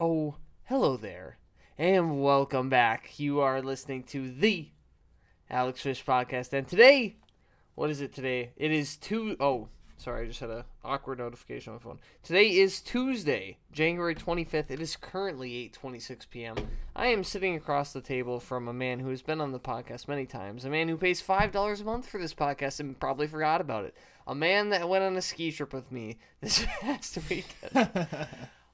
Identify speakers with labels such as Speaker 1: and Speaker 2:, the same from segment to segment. Speaker 1: Oh, hello there, and welcome back. You are listening to the Alex Fish podcast, and today, what is it today? It is two oh, sorry, I just had a awkward notification on my phone. Today is Tuesday, January twenty fifth. It is currently eight twenty six p.m. I am sitting across the table from a man who has been on the podcast many times, a man who pays five dollars a month for this podcast and probably forgot about it, a man that went on a ski trip with me this past weekend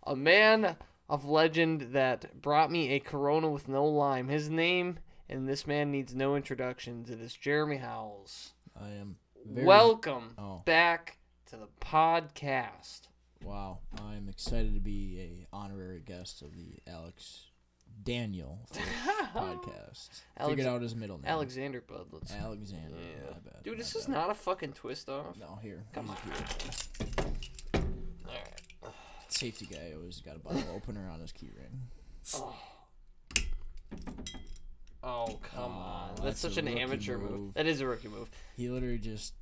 Speaker 1: a man of legend that brought me a Corona with no lime. His name, and this man needs no introductions. It is Jeremy Howells.
Speaker 2: I am very,
Speaker 1: Welcome
Speaker 2: Oh.
Speaker 1: back to the podcast.
Speaker 2: Wow, I'm excited to be a honorary guest of the Alex Daniel Fish podcast. Figured out his middle name.
Speaker 1: Alexander Budlitz.
Speaker 2: Alexander.
Speaker 1: Yeah.
Speaker 2: My bad.
Speaker 1: Dude, this
Speaker 2: my
Speaker 1: is not a fucking twist off.
Speaker 2: bad. No, here. Come on.
Speaker 1: Alright.
Speaker 2: Safety guy always got a bottle opener on his key ring.
Speaker 1: Oh, come
Speaker 2: Aw,
Speaker 1: on. That's,
Speaker 2: that's
Speaker 1: such
Speaker 2: a
Speaker 1: an
Speaker 2: rookie
Speaker 1: amateur move.
Speaker 2: move.
Speaker 1: That is a rookie move.
Speaker 2: He literally just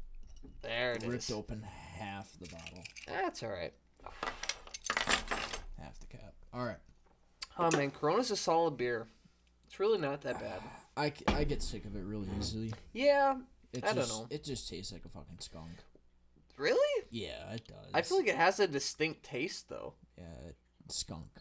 Speaker 1: There it is.
Speaker 2: ripped open half the bottle,
Speaker 1: That's all right.
Speaker 2: half the cap. All right.
Speaker 1: Oh, man. Corona's a solid beer. It's really not that bad.
Speaker 2: I, c- I get sick of it really easily.
Speaker 1: Yeah.
Speaker 2: It
Speaker 1: I
Speaker 2: just,
Speaker 1: don't know.
Speaker 2: It just tastes like a fucking skunk.
Speaker 1: Really?
Speaker 2: Yeah, it does.
Speaker 1: I feel like it has a distinct taste, though.
Speaker 2: yeah, skunk.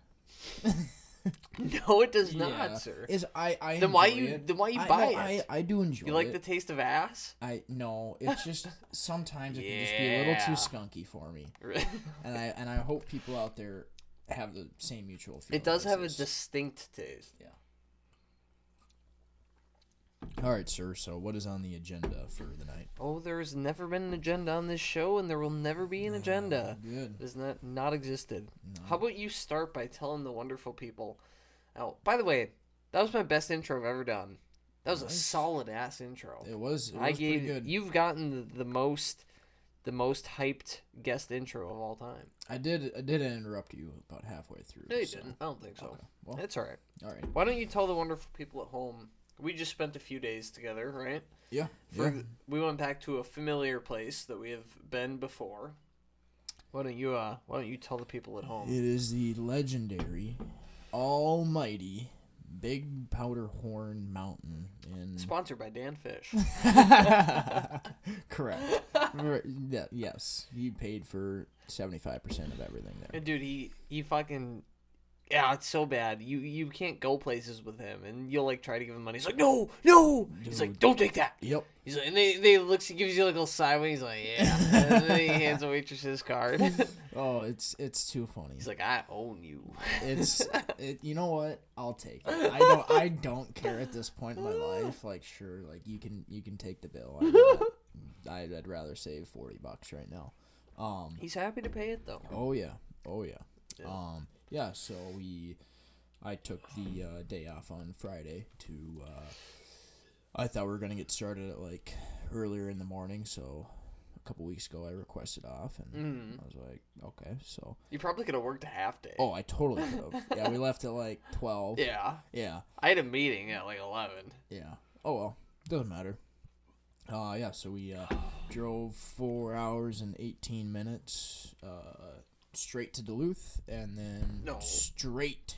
Speaker 1: No, it does
Speaker 2: Yeah.
Speaker 1: not, sir.
Speaker 2: Is I, I
Speaker 1: Then why
Speaker 2: enjoy
Speaker 1: you-
Speaker 2: it.
Speaker 1: then why you
Speaker 2: I,
Speaker 1: buy
Speaker 2: no,
Speaker 1: it?
Speaker 2: I, I do enjoy
Speaker 1: you like
Speaker 2: it.
Speaker 1: the taste of ass?
Speaker 2: I no, it's just sometimes it can just be a little too
Speaker 1: Yeah.
Speaker 2: skunky for me,
Speaker 1: it
Speaker 2: and I and I hope people out there have the same mutual feeling.
Speaker 1: does
Speaker 2: as
Speaker 1: have a
Speaker 2: this.
Speaker 1: distinct taste.
Speaker 2: All right, sir. So what is on the agenda for the night?
Speaker 1: Oh, there's never been an agenda on this show, and there will never be an agenda.
Speaker 2: Good.
Speaker 1: Does not not existed. How about you start by telling the wonderful people? Oh, by the way, that was my best intro I've ever done. That was a
Speaker 2: Nice.
Speaker 1: solid ass intro.
Speaker 2: It was. It was
Speaker 1: I gave
Speaker 2: pretty good.
Speaker 1: you've gotten the, the most, the most hyped guest intro of all time.
Speaker 2: I did. I did interrupt you about halfway through.
Speaker 1: No, you
Speaker 2: so-
Speaker 1: didn't. I don't think so.
Speaker 2: Okay, well.
Speaker 1: It's all right.
Speaker 2: All right.
Speaker 1: Why don't you tell the wonderful people at home? We just spent a few days together, right?
Speaker 2: Yeah.
Speaker 1: For,
Speaker 2: yeah.
Speaker 1: We went back to a familiar place that we have been before. Why don't you? Uh, why don't you tell the people at home?
Speaker 2: It is the legendary, almighty, Big Powder Horn Mountain in
Speaker 1: Sponsored by Dan Fish.
Speaker 2: Correct. Ver- yeah, yes, you paid for seventy five percent of everything there.
Speaker 1: And Dude, he he fucking. Yeah, it's so bad. You you can't go places with him, and you'll like try to give him money. He's like, no, no. He's like,
Speaker 2: Dude.
Speaker 1: don't take that.
Speaker 2: Yep.
Speaker 1: He's like, and they they looks. He gives you like a little sideways. He's like, yeah. And then he hands the waitress his card.
Speaker 2: Oh, it's it's too funny.
Speaker 1: He's like, I own you.
Speaker 2: It's it, you know what? I'll take it. I don't I don't care at this point in my life. Like sure, like you can you can take the bill. I'm not, I, I'd rather save forty bucks right now. Um.
Speaker 1: He's happy to pay it though.
Speaker 2: Oh yeah. Oh yeah. Um. Yeah. So we, I took the uh, day off on Friday to. Uh, I thought we were gonna get started at like earlier in the morning, so a couple weeks ago I requested off, and I was like, okay, so.
Speaker 1: You probably could have worked a half day.
Speaker 2: Oh, I totally could have. yeah, we left at like twelve.
Speaker 1: Yeah.
Speaker 2: Yeah.
Speaker 1: I had a meeting at like 11.
Speaker 2: Yeah. Oh well, doesn't matter. Uh yeah, so we uh, drove four hours and eighteen minutes uh, straight to Duluth, and then
Speaker 1: No. Oh.
Speaker 2: straight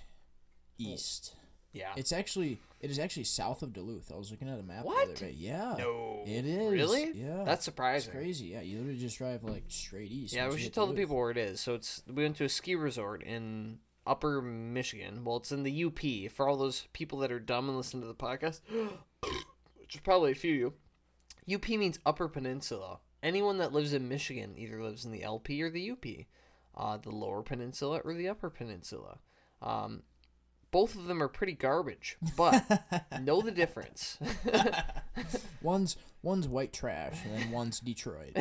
Speaker 2: east.
Speaker 1: Yeah.
Speaker 2: It's actually it is actually south of Duluth. I was looking at a map. the
Speaker 1: What?
Speaker 2: other day. Yeah.
Speaker 1: no.
Speaker 2: It is.
Speaker 1: Oh. Really?
Speaker 2: Yeah.
Speaker 1: That's
Speaker 2: It's
Speaker 1: surprising.
Speaker 2: crazy. Yeah, you literally just drive like straight east.
Speaker 1: Yeah,
Speaker 2: once
Speaker 1: we
Speaker 2: you
Speaker 1: should
Speaker 2: hit
Speaker 1: tell the
Speaker 2: Duluth.
Speaker 1: people where it is. So it's we went to a ski resort in Upper Michigan. Well, it's in the UP for all those people that are dumb and listen to the podcast, which is probably a few of you. UP means Upper Peninsula. Anyone that lives in Michigan either lives in the LP or the UP, uh, the Lower Peninsula or the Upper Peninsula. Um, both of them are pretty garbage, but know the difference.
Speaker 2: One's one's white trash, and then one's Detroit.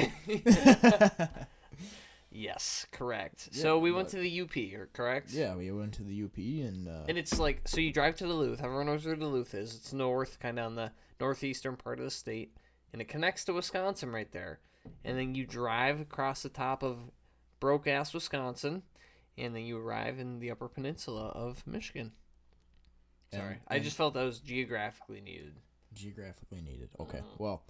Speaker 1: yes, correct. so we went to the UP, correct?
Speaker 2: yeah, we went to the UP and. Uh,
Speaker 1: And it's like so you drive to Duluth. Everyone knows where Duluth is. It's north, kind of on the northeastern part of the state, and it connects to Wisconsin right there. And then you drive across the top of broke ass Wisconsin, and then you arrive in the Upper Peninsula of Michigan. Sorry,
Speaker 2: and-
Speaker 1: I just felt that was geographically needed.
Speaker 2: geographically
Speaker 1: Mm-hmm.
Speaker 2: needed. Okay. Well,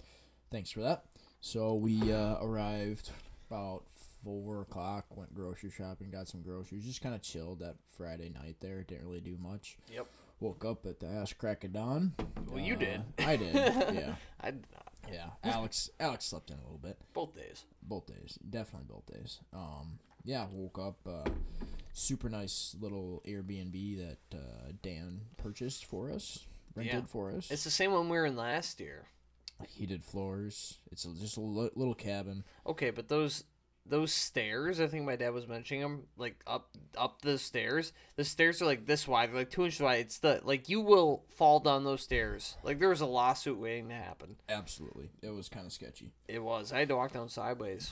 Speaker 2: thanks for that. So we uh, arrived about four o'clock. Went grocery shopping, got some groceries. Just kind of chilled that Friday night there. Didn't really do much.
Speaker 1: Yep.
Speaker 2: Woke up at the ass crack of dawn. Uh,
Speaker 1: Well, you did.
Speaker 2: I did. Yeah.
Speaker 1: I did not.
Speaker 2: Yeah. Alex. Alex slept in a little bit.
Speaker 1: Both days.
Speaker 2: Both days. Definitely both days. Um. Yeah. Woke up. Uh, super nice little Airbnb that uh, Dan purchased for us. Rented
Speaker 1: Yeah.
Speaker 2: for us.
Speaker 1: It's the same one we were in last year.
Speaker 2: heated floors. It's a, just a li- little cabin.
Speaker 1: Okay, but those those stairs, I think my dad was mentioning them, like up up the stairs. The stairs are like this wide, they're like two inches wide. It's the like you will fall down those stairs. Like there was a lawsuit waiting to happen.
Speaker 2: Absolutely. It was kind of sketchy.
Speaker 1: It was. I had to walk down sideways,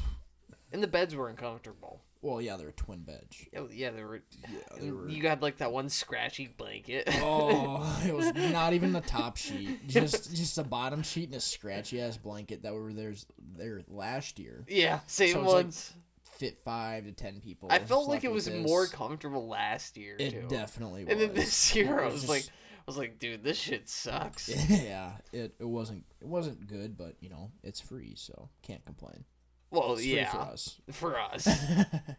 Speaker 1: and the beds were uncomfortable.
Speaker 2: Well, yeah, they're a twin beds.
Speaker 1: Oh, Yeah, they were.
Speaker 2: Yeah, they were.
Speaker 1: You got like that one scratchy blanket.
Speaker 2: Oh, it was not even the top sheet, just just a bottom sheet and a scratchy ass blanket that were there's there last year.
Speaker 1: yeah, same
Speaker 2: So it's like-
Speaker 1: ones.
Speaker 2: Fit five to ten people.
Speaker 1: I felt like
Speaker 2: slept
Speaker 1: it
Speaker 2: with
Speaker 1: was
Speaker 2: this.
Speaker 1: more comfortable last year
Speaker 2: It
Speaker 1: too.
Speaker 2: definitely was.
Speaker 1: and then this year, I
Speaker 2: was
Speaker 1: was like,
Speaker 2: just-
Speaker 1: I was like, dude, this shit sucks.
Speaker 2: yeah, it, it wasn't it wasn't good, but you know it's free, so can't complain.
Speaker 1: Well,
Speaker 2: It's free
Speaker 1: yeah,
Speaker 2: for us.
Speaker 1: for us.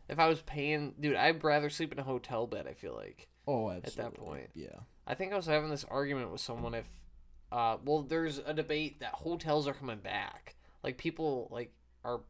Speaker 1: if I was paying, dude, I'd rather sleep in a hotel bed. I feel like.
Speaker 2: Oh, absolutely.
Speaker 1: point.
Speaker 2: yeah,
Speaker 1: I think I was having this argument with someone. If, uh, well, there's a debate that hotels are coming back. Like people like are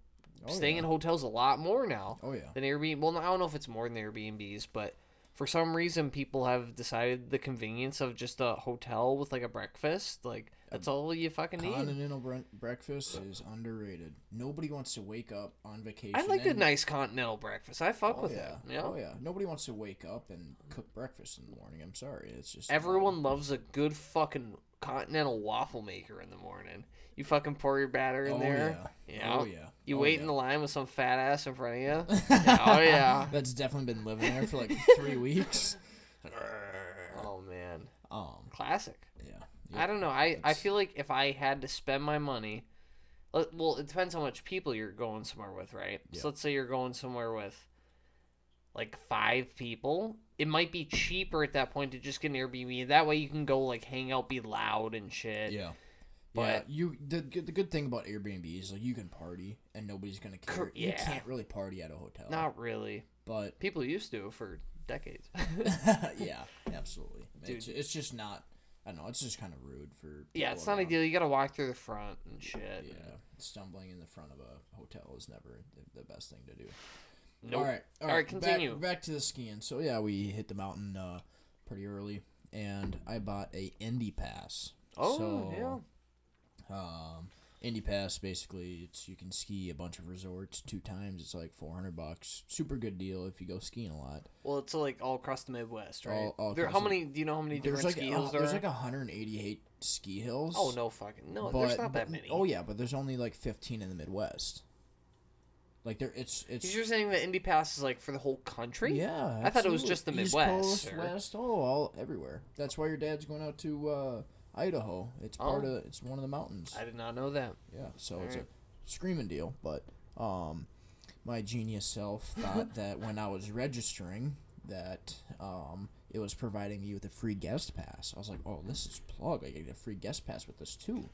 Speaker 2: Oh,
Speaker 1: staying
Speaker 2: yeah.
Speaker 1: in hotels a lot more now
Speaker 2: oh yeah,
Speaker 1: than Airbnb. Well, I don't know if it's more than Airbnbs, but for some reason, people have decided the convenience of just a hotel with like a breakfast. Like that's all you fucking need.
Speaker 2: continental bre- breakfast is underrated. Nobody wants to wake up on vacation.
Speaker 1: I like a
Speaker 2: and-
Speaker 1: nice continental breakfast. I fuck
Speaker 2: Oh
Speaker 1: with
Speaker 2: yeah.
Speaker 1: that. Yeah.
Speaker 2: Oh yeah. Nobody wants to wake up and cook breakfast in the morning. I'm sorry. It's just
Speaker 1: Everyone loves a good fucking continental waffle maker in the morning. You fucking pour your batter in
Speaker 2: Oh,
Speaker 1: there.
Speaker 2: yeah.
Speaker 1: Yeah.
Speaker 2: Oh, yeah.
Speaker 1: You
Speaker 2: Oh,
Speaker 1: wait
Speaker 2: yeah.
Speaker 1: in the line with some fat ass in front of you. oh yeah.
Speaker 2: That's definitely been living there for like three weeks.
Speaker 1: Oh man.
Speaker 2: Um.
Speaker 1: Classic.
Speaker 2: Yeah.
Speaker 1: I
Speaker 2: Yep.
Speaker 1: don't know. I, I feel like if I had to spend my money, le- well, it depends how much people you're going somewhere with, right?
Speaker 2: Yeah.
Speaker 1: So let's say you're going somewhere with like five people. It might be cheaper at that point to just get an Airbnb. That way you can go like hang out, be loud and shit.
Speaker 2: Yeah.
Speaker 1: But-
Speaker 2: yeah, you the good- the good thing about Airbnb is like you can party and nobody's gonna care.
Speaker 1: Cor-
Speaker 2: You
Speaker 1: yeah.
Speaker 2: can't really party at a hotel.
Speaker 1: Not really.
Speaker 2: But
Speaker 1: People used to for decades.
Speaker 2: yeah, absolutely. It's, it's just not. I don't know. It's just kind of rude for.
Speaker 1: yeah,
Speaker 2: people
Speaker 1: it's not
Speaker 2: around.
Speaker 1: ideal. You got to walk through the front and shit.
Speaker 2: Oh, Yeah, stumbling in the front of a hotel is never the- the best thing to do.
Speaker 1: Nope.
Speaker 2: All right.
Speaker 1: All
Speaker 2: All right.
Speaker 1: right, continue.
Speaker 2: Back, back to the skiing. So yeah, we hit the mountain uh, pretty early, and I bought a Indy Pass.
Speaker 1: Oh,
Speaker 2: So,
Speaker 1: yeah.
Speaker 2: Um, Indy Pass basically, it's you can ski a bunch of resorts two times. It's like four hundred bucks. Super good deal if you go skiing a lot.
Speaker 1: Well, it's like all across the Midwest, right?
Speaker 2: All- all
Speaker 1: there, how
Speaker 2: across the-
Speaker 1: many? Do you know how many different
Speaker 2: There's like
Speaker 1: ski
Speaker 2: a,
Speaker 1: hills there
Speaker 2: there's
Speaker 1: are?
Speaker 2: like hundred and eighty eight ski hills.
Speaker 1: oh no, fucking no.
Speaker 2: but,
Speaker 1: there's not that
Speaker 2: but-
Speaker 1: many.
Speaker 2: Oh yeah, but there's only like fifteen in the Midwest. Like there, it's it's.
Speaker 1: You're saying that Indy Pass is like for the whole country?
Speaker 2: Yeah,
Speaker 1: I thought it was just the
Speaker 2: absolutely.
Speaker 1: Midwest,
Speaker 2: East Coast,
Speaker 1: sir.
Speaker 2: West, oh, all everywhere. That's why your dad's going out to uh, Idaho. It's part
Speaker 1: Oh.
Speaker 2: of it's one of the mountains.
Speaker 1: I did not know that.
Speaker 2: yeah, so it's
Speaker 1: Alright.
Speaker 2: a screaming deal. But um, my genius self thought that when I was registering, that um, it was providing me with a free guest pass. I was like, oh, this is plug. I get a free guest pass with this too.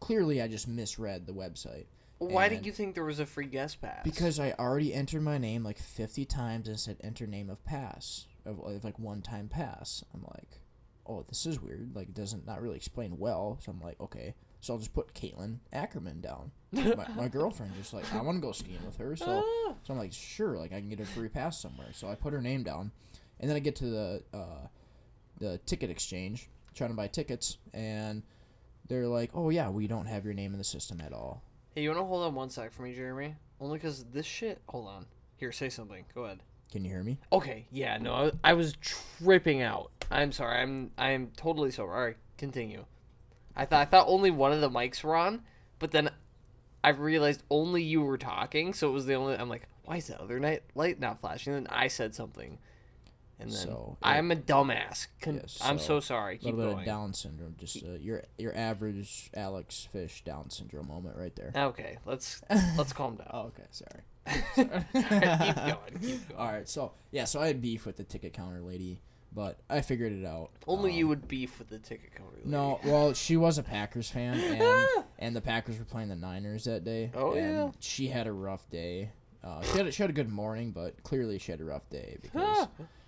Speaker 2: Clearly, I just misread the website.
Speaker 1: Well, why
Speaker 2: And-
Speaker 1: did you think there was a free guest pass?
Speaker 2: because I already entered my name like 50 times and said enter name of pass, of, of like one time pass. I'm like, oh, this is weird. Like, it doesn't not really explain well. So I'm like, okay. So I'll just put Caitlin Ackerman down. My, my girlfriend just like, I want to go skiing with her. So,
Speaker 1: Ah.
Speaker 2: so I'm like, sure, like I can get a free pass somewhere. So I put her name down. And then I get to the, uh, the ticket exchange, trying to buy tickets. And they're like, oh, yeah, we don't have your name in the system at all.
Speaker 1: hey, you want to hold on one sec for me, Jeremy? Only because this shit. Hold on. Here, say something. Go ahead.
Speaker 2: Can you hear me?
Speaker 1: Okay. Yeah. No, I, I was tripping out. I'm sorry. I'm I'm totally sober. All right, continue. I thought I thought only one of the mics were on, but then I realized only you were talking, so it was the only. I'm like, why is the other night light not flashing? And then I said something, and then
Speaker 2: So, yeah.
Speaker 1: I'm a dumbass. Con-
Speaker 2: Yes,
Speaker 1: I'm
Speaker 2: so,
Speaker 1: so sorry.
Speaker 2: A little
Speaker 1: Keep
Speaker 2: bit
Speaker 1: going.
Speaker 2: of Down syndrome, just uh, your your average Alex Fish Down syndrome moment right there.
Speaker 1: okay, let's let's calm down.
Speaker 2: Oh, okay, sorry.
Speaker 1: keep going. Keep going.
Speaker 2: All right, so yeah, so I had beef with the ticket counter lady, but I figured it out.
Speaker 1: Only
Speaker 2: Um,
Speaker 1: you would beef with the ticket company.
Speaker 2: No, well, she was a Packers fan, and, and the Packers were playing the Niners that day.
Speaker 1: Oh,
Speaker 2: and
Speaker 1: yeah.
Speaker 2: She had a rough day. Uh, she had a, she had a good morning, but clearly she had a rough day
Speaker 1: ah,
Speaker 2: because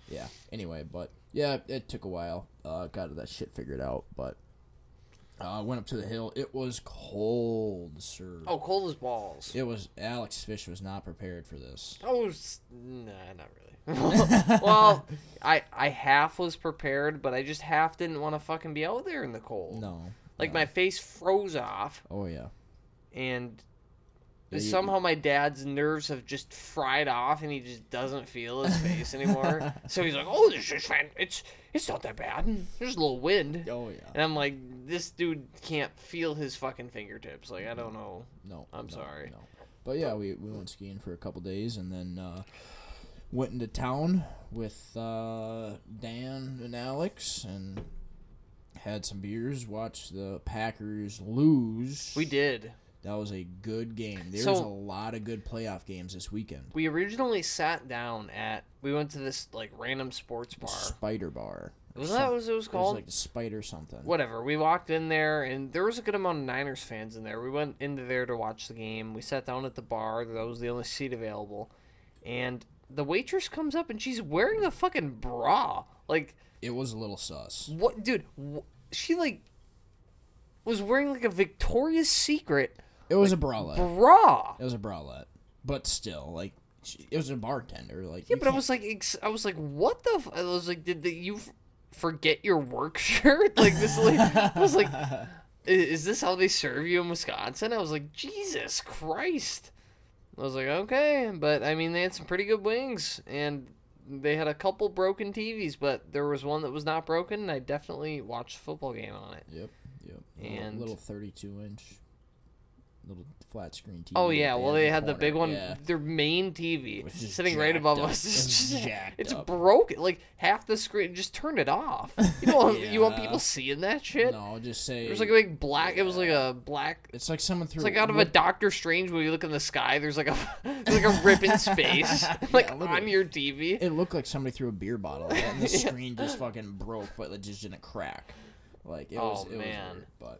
Speaker 2: yeah. Anyway, but yeah, it took a while. Uh, got that shit figured out, but uh, went up to the hill. It was cold, sir.
Speaker 1: Oh, cold as balls.
Speaker 2: It was Alex Fish was not prepared for this.
Speaker 1: Oh, s- nah, not really. well, I I half was prepared, but I just half didn't want to fucking be out there in the cold.
Speaker 2: No.
Speaker 1: Like
Speaker 2: no.
Speaker 1: my face froze off,
Speaker 2: Oh yeah.
Speaker 1: and
Speaker 2: Yeah, you-
Speaker 1: somehow my dad's nerves have just fried off, and he just doesn't feel his face anymore. so he's like, "Oh, this is fan- it's it's not that bad. There's a little wind."
Speaker 2: Oh yeah.
Speaker 1: And I'm like, this dude can't feel his fucking fingertips. Like, I don't know.
Speaker 2: No.
Speaker 1: I'm
Speaker 2: no,
Speaker 1: sorry.
Speaker 2: No. But yeah, we, we went skiing for a couple days and then uh, went into town with uh, Dan and Alex and had some beers. Watched the Packers lose.
Speaker 1: We did.
Speaker 2: That was a good game. There's
Speaker 1: So-
Speaker 2: a lot of good playoff games this weekend.
Speaker 1: We originally sat down at. We went to this like random sports bar.
Speaker 2: Spider Bar.
Speaker 1: Was that what it was
Speaker 2: It was
Speaker 1: called?
Speaker 2: like the Spider something.
Speaker 1: Whatever. We walked in there, and there was a good amount of Niners fans in there. We went into there to watch the game. We sat down at the bar. That was the only seat available, and the waitress comes up and she's wearing a fucking bra. Like,
Speaker 2: It was a little sus.
Speaker 1: what, dude? Wh- she like was wearing like a Victoria's Secret
Speaker 2: It was a bralette.
Speaker 1: bra.
Speaker 2: It was a bralette, but still, like she, it was a bartender. Like
Speaker 1: Yeah, but I was like, ex- I was like, what the? F-? I was like, did the, you f- forget your work shirt? Like this? Like, I was like, "I- is this how they serve you in Wisconsin? I was like, Jesus Christ! I was like, okay, but I mean, they had some pretty good wings, and they had a couple broken TVs, but there was one that was not broken, and I definitely watched a football game on it.
Speaker 2: Yep, yep.
Speaker 1: And-
Speaker 2: And little thirty-two inch, little flat screen TV.
Speaker 1: Oh
Speaker 2: that
Speaker 1: yeah, well
Speaker 2: in
Speaker 1: they had the
Speaker 2: corner.
Speaker 1: big one,
Speaker 2: Yeah.
Speaker 1: their main TV
Speaker 2: Which is
Speaker 1: sitting right
Speaker 2: jacked
Speaker 1: above
Speaker 2: up.
Speaker 1: us.
Speaker 2: It's
Speaker 1: It's, just,
Speaker 2: jacked
Speaker 1: it's
Speaker 2: up.
Speaker 1: broken. Like half the screen, just turn it off. You don't want, you want
Speaker 2: Yeah.
Speaker 1: people seeing that shit.
Speaker 2: No, I'll just say
Speaker 1: It was like a big black. It was like a black.
Speaker 2: it's like someone threw
Speaker 1: It's like out of a Doctor Strange when you look in the sky. There's like a there's like a rip in space, like on
Speaker 2: literally.
Speaker 1: your TV.
Speaker 2: It looked like somebody threw a beer bottle, at it, and the screen just fucking broke, but it just didn't crack. Like it was,
Speaker 1: Oh,
Speaker 2: it
Speaker 1: man. Mm.
Speaker 2: was weird,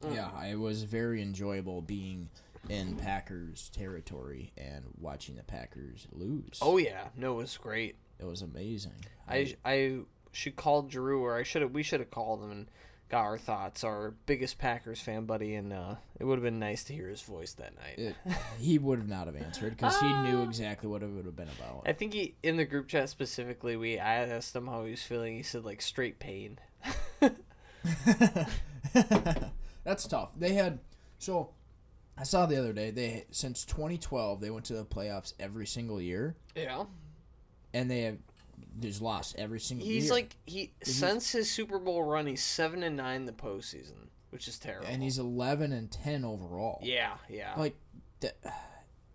Speaker 2: but yeah, it was very enjoyable being in Packers territory and watching the Packers lose.
Speaker 1: Oh yeah, no, it was great.
Speaker 2: it was amazing.
Speaker 1: I I should call Drew or I should have we should have called him and got our thoughts. Our biggest Packers fan buddy, and uh, it would have been nice to hear his voice that night.
Speaker 2: It, he would have not have answered because he
Speaker 1: Ah.
Speaker 2: knew exactly what it would have been about.
Speaker 1: I think he in the group chat specifically. We I asked him how he was feeling. He said like straight pain.
Speaker 2: That's tough. They had so I saw the other day they since 2012 they went to the playoffs every single year
Speaker 1: Yeah,
Speaker 2: and they have just lost every single year.
Speaker 1: he's like he since his Super Bowl run, he's seven and nine the postseason, which is terrible.
Speaker 2: and he's 11 and 10 overall.
Speaker 1: yeah, yeah,
Speaker 2: Like th-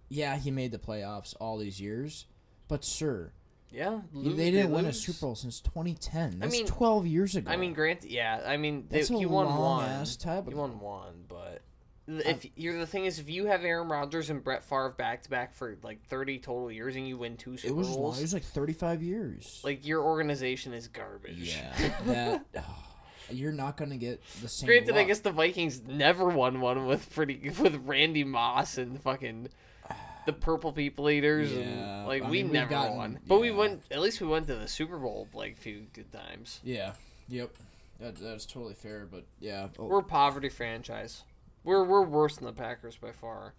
Speaker 2: yeah, he made the playoffs all these years, but sir,
Speaker 1: yeah. lose-
Speaker 2: they didn't win a
Speaker 1: lose.
Speaker 2: Super Bowl since 2010. That's
Speaker 1: mean-
Speaker 2: 12 years ago.
Speaker 1: I mean, Grant. Yeah, I mean, they,
Speaker 2: That's a
Speaker 1: he won
Speaker 2: long
Speaker 1: one.
Speaker 2: ass time
Speaker 1: He
Speaker 2: ago.
Speaker 1: won one, but if you're the thing is, if you have Aaron Rodgers and Brett Favre back to back for like thirty total years, and you win two Super
Speaker 2: it was long,
Speaker 1: Bowls,
Speaker 2: it was like 35 years.
Speaker 1: like your organization is garbage.
Speaker 2: Yeah, that ah, you're not gonna get the same.
Speaker 1: Granted, I
Speaker 2: luck.
Speaker 1: guess the Vikings never won one with pretty with Randy Moss and fucking the Purple People Eaters.
Speaker 2: Yeah,
Speaker 1: and, like
Speaker 2: I
Speaker 1: we
Speaker 2: mean, we've
Speaker 1: never
Speaker 2: gotten-
Speaker 1: won, but we
Speaker 2: yeah.
Speaker 1: went. At least we went to the Super Bowl like few good times.
Speaker 2: Yeah. Yep. That, that's totally fair, but yeah, oh,
Speaker 1: We're a poverty franchise. We're we're worse than the Packers by far.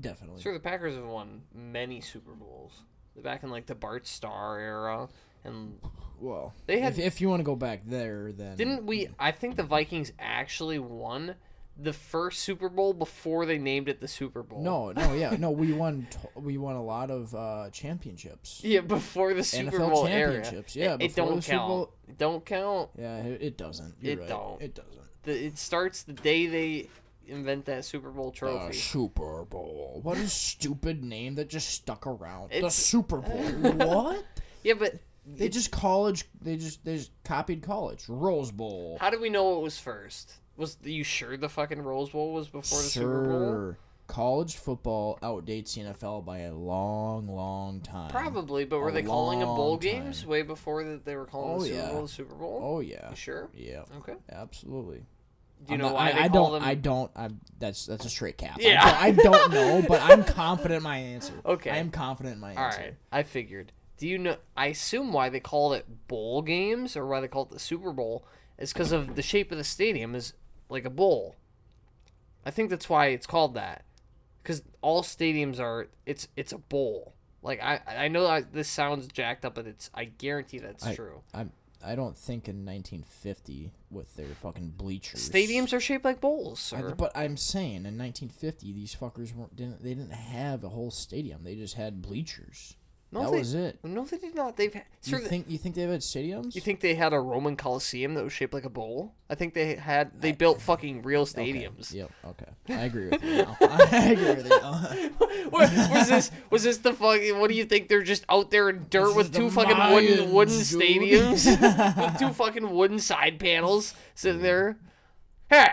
Speaker 2: definitely.
Speaker 1: Sure, the Packers have won many Super Bowls back in like the Bart Starr era, and
Speaker 2: Well,
Speaker 1: They had-
Speaker 2: if, if you want to go back there, then
Speaker 1: Didn't we? I think the Vikings actually won the first Super Bowl before they named it the Super Bowl.
Speaker 2: No, no, yeah, no. We won. To- we won a lot of uh, championships.
Speaker 1: Yeah, before the Super
Speaker 2: NFL
Speaker 1: Bowl
Speaker 2: championships,
Speaker 1: era.
Speaker 2: yeah,
Speaker 1: it, it
Speaker 2: before
Speaker 1: don't
Speaker 2: the Super
Speaker 1: count.
Speaker 2: Bowl-
Speaker 1: It don't count.
Speaker 2: Yeah, it, it doesn't. You're
Speaker 1: It
Speaker 2: right.
Speaker 1: don't.
Speaker 2: It doesn't.
Speaker 1: The, it starts the day they invent that Super Bowl
Speaker 2: The
Speaker 1: trophy.
Speaker 2: Uh, Super Bowl. What a stupid name that just stuck around. the
Speaker 1: It's-
Speaker 2: Super Bowl. what?
Speaker 1: yeah, but
Speaker 2: They just college. They just they just copied college. Rose Bowl.
Speaker 1: how do we know what was first? Was you sure the fucking Rose Bowl was before the Super Bowl?
Speaker 2: Sir, College football outdates the NFL by a long, long time.
Speaker 1: Probably, but were
Speaker 2: A
Speaker 1: they calling a bowl
Speaker 2: long
Speaker 1: games way before that they were calling
Speaker 2: Oh,
Speaker 1: the Super
Speaker 2: yeah.
Speaker 1: Bowl the Super Bowl?
Speaker 2: Oh yeah.
Speaker 1: You sure?
Speaker 2: Yeah.
Speaker 1: Okay.
Speaker 2: Absolutely.
Speaker 1: Do you
Speaker 2: I'm
Speaker 1: know
Speaker 2: not-
Speaker 1: why
Speaker 2: I,
Speaker 1: they
Speaker 2: I
Speaker 1: call
Speaker 2: don't.
Speaker 1: them?
Speaker 2: I don't. I'm. That's that's a straight cap. I
Speaker 1: Yeah.
Speaker 2: don't- I don't, know, but I'm confident in my answer.
Speaker 1: Okay.
Speaker 2: I am confident in my
Speaker 1: All
Speaker 2: answer.
Speaker 1: right, I figured. Do you know? I assume why they call it bowl games or why they call it the Super Bowl is because of the shape of the stadium is like a bowl. I think that's why it's called that, because all stadiums are it's it's a bowl. Like I I know I, this sounds jacked up, but it's I guarantee that's
Speaker 2: I-
Speaker 1: true.
Speaker 2: I'm. I don't think in 1950 with their fucking bleachers.
Speaker 1: Stadiums are shaped like bowls,
Speaker 2: I-
Speaker 1: sir.
Speaker 2: but I'm saying in 1950 these fuckers weren't didn't they didn't have a whole stadium. They just had bleachers.
Speaker 1: No,
Speaker 2: that
Speaker 1: they-
Speaker 2: was it.
Speaker 1: no, they did not. They've
Speaker 2: You
Speaker 1: sir, th-
Speaker 2: think you think they had stadiums?
Speaker 1: You think they had a Roman Coliseum that was shaped like a bowl? I think they had they built fucking real stadiums.
Speaker 2: Yep. Okay. I agree with you. Now. I agree with you. Now.
Speaker 1: What- was this was this the fucking? What do you think? They're just out there in dirt
Speaker 2: This
Speaker 1: with
Speaker 2: is the
Speaker 1: two fucking wooden wooden
Speaker 2: Mayans, dude.
Speaker 1: stadiums, with two fucking wooden side panels sitting there. Hey,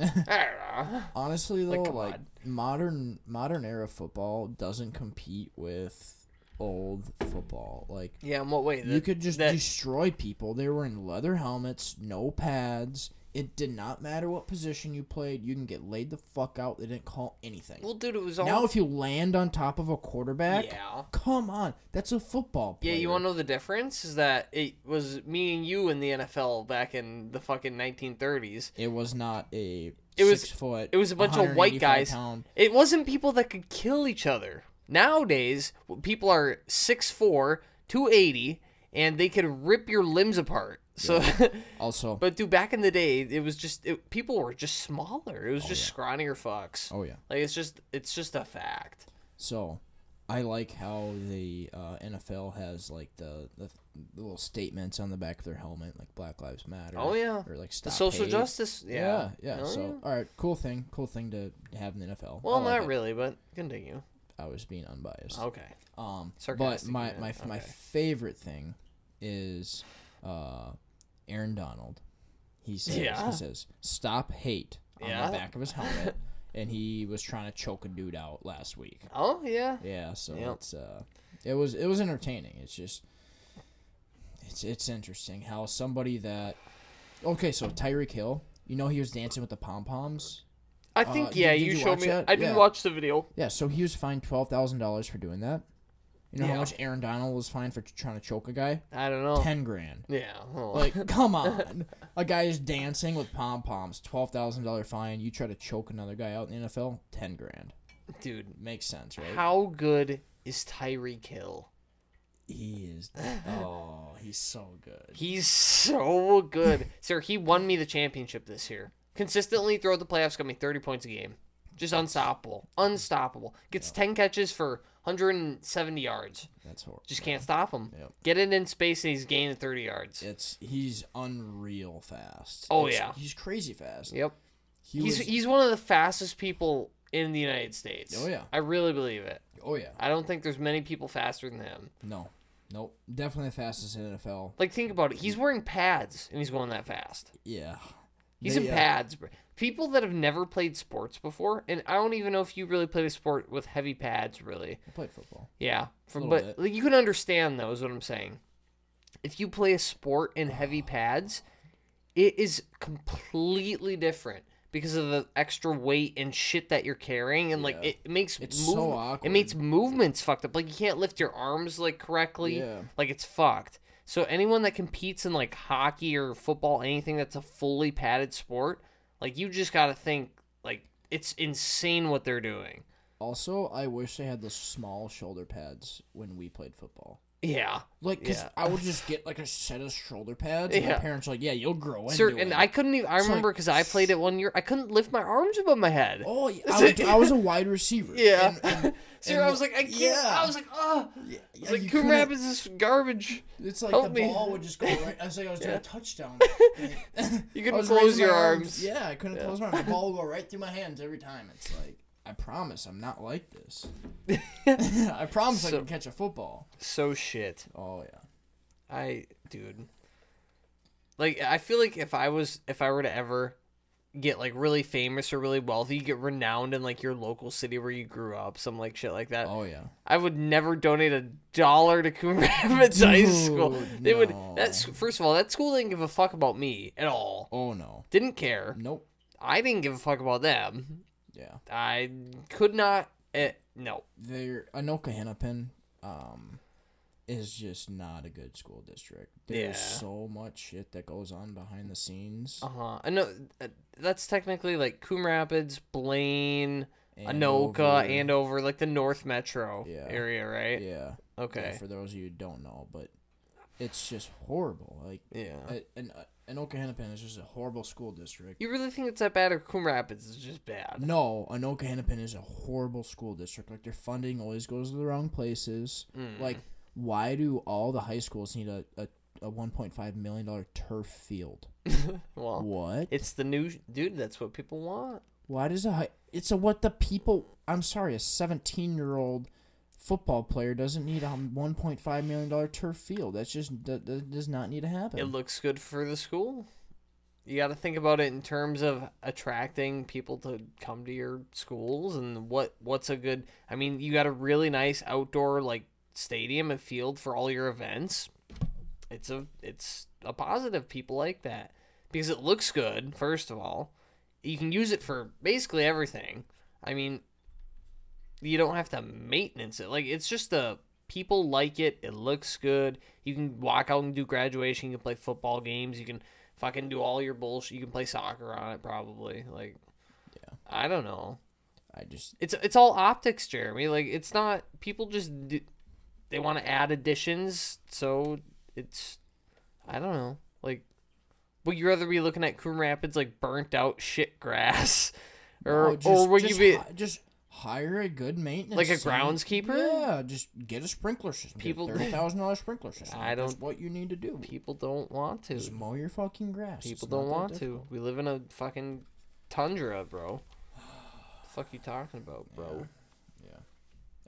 Speaker 1: uh, I dunno.
Speaker 2: Honestly though,
Speaker 1: come
Speaker 2: like,
Speaker 1: on.
Speaker 2: modern modern era football doesn't compete with old football. Like
Speaker 1: yeah, in what way?
Speaker 2: you could just
Speaker 1: that-
Speaker 2: destroy people. They were in leather helmets, no pads. It did not matter what position you played. You can get laid the fuck out. They didn't call anything.
Speaker 1: well, dude, it was all.
Speaker 2: Now, if you land on top of a quarterback,
Speaker 1: Yeah.
Speaker 2: come on, that's a football
Speaker 1: yeah,
Speaker 2: player.
Speaker 1: you want to know the difference? Is that it was me and you in the NFL back in the fucking 1930s.
Speaker 2: It was not a
Speaker 1: It was-
Speaker 2: six foot.
Speaker 1: It was a bunch of white
Speaker 2: 185
Speaker 1: guys.
Speaker 2: pound-
Speaker 1: It wasn't people that could kill each other. Nowadays, w- people are 6'4, 280, and they could rip your limbs apart. So,
Speaker 2: Also,
Speaker 1: but dude, back in the day, it was just it, people were just smaller. It was just scrawnier fucks.
Speaker 2: oh yeah.
Speaker 1: Like it's just it's just a fact.
Speaker 2: So, I like how the uh, NFL has like the, the the little statements on the back of their helmet, like Black Lives Matter.
Speaker 1: Oh, yeah.
Speaker 2: or like stop
Speaker 1: The social
Speaker 2: hate.
Speaker 1: justice, yeah,
Speaker 2: yeah.
Speaker 1: Oh,
Speaker 2: so,
Speaker 1: yeah.
Speaker 2: all right, cool thing, cool thing to have in the NFL.
Speaker 1: well,
Speaker 2: I like
Speaker 1: not
Speaker 2: it.
Speaker 1: really, but continue.
Speaker 2: I was being unbiased.
Speaker 1: Okay,
Speaker 2: Um, but
Speaker 1: Oh. Sarcastic,
Speaker 2: my
Speaker 1: man.
Speaker 2: my my
Speaker 1: Okay.
Speaker 2: favorite thing is uh, Aaron Donald. He says
Speaker 1: Yeah.
Speaker 2: he says stop hate on
Speaker 1: Yeah.
Speaker 2: the back of his helmet, and he was trying to choke a dude out last week.
Speaker 1: oh yeah,
Speaker 2: Yeah, so
Speaker 1: Yep.
Speaker 2: it's uh, it was it was entertaining. It's just it's it's interesting how somebody that okay, so Tyreek Hill, you know he was dancing with the pom poms.
Speaker 1: I
Speaker 2: Uh,
Speaker 1: think
Speaker 2: did-
Speaker 1: yeah.
Speaker 2: did
Speaker 1: you,
Speaker 2: you
Speaker 1: showed
Speaker 2: watch
Speaker 1: me.
Speaker 2: that?
Speaker 1: I did
Speaker 2: Yeah.
Speaker 1: watch the video.
Speaker 2: Yeah, so he was fined twelve thousand dollars for doing that. You know
Speaker 1: Yeah. Oh.
Speaker 2: how much Aaron Donald was fined for t- trying to choke a guy?
Speaker 1: I don't know.
Speaker 2: Ten grand.
Speaker 1: yeah, oh.
Speaker 2: Like, come on. A guy is dancing with pom poms. Twelve thousand dollar fine. You try to choke another guy out in the NFL. Ten grand.
Speaker 1: dude,
Speaker 2: Makes sense, right?
Speaker 1: how good is Tyreek Hill?
Speaker 2: He is. Oh, he's so good.
Speaker 1: He's so good. Sir, he won me the championship this year. Consistently throughout the playoffs, got me 30 points a game. Just unstoppable. Unstoppable. Gets 10 catches for 170 yards.
Speaker 2: That's horrible.
Speaker 1: Just can't stop him.
Speaker 2: Yep.
Speaker 1: Get it in space and he's gaining 30 yards.
Speaker 2: It's he's unreal fast.
Speaker 1: Oh,
Speaker 2: It's-
Speaker 1: yeah.
Speaker 2: He's crazy fast.
Speaker 1: Yep.
Speaker 2: He
Speaker 1: He's
Speaker 2: was-
Speaker 1: he's one of the fastest people in the United States.
Speaker 2: Oh, yeah.
Speaker 1: I really believe it.
Speaker 2: oh yeah.
Speaker 1: I don't think there's many people faster than him.
Speaker 2: No. Nope. Definitely the fastest in the NFL.
Speaker 1: Like think about it. He's wearing pads and he's going that fast.
Speaker 2: Yeah.
Speaker 1: He's
Speaker 2: They,
Speaker 1: in
Speaker 2: uh,
Speaker 1: pads. bro. People that have never played sports before, and I don't even know if you really played a sport with heavy pads, really.
Speaker 2: I played football.
Speaker 1: Yeah, from
Speaker 2: Little
Speaker 1: but
Speaker 2: bit.
Speaker 1: like, you can understand though, is what I'm saying. If you play a sport in heavy pads, it is completely different because of the extra weight and shit that you're carrying, and like
Speaker 2: Yeah.
Speaker 1: it makes
Speaker 2: It's so
Speaker 1: It
Speaker 2: awkward.
Speaker 1: makes movements fucked up. Like you can't lift your arms like correctly.
Speaker 2: Yeah.
Speaker 1: Like it's fucked. So anyone that competes in like hockey or football, anything that's a fully padded sport, like you just gotta think like it's insane what they're doing.
Speaker 2: Also, I wish they had the small shoulder pads when we played football.
Speaker 1: Yeah.
Speaker 2: Like, cause
Speaker 1: Yeah.
Speaker 2: I would just get like a set of shoulder pads. And
Speaker 1: Yeah.
Speaker 2: my parents were like, yeah, you'll grow into
Speaker 1: Sir,
Speaker 2: it.
Speaker 1: and I couldn't even. I
Speaker 2: like-
Speaker 1: remember because I played it one year. I couldn't lift my arms above my head.
Speaker 2: oh, yeah, I, would- I was a wide receiver.
Speaker 1: yeah.
Speaker 2: and- and-
Speaker 1: Sir, I was like, I can't.
Speaker 2: yeah.
Speaker 1: I was like, oh,
Speaker 2: yeah,
Speaker 1: like Coon
Speaker 2: you couldn't-
Speaker 1: Rapids is garbage.
Speaker 2: It's like
Speaker 1: help
Speaker 2: the
Speaker 1: me.
Speaker 2: ball would just go right. I was like, I was doing a touchdown.
Speaker 1: You
Speaker 2: I
Speaker 1: couldn't
Speaker 2: was
Speaker 1: close
Speaker 2: raising my
Speaker 1: your arms.
Speaker 2: Yeah, I couldn't close my arms. The ball would go right through my hands every time. It's like, I promise I'm not like this. I promise I
Speaker 1: So-
Speaker 2: can catch a football.
Speaker 1: So shit.
Speaker 2: Oh, yeah.
Speaker 1: I dude. Like I feel like if I was if I were to ever get like really famous or really wealthy, get renowned in like your local city where you grew up, some like shit like that.
Speaker 2: Oh, yeah.
Speaker 1: I would never donate a dollar to Coon Rapids High School.
Speaker 2: Dude,
Speaker 1: They would
Speaker 2: no.
Speaker 1: that's first of all, that school didn't give a fuck about me at all.
Speaker 2: Oh, no.
Speaker 1: Didn't care.
Speaker 2: Nope.
Speaker 1: I didn't give a fuck about them.
Speaker 2: Yeah.
Speaker 1: I could not. Eh, no.
Speaker 2: They're Anoka Hennepin, um, is just not a good school district. There's
Speaker 1: Yeah.
Speaker 2: so much shit that goes on behind the scenes.
Speaker 1: Uh huh. I know uh, that's technically like Coom Rapids, Blaine, Anoka,
Speaker 2: Andover.
Speaker 1: Andover, like the North Metro
Speaker 2: Yeah.
Speaker 1: area, right?
Speaker 2: Yeah. Yeah,
Speaker 1: Okay.
Speaker 2: for those of you who don't know, but it's just horrible. Like,
Speaker 1: Yeah.
Speaker 2: a- an Anoka Hennepin is just a horrible school district.
Speaker 1: You really think it's that bad, or Coom Rapids is just bad?
Speaker 2: No, Anoka Hennepin is a horrible school district. Like their funding always goes to the wrong places.
Speaker 1: Mm-hmm.
Speaker 2: Like why do all the high schools need a, a, a one point five million dollar turf field?
Speaker 1: Hmm. Well,
Speaker 2: What?
Speaker 1: it's the new dude. That's what people want.
Speaker 2: Why does a high? It's a what the people. I'm sorry, a seventeen year old football player doesn't need a one point five million dollar turf field. That's just that, that does not need to happen.
Speaker 1: It looks good for the school. You got to think about it in terms of attracting people to come to your schools and what what's a good. I mean, you got a really nice outdoor like stadium and field for all your events. It's a it's a positive. People like that because it looks good. First of all, you can use it for basically everything. I mean, you don't have to maintenance it. Like it's just a people like it. It looks good. You can walk out and do graduation. You can play football games. You can fucking do all your bullshit. You can play soccer on it probably. Like, yeah, I don't know.
Speaker 2: I just
Speaker 1: It's it's all optics, Jeremy. Like it's not people just d they want to add additions, so it's I don't know. Like, would you rather be looking at Coon Rapids like burnt out shit grass, or
Speaker 2: Oh, just,
Speaker 1: or would you
Speaker 2: just
Speaker 1: be
Speaker 2: hi- just hire a good maintenance
Speaker 1: like a
Speaker 2: team.
Speaker 1: groundskeeper?
Speaker 2: Yeah, just get a sprinkler system.
Speaker 1: People-
Speaker 2: People thirty thousand dollar sprinkler system.
Speaker 1: I
Speaker 2: That's
Speaker 1: don't-
Speaker 2: what you need to do.
Speaker 1: People don't want to.
Speaker 2: Just mow your fucking grass.
Speaker 1: People
Speaker 2: It's not
Speaker 1: don't
Speaker 2: that
Speaker 1: want to.
Speaker 2: difficult.
Speaker 1: We live in a fucking tundra, bro. the fuck you talking about, bro?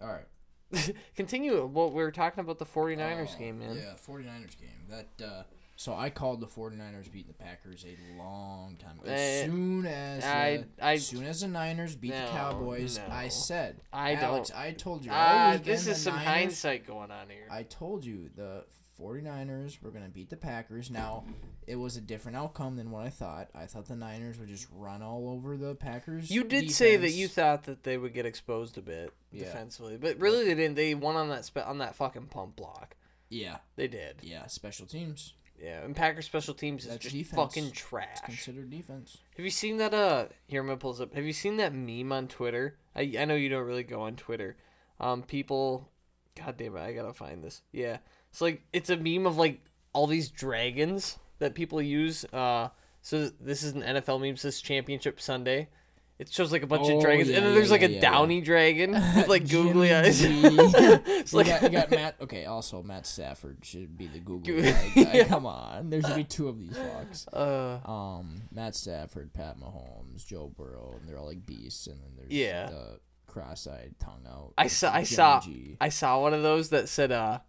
Speaker 2: All right.
Speaker 1: Continue what we were talking about the 49ers game, man.
Speaker 2: Yeah, 49ers game. That uh so I called the 49ers beating the Packers a long time ago. As
Speaker 1: Eh,
Speaker 2: soon as
Speaker 1: I-
Speaker 2: the,
Speaker 1: I-
Speaker 2: soon as the Niners beat
Speaker 1: No,
Speaker 2: the Cowboys, I
Speaker 1: no.
Speaker 2: said,
Speaker 1: I
Speaker 2: Alex,
Speaker 1: don't-
Speaker 2: I told you. all
Speaker 1: Ah,
Speaker 2: weekend
Speaker 1: this
Speaker 2: the
Speaker 1: is some
Speaker 2: Niners-
Speaker 1: hindsight going on here.
Speaker 2: I told you the 49ers were going to beat the Packers. Now, it was a different outcome than what I thought. I thought the Niners would just run all over the Packers.
Speaker 1: you did say that
Speaker 2: defense.
Speaker 1: you thought that they would get exposed a bit
Speaker 2: Yeah.
Speaker 1: defensively, but really they didn't. They won on that spe- on that fucking pump block.
Speaker 2: Yeah,
Speaker 1: They did.
Speaker 2: yeah, special teams.
Speaker 1: Yeah, and Packers special teams is
Speaker 2: That's
Speaker 1: just
Speaker 2: defense.
Speaker 1: fucking
Speaker 2: It's
Speaker 1: trash.
Speaker 2: It's considered defense.
Speaker 1: Have you seen that? Uh, here I'm gonna pull this up. Have you seen that meme on Twitter? I I know you don't really go on Twitter. Um, people, god damn it, I gotta find this. Yeah, it's like it's a meme of like all these dragons that people use. Uh, so this is an NFL meme. It says Championship Sunday. It shows like a bunch
Speaker 2: Oh,
Speaker 1: of dragons,
Speaker 2: yeah,
Speaker 1: and then
Speaker 2: yeah,
Speaker 1: there's like
Speaker 2: yeah,
Speaker 1: a
Speaker 2: yeah, yeah.
Speaker 1: downy dragon with like googly
Speaker 2: Jimmy
Speaker 1: eyes.
Speaker 2: G.
Speaker 1: it's
Speaker 2: You
Speaker 1: like
Speaker 2: got, you got Matt. Okay, also Matt Stafford should be the Google
Speaker 1: Goo-
Speaker 2: guy. guy. Come on, there should be two of these fucks.
Speaker 1: uh,
Speaker 2: Um, Matt Stafford, Pat Mahomes, Joe Burrow, and they're all like beasts. And then there's
Speaker 1: Yeah.
Speaker 2: the cross-eyed, tongue out.
Speaker 1: I saw I
Speaker 2: Jimmy
Speaker 1: saw
Speaker 2: G.
Speaker 1: I saw one of those that said uh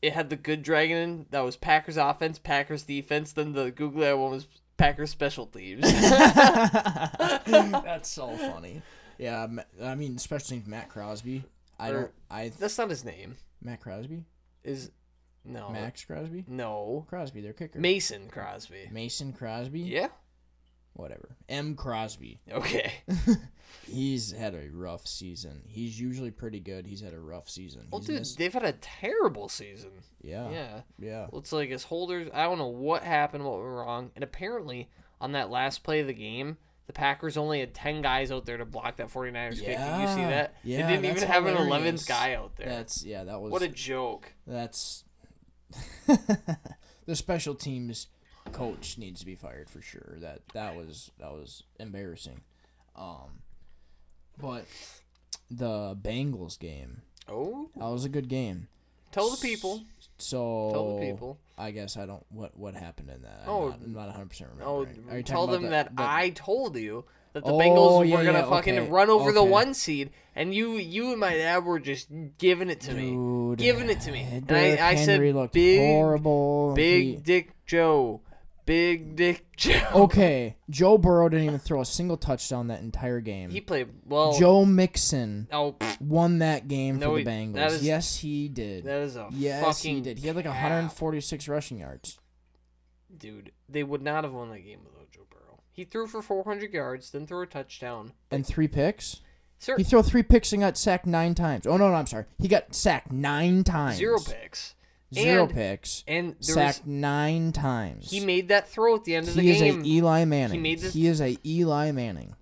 Speaker 1: it had the good dragon that was Packers offense, Packers defense, then the googly eye one was Packers special teams.
Speaker 2: That's so funny. Yeah, Ma- I mean, especially Matt Crosby. I
Speaker 1: Or-
Speaker 2: don't. I
Speaker 1: That's not his name.
Speaker 2: Matt Crosby,
Speaker 1: Is no
Speaker 2: Max Crosby,
Speaker 1: no
Speaker 2: Crosby, their kicker,
Speaker 1: Mason Crosby.
Speaker 2: Mason Crosby.
Speaker 1: Yeah.
Speaker 2: Whatever. M. Crosby.
Speaker 1: Okay.
Speaker 2: He's had a rough season. He's usually pretty good. He's had a rough season.
Speaker 1: Well,
Speaker 2: He's
Speaker 1: dude,
Speaker 2: missed-
Speaker 1: they've had a terrible season.
Speaker 2: yeah, yeah,
Speaker 1: Yeah. Looks like his holders. I don't know what happened, what went wrong, and apparently on that last play of the game. The Packers only had 10 guys out there to block that 49ers kick. Did you see
Speaker 2: Yeah.
Speaker 1: that?
Speaker 2: Yeah,
Speaker 1: they didn't
Speaker 2: that's
Speaker 1: even have an
Speaker 2: hilarious.
Speaker 1: 11th guy out there.
Speaker 2: That's yeah. That was
Speaker 1: What a joke.
Speaker 2: that's the special teams coach needs to be fired for sure. That that was that was embarrassing. Um, but the Bengals game
Speaker 1: Oh,
Speaker 2: that was a good game.
Speaker 1: tell the people.
Speaker 2: So
Speaker 1: Tell the people.
Speaker 2: I guess I don't what what happened in that. I'm
Speaker 1: Oh.
Speaker 2: not, I'm not 100 percent
Speaker 1: Oh,
Speaker 2: remembering. Are you talking
Speaker 1: tell
Speaker 2: about
Speaker 1: them
Speaker 2: the-
Speaker 1: that
Speaker 2: the-
Speaker 1: I told you that the
Speaker 2: Oh,
Speaker 1: Bengals were
Speaker 2: yeah,
Speaker 1: gonna
Speaker 2: yeah,
Speaker 1: fucking
Speaker 2: okay,
Speaker 1: run over the
Speaker 2: okay.
Speaker 1: one seed, and you, you and my dad were just giving it to me,
Speaker 2: Dude,
Speaker 1: giving it to me. And
Speaker 2: Derrick
Speaker 1: I, I said,
Speaker 2: Henry looked
Speaker 1: big,
Speaker 2: horrible.
Speaker 1: big
Speaker 2: He-
Speaker 1: Dick Joe, Big Dick Joe.
Speaker 2: okay, Joe Burrow didn't even throw a single touchdown that entire game.
Speaker 1: He played well.
Speaker 2: Joe Mixon
Speaker 1: Oh, pff,
Speaker 2: won that game
Speaker 1: No,
Speaker 2: for
Speaker 1: he-
Speaker 2: the Bengals.
Speaker 1: that is-
Speaker 2: yes, he did.
Speaker 1: that is a
Speaker 2: yes,
Speaker 1: fucking.
Speaker 2: he did. He had like
Speaker 1: cap.
Speaker 2: 146 rushing yards.
Speaker 1: Dude, they would not have won that game without Joe Burrow. He threw for 400 yards, then threw a touchdown.
Speaker 2: and three picks.
Speaker 1: Sir,
Speaker 2: He threw three picks and got sacked nine times. Oh no, no, I'm sorry. He got sacked nine times.
Speaker 1: zero picks.
Speaker 2: Zero
Speaker 1: and,
Speaker 2: picks.
Speaker 1: And there was,
Speaker 2: Sacked nine times.
Speaker 1: he made that throw at the end of the
Speaker 2: He is
Speaker 1: game.
Speaker 2: a e- Eli Manning. He,
Speaker 1: made this-
Speaker 2: is a Eli Manning.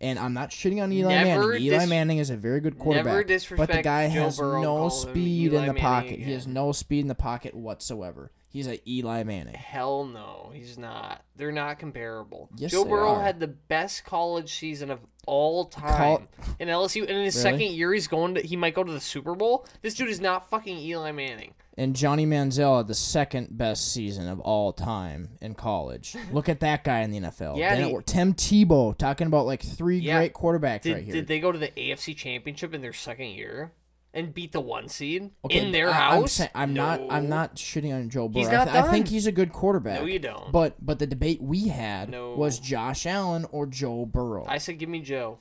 Speaker 2: And I'm not shitting on Eli
Speaker 1: Never
Speaker 2: Manning. Eli
Speaker 1: dis-
Speaker 2: Manning is a very good quarterback. but the
Speaker 1: disrespect
Speaker 2: guy
Speaker 1: Joe
Speaker 2: has
Speaker 1: Burrow,
Speaker 2: no
Speaker 1: call him
Speaker 2: speed
Speaker 1: Eli
Speaker 2: in the
Speaker 1: Manning
Speaker 2: pocket. He has
Speaker 1: again.
Speaker 2: no speed in the pocket whatsoever. He's a Eli Manning.
Speaker 1: Hell no, he's not. They're not comparable.
Speaker 2: Yes,
Speaker 1: Joe
Speaker 2: they
Speaker 1: Burrow
Speaker 2: are.
Speaker 1: had the best college season of all
Speaker 2: Col-
Speaker 1: time in LSU, and in his
Speaker 2: Really?
Speaker 1: second year, he's going to. He might go to the Super Bowl. This dude is not fucking Eli Manning.
Speaker 2: And Johnny Manziel had the second best season of all time in college. Look at that guy in the NFL.
Speaker 1: Yeah,
Speaker 2: Then
Speaker 1: and
Speaker 2: it
Speaker 1: he-
Speaker 2: wor- Tim Tebow talking about like three
Speaker 1: Yeah.
Speaker 2: great quarterbacks
Speaker 1: Did,
Speaker 2: right here.
Speaker 1: did they go to the AFC Championship in their second year and beat the one seed
Speaker 2: Okay,
Speaker 1: in their
Speaker 2: I- I'm,
Speaker 1: house?
Speaker 2: saying- I'm not. I'm
Speaker 1: No.
Speaker 2: not shitting on Joe Burrow.
Speaker 1: He's
Speaker 2: I,
Speaker 1: not
Speaker 2: th- I think
Speaker 1: done.
Speaker 2: he's a good quarterback.
Speaker 1: No, you don't.
Speaker 2: But but the debate we had
Speaker 1: No.
Speaker 2: was Josh Allen or Joe Burrow.
Speaker 1: I said, give me Joe.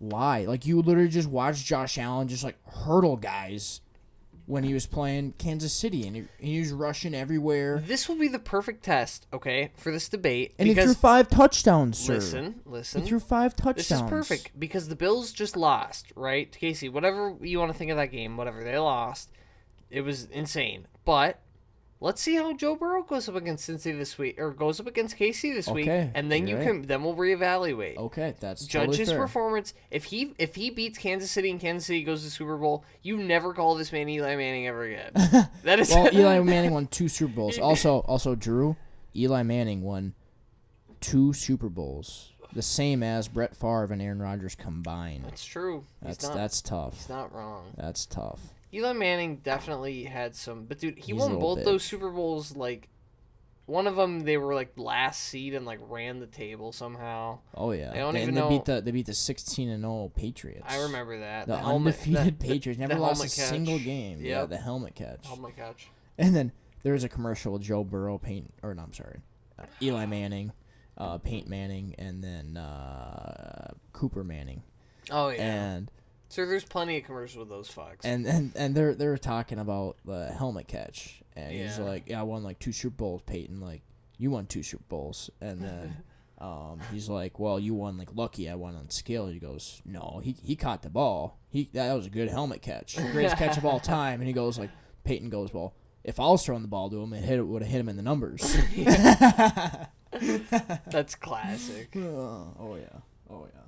Speaker 2: Why? Like you literally just watched Josh Allen just like hurdle guys when he was playing Kansas City, and he, he was rushing everywhere,
Speaker 1: This will be the perfect test, okay, for this debate.
Speaker 2: and he
Speaker 1: because
Speaker 2: threw five touchdowns, sir.
Speaker 1: listen, listen.
Speaker 2: He threw five touchdowns.
Speaker 1: This is perfect because the Bills just lost, right? Casey, whatever you want to think of that game, whatever they lost, it was insane. But let's see how Joe Burrow goes up against Cincy this week, or goes up against Casey this week,
Speaker 2: Okay,
Speaker 1: and then you
Speaker 2: you're
Speaker 1: can then we'll reevaluate.
Speaker 2: Okay, that's
Speaker 1: Judge
Speaker 2: totally
Speaker 1: his
Speaker 2: fair.
Speaker 1: performance. If he if he beats Kansas City and Kansas City goes to the Super Bowl, you never call this man Eli Manning ever again. That is
Speaker 2: Well, Eli Manning won two Super Bowls. Also, also Drew, Eli Manning won two Super Bowls, the same as Brett Favre and Aaron Rodgers combined.
Speaker 1: That's true. He's
Speaker 2: That's
Speaker 1: not,
Speaker 2: that's tough.
Speaker 1: he's not wrong.
Speaker 2: That's tough.
Speaker 1: Eli Manning definitely had some, but dude, he
Speaker 2: He's a
Speaker 1: won
Speaker 2: little
Speaker 1: both
Speaker 2: bit.
Speaker 1: those Super Bowls. Like, one of them they were like last seed and like ran the table somehow.
Speaker 2: Oh yeah.
Speaker 1: I don't
Speaker 2: and
Speaker 1: even
Speaker 2: they beat
Speaker 1: know-
Speaker 2: the they beat the 16 and 0 Patriots.
Speaker 1: I remember that
Speaker 2: the,
Speaker 1: helmet-
Speaker 2: undefeated
Speaker 1: that-
Speaker 2: Patriots
Speaker 1: the
Speaker 2: never lost a
Speaker 1: helmet catch.
Speaker 2: single game. Yeah,
Speaker 1: Yep.
Speaker 2: the helmet catch.
Speaker 1: Oh my gosh.
Speaker 2: And then there was a commercial with Joe Burrow paint or no, I'm sorry. Uh, Eli Manning, uh, Paint Manning and then uh, Cooper Manning.
Speaker 1: Oh yeah.
Speaker 2: And
Speaker 1: so there's plenty of commercials with those fucks.
Speaker 2: and and and they're they're talking about the helmet catch, and he's
Speaker 1: Yeah.
Speaker 2: like, "Yeah, I won like two Super Bowls, Peyton. Like, you won two Super Bowls." And then, um, he's like, "Well, you won like lucky. I won on skill." He goes, "No, he he caught the ball. He that was a good helmet catch, greatest catch of all time." And he goes like, Peyton goes, "Well." If I was throwing the ball to him, it hit it would have hit him in the numbers.
Speaker 1: That's classic.
Speaker 2: oh, oh yeah, oh yeah.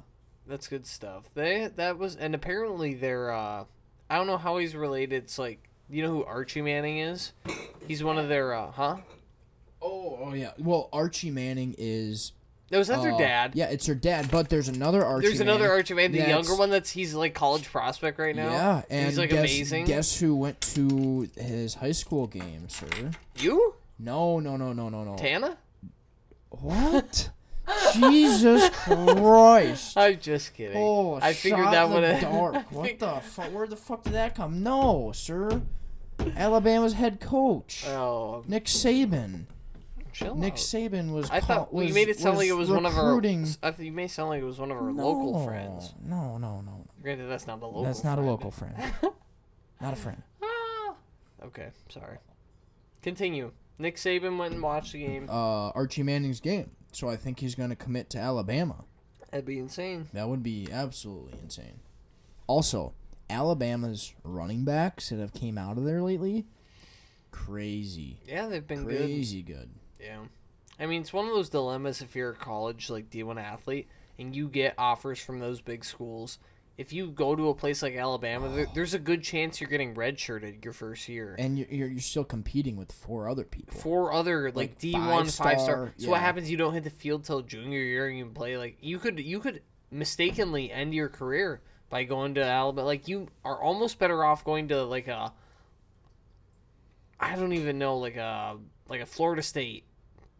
Speaker 1: That's good stuff. They that was and apparently they're uh, I don't know how he's related. It's like you know who Archie Manning is. He's one of their uh, huh.
Speaker 2: Oh, oh yeah. Well, Archie Manning is
Speaker 1: No, is that their
Speaker 2: uh,
Speaker 1: dad?
Speaker 2: Yeah, it's her dad. But there's another Archie.
Speaker 1: There's another
Speaker 2: Manning
Speaker 1: Archie Manning, the
Speaker 2: that's-
Speaker 1: younger one that's he's like college prospect right now.
Speaker 2: Yeah, and
Speaker 1: he's like
Speaker 2: guess,
Speaker 1: amazing.
Speaker 2: guess who went to his high school game, sir?
Speaker 1: you,
Speaker 2: No, no, no, no, no, no.
Speaker 1: Tana?
Speaker 2: What? Jesus Christ!
Speaker 1: I'm just kidding.
Speaker 2: Oh,
Speaker 1: I figured
Speaker 2: shot
Speaker 1: that
Speaker 2: in the
Speaker 1: would
Speaker 2: dark. What the fuck? Where the fuck did that come? No, sir. Alabama's head coach.
Speaker 1: Oh,
Speaker 2: Nick Saban.
Speaker 1: chill
Speaker 2: Nick
Speaker 1: out.
Speaker 2: Saban was.
Speaker 1: I thought
Speaker 2: call- was,
Speaker 1: you made it sound like it was one of our.
Speaker 2: recruiting-
Speaker 1: I thought you made it sound like it was one of our
Speaker 2: No,
Speaker 1: local friends.
Speaker 2: No, no, no.
Speaker 1: Granted, that's not a local.
Speaker 2: That's not
Speaker 1: friend.
Speaker 2: a local friend. not a friend.
Speaker 1: Ah. Okay, sorry. Continue. Nick Saban went and watched the game.
Speaker 2: uh, Archie Manning's game. So I think he's going to commit to Alabama.
Speaker 1: That'd be insane.
Speaker 2: That would be absolutely insane. Also, Alabama's running backs that have came out of there lately, crazy,
Speaker 1: Yeah, they've been good.
Speaker 2: crazy good.
Speaker 1: Yeah. I mean, it's one of those dilemmas if you're a college, like D1 athlete, and you get offers from those big schools. If you go to a place like Alabama, there, there's a good chance you're getting redshirted your first year.
Speaker 2: And you're, you're you're still competing with four other people.
Speaker 1: Four other like,
Speaker 2: Like,
Speaker 1: D1 five star.
Speaker 2: five-star,
Speaker 1: So what
Speaker 2: yeah.
Speaker 1: happens? You don't hit the field till junior year, and you play like you could you could mistakenly end your career by going to Alabama. Like you are almost better off going to like a I don't even know like a like a Florida State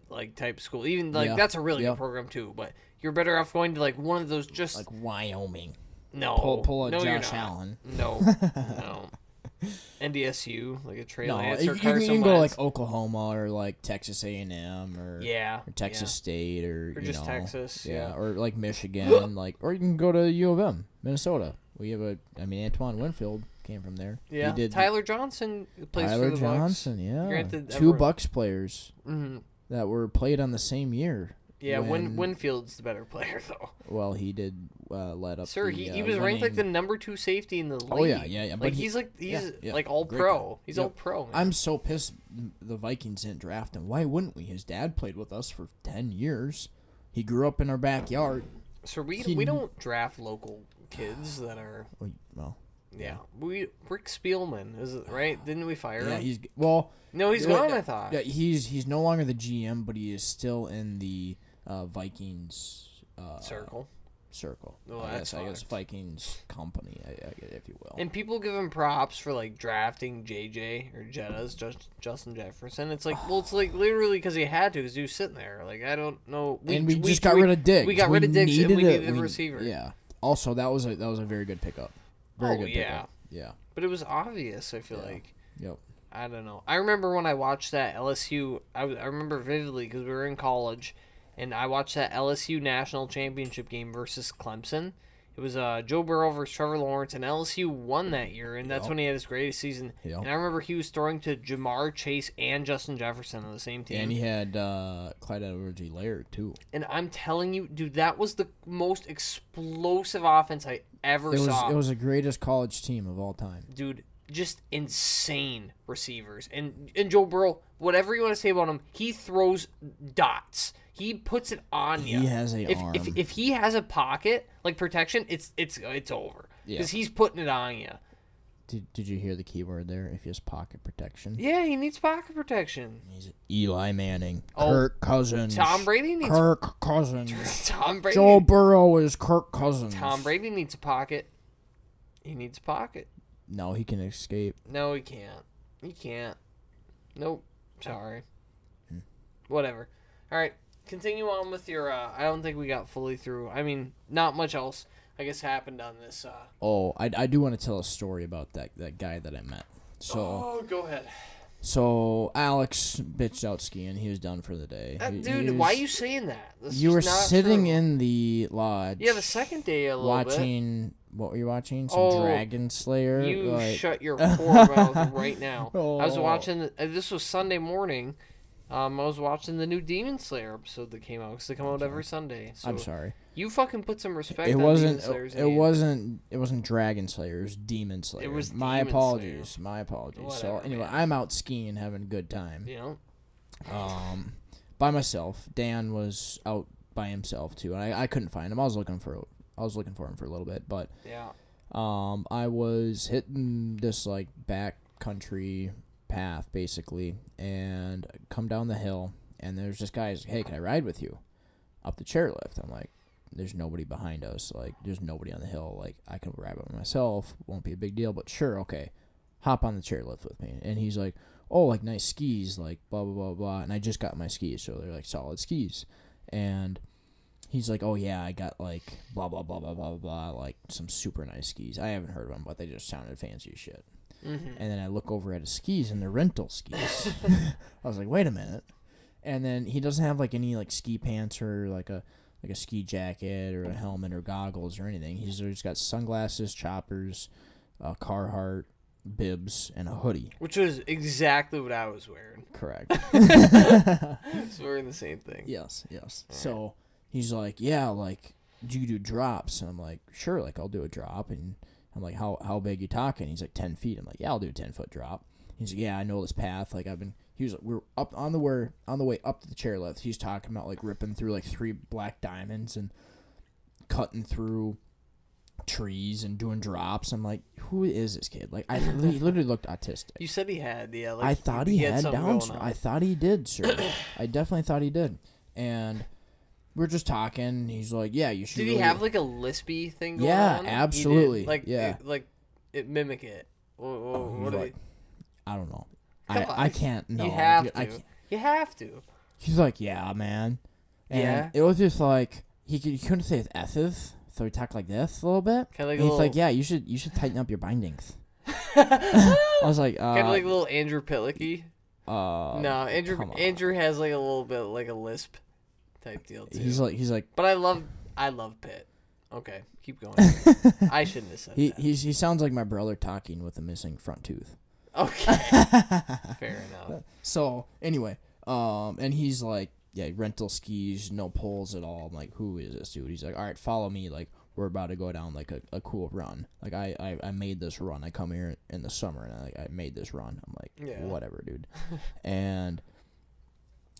Speaker 1: like type school. Even like
Speaker 2: Yeah,
Speaker 1: that's a really
Speaker 2: yeah.
Speaker 1: good program too, but you're better off going to like one of those just
Speaker 2: Like Wyoming,
Speaker 1: no
Speaker 2: pull pull a
Speaker 1: Oh, no, you're
Speaker 2: Josh
Speaker 1: not.
Speaker 2: Allen.
Speaker 1: No, no. NDSU like a Trey
Speaker 2: No,
Speaker 1: Lance
Speaker 2: you,
Speaker 1: or
Speaker 2: you can- you
Speaker 1: Carson
Speaker 2: can go to,
Speaker 1: Wentz.
Speaker 2: like Oklahoma or like Texas A and M or
Speaker 1: yeah,
Speaker 2: or Texas State or,
Speaker 1: Or
Speaker 2: you
Speaker 1: just
Speaker 2: know,
Speaker 1: Texas, yeah.
Speaker 2: or like Michigan, like or you can go to U of M, Minnesota. We have a, I mean Antoine Winfield came from there.
Speaker 1: Yeah,
Speaker 2: he did
Speaker 1: Tyler Johnson plays
Speaker 2: Tyler
Speaker 1: for the
Speaker 2: Johnson, yeah,
Speaker 1: Granted,
Speaker 2: two
Speaker 1: everyone-
Speaker 2: Bucks players.
Speaker 1: Bucks. Mhm.
Speaker 2: that were played on the same year.
Speaker 1: Yeah, Win- Winfield's the better player though.
Speaker 2: Well, he did uh, let up.
Speaker 1: Sir,
Speaker 2: the,
Speaker 1: he,
Speaker 2: uh,
Speaker 1: he was ranked like the
Speaker 2: winning-
Speaker 1: number two safety in the league.
Speaker 2: Oh, yeah, yeah, yeah,
Speaker 1: Like
Speaker 2: but he-
Speaker 1: he's like he's
Speaker 2: yeah, yeah,
Speaker 1: like all
Speaker 2: great
Speaker 1: pro.
Speaker 2: guy.
Speaker 1: He's
Speaker 2: Yep.
Speaker 1: all pro. Man.
Speaker 2: I'm so pissed the Vikings didn't draft him. Why wouldn't we? His dad played with us for ten years. He grew up in our backyard.
Speaker 1: Sir, we
Speaker 2: he-
Speaker 1: we don't draft local kids that are
Speaker 2: Well, Well,
Speaker 1: yeah. We Rick Spielman is it right? Didn't we fire
Speaker 2: yeah,
Speaker 1: him?
Speaker 2: he's well.
Speaker 1: no, he's
Speaker 2: Yeah,
Speaker 1: gone.
Speaker 2: yeah,
Speaker 1: I thought.
Speaker 2: Yeah, he's he's no longer the GM, but he is still in the uh, Vikings uh,
Speaker 1: Circle.
Speaker 2: circle.
Speaker 1: Well,
Speaker 2: I
Speaker 1: Oh, that's
Speaker 2: guess I guess
Speaker 1: fucked.
Speaker 2: Vikings company, I, I, guess, if you will.
Speaker 1: And people give him props for like drafting JJ or Jettas, just Justin Jefferson. It's like, well, it's like literally because he had to, because he was sitting there. Like I don't know.
Speaker 2: and we, just got rid of Diggs.
Speaker 1: We got rid of Diggs, and we
Speaker 2: a-
Speaker 1: needed a receiver.
Speaker 2: Yeah. Also, that was a that was a very good pickup. Very
Speaker 1: Oh,
Speaker 2: good
Speaker 1: yeah.
Speaker 2: pickup. Yeah.
Speaker 1: But it was obvious. I feel like
Speaker 2: Yep.
Speaker 1: I don't know. I remember when I watched that LSU. I, w- I remember vividly because we were in college, and I watched that LSU national championship game versus Clemson. It was uh, Joe Burrow versus Trevor Lawrence, and LSU won that year, and that's
Speaker 2: Yup.
Speaker 1: when he had his greatest season.
Speaker 2: Yup.
Speaker 1: And I remember he was throwing to Jamar Chase and Justin Jefferson on the same team.
Speaker 2: And he had uh, Clyde Edwards-Helaire too.
Speaker 1: And I'm telling you, dude, that was the most explosive offense I ever
Speaker 2: It was
Speaker 1: saw.
Speaker 2: it was the greatest college team of all time.
Speaker 1: dude, just insane receivers. And and Joe Burrow, whatever you want to say about him, he throws dots. He puts it on you.
Speaker 2: has a
Speaker 1: if,
Speaker 2: arm.
Speaker 1: If, if he has a pocket like protection, it's it's it's over
Speaker 2: Yeah.
Speaker 1: because he's putting it on you.
Speaker 2: Did, did you hear the keyword there? If he has pocket protection,
Speaker 1: Yeah, he needs pocket protection.
Speaker 2: he's Eli Manning,
Speaker 1: Oh,
Speaker 2: Kirk Cousins,
Speaker 1: Tom Brady needs
Speaker 2: Kirk Cousins.
Speaker 1: Tom Brady.
Speaker 2: Joe Burrow is Kirk Cousins.
Speaker 1: Tom Brady needs a pocket. He needs a pocket.
Speaker 2: No, he can escape.
Speaker 1: No, he can't. He can't. Nope. Sorry. Hmm. Whatever. All right. Continue on with your. Uh, I don't think we got fully through. I mean, not much else. I guess happened on this. Uh...
Speaker 2: Oh, I, I do want to tell a story about that that guy that I met. So
Speaker 1: Oh, go ahead.
Speaker 2: so Alex bitched out skiing. He was done for the day.
Speaker 1: That,
Speaker 2: He-
Speaker 1: dude,
Speaker 2: he
Speaker 1: why
Speaker 2: was-
Speaker 1: are you saying that? This
Speaker 2: You
Speaker 1: is
Speaker 2: were
Speaker 1: not
Speaker 2: sitting
Speaker 1: true.
Speaker 2: in the lodge.
Speaker 1: Yeah, the second day a little bit.
Speaker 2: watching. What were you watching? Some
Speaker 1: Oh,
Speaker 2: Dragon Slayer.
Speaker 1: You
Speaker 2: like-
Speaker 1: shut your poor mouth right now. I was
Speaker 2: Oh.
Speaker 1: watching. uh, This was Sunday morning. Um, I was watching the new Demon Slayer episode that came out because they come out every Sunday. So
Speaker 2: I'm sorry.
Speaker 1: You fucking put some respect.
Speaker 2: It
Speaker 1: on
Speaker 2: wasn't. uh,
Speaker 1: Demon Slayer's
Speaker 2: It
Speaker 1: name.
Speaker 2: wasn't. It wasn't Dragon Slayer. It was Demon Slayer.
Speaker 1: was
Speaker 2: my
Speaker 1: Demon
Speaker 2: apologies. My apologies. so
Speaker 1: Whatever,
Speaker 2: anyway,
Speaker 1: man.
Speaker 2: I'm out skiing, having a good time.
Speaker 1: You know,
Speaker 2: um, by myself. Dan was out by himself too, and I, I couldn't find him. I was looking for I was looking for him for a little bit, but
Speaker 1: yeah.
Speaker 2: um, I was hitting this like back country path basically, and come down the hill, and there's this guy. He's like, "Hey, can I ride with you up the chairlift?" I'm like. There's nobody behind us. Like, there's nobody on the hill. Like, I can ride by myself. Won't be a big deal. But sure, okay hop on the chairlift with me. And he's like, oh, like nice skis, like blah, blah, blah, blah. And I just got my skis, so they're like solid skis. And he's like, oh, yeah, I got like blah, blah, blah, blah, blah, blah, blah, like some super nice skis. I haven't heard of them, but they just sounded fancy as shit.
Speaker 1: Mm-hmm.
Speaker 2: And then I look over at his skis, and they're rental skis. I was like, wait a minute. And then he doesn't have like any like ski pants or like a like a ski jacket or a helmet or goggles or anything. He's just got sunglasses, choppers, uh, Carhartt bibs, and a hoodie.
Speaker 1: Which was exactly what I was wearing.
Speaker 2: Correct.
Speaker 1: So we're in the same thing.
Speaker 2: yes, yes. So he's like, yeah, like, do you do drops? And I'm like, sure, like I'll do a drop. And I'm like, how how big you talking? He's like, ten feet. I'm like, yeah, I'll do a ten foot drop. He's like, yeah, I know this path. Like I've been. He was like, we are up on the way on the way up to the chairlift. He's talking about like ripping through like three black diamonds and cutting through trees and doing drops. I'm like, who is this kid? Like I li- he literally looked autistic.
Speaker 1: You said he had, yeah. Like,
Speaker 2: I thought he, had
Speaker 1: something
Speaker 2: Down
Speaker 1: going
Speaker 2: syndrome.
Speaker 1: on.
Speaker 2: I thought he did, sir. I definitely thought he did. And we are just talking. and He's like, "Yeah, you should."
Speaker 1: Did he
Speaker 2: really-
Speaker 1: have like a lispy thing going
Speaker 2: Yeah,
Speaker 1: on? He did,
Speaker 2: absolutely,
Speaker 1: Like,
Speaker 2: yeah.
Speaker 1: It, like, it mimic it. Wha- wha-
Speaker 2: He's
Speaker 1: what do
Speaker 2: like, I don't know.
Speaker 1: Come
Speaker 2: I,
Speaker 1: on.
Speaker 2: I can't.
Speaker 1: you,
Speaker 2: No,
Speaker 1: you have
Speaker 2: dude,
Speaker 1: to.
Speaker 2: I can't.
Speaker 1: You have to.
Speaker 2: He's like, "Yeah, man." And
Speaker 1: Yeah.
Speaker 2: It was just like he, could, he couldn't say his s's, so he talked like this a little bit.
Speaker 1: Kinda like
Speaker 2: and
Speaker 1: a
Speaker 2: he's like,
Speaker 1: little-
Speaker 2: "Yeah, you should you should tighten up your bindings." I was like, uh,
Speaker 1: Kind of like little Andrew Pitlicky.
Speaker 2: uh,
Speaker 1: no, Andrew
Speaker 2: come on.
Speaker 1: Andrew has like a little bit like a lisp type deal too.
Speaker 2: He's like, he's like,
Speaker 1: but I love I love Pitt. Okay, keep going. I shouldn't have said
Speaker 2: he
Speaker 1: that.
Speaker 2: he's, he sounds like my brother talking with a missing front tooth.
Speaker 1: Okay. Fair enough.
Speaker 2: So anyway, Um, and he's like, yeah, rental skis, no poles at all. I'm like, who is this dude? He's like, all right, follow me. Like, we're about to go down like a, a cool run. Like, I, I, I made this run. I come here in the summer and I, like, I made this run. I'm like,
Speaker 1: Yeah.
Speaker 2: whatever, dude. and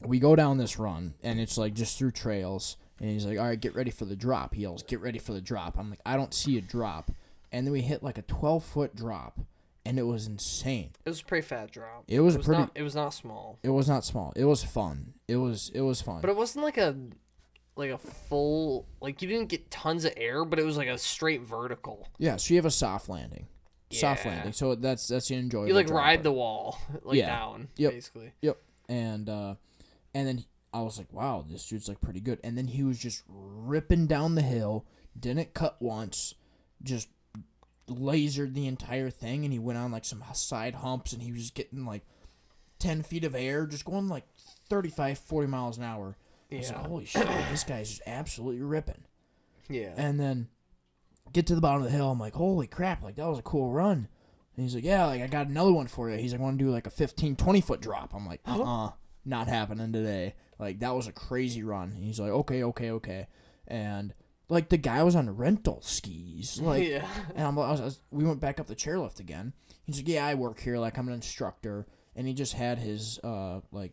Speaker 2: we go down this run and it's like just through trails. And he's like, all right, get ready for the drop. He yells, get ready for the drop. I'm like, I don't see a drop. And then we hit like a 12 foot drop and it was insane.
Speaker 1: It was a pretty fat drop.
Speaker 2: It was a pretty-
Speaker 1: Not, it was not small,
Speaker 2: It was not small. It was fun. It was it was fun.
Speaker 1: but it wasn't like a like a full like you didn't get tons of air, but it was like a straight vertical.
Speaker 2: Yeah, so you have a soft landing. Soft
Speaker 1: Yeah.
Speaker 2: landing. So that's that's the enjoyable.
Speaker 1: You like
Speaker 2: drop
Speaker 1: ride
Speaker 2: part.
Speaker 1: the wall like
Speaker 2: Yeah.
Speaker 1: down
Speaker 2: Yep.
Speaker 1: basically.
Speaker 2: Yep. And uh and then I was like, wow, this dude's like pretty good. And then he was just ripping down the hill, didn't cut once, just lasered the entire thing and he went on like some side humps and he was getting like 10 feet of air just going like 35 40 miles an hour I was like,
Speaker 1: Yeah.
Speaker 2: holy shit this guy's just absolutely ripping
Speaker 1: Yeah.
Speaker 2: and then get to the bottom of the hill. I'm like, holy crap, like that was a cool run. And he's like, yeah, like I got another one for you. He's like, want to do like a 15, 20 foot drop. I'm like, uh-uh, not happening today. Like that was a crazy run. And he's like, okay, okay, okay. And like the guy was on rental skis. Like,
Speaker 1: yeah.
Speaker 2: and I'm, I was, I was- we went back up the chairlift again. He's like, "Yeah, I work here. Like, I'm an instructor." And he just had his uh, like,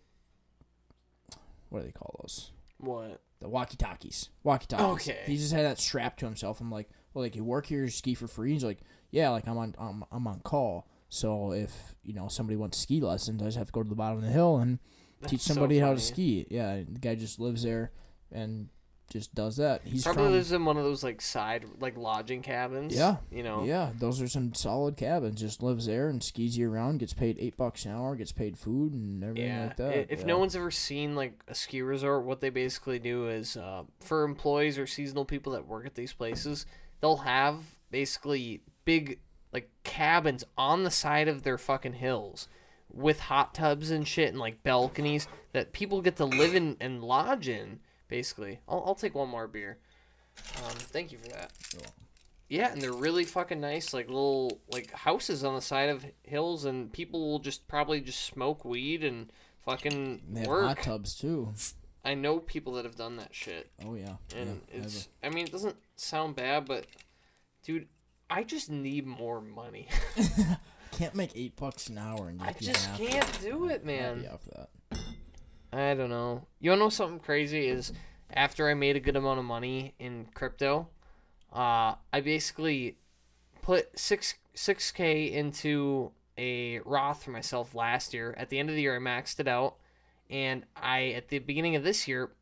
Speaker 2: what do they call those?
Speaker 1: What?
Speaker 2: the walkie talkies. Walkie talkies.
Speaker 1: Okay.
Speaker 2: He just had that strapped to himself. I'm like, well, like you work here, you ski for free. He's like, yeah, like I'm on, I'm, I'm on call. So if you know somebody wants ski lessons, I just have to go to the bottom of the hill and teach
Speaker 1: That's so
Speaker 2: somebody how to
Speaker 1: funny.
Speaker 2: ski. Yeah, and the guy just lives there and just does that. He's
Speaker 1: Probably
Speaker 2: from,
Speaker 1: lives in one of those like side like lodging cabins.
Speaker 2: Yeah.
Speaker 1: You know.
Speaker 2: yeah, those are some solid cabins. Just lives there and skis year round. Gets paid eight bucks an hour. Gets paid food and everything
Speaker 1: Yeah.
Speaker 2: like that.
Speaker 1: I- If no
Speaker 2: Yeah.
Speaker 1: one's ever seen like a ski resort, what they basically do is uh, for employees or seasonal people that work at these places, they'll have basically big like cabins on the side of their fucking hills with hot tubs and shit and like balconies that people get to live in and lodge in. Basically, I'll, I'll take one more beer. Um, thank you for that. Yeah, and they're really fucking nice, like little like houses on the side of hills, and people will just probably just smoke weed and fucking
Speaker 2: they have hot
Speaker 1: work.
Speaker 2: tubs too.
Speaker 1: I know people that have done that shit,
Speaker 2: Oh yeah,
Speaker 1: and
Speaker 2: yeah, I have
Speaker 1: it's. I mean, it doesn't sound bad, but dude, I just need more money.
Speaker 2: a- can't make eight bucks an hour and
Speaker 1: I
Speaker 2: just be an
Speaker 1: just
Speaker 2: athlete.
Speaker 1: can't do it,
Speaker 2: I'd
Speaker 1: man.
Speaker 2: be up for that.
Speaker 1: I don't know. You wanna know something crazy is after I made a good amount of money in crypto, uh, I basically put six six K into a Roth for myself last year. At the end of the year I maxed it out and I at the beginning of this year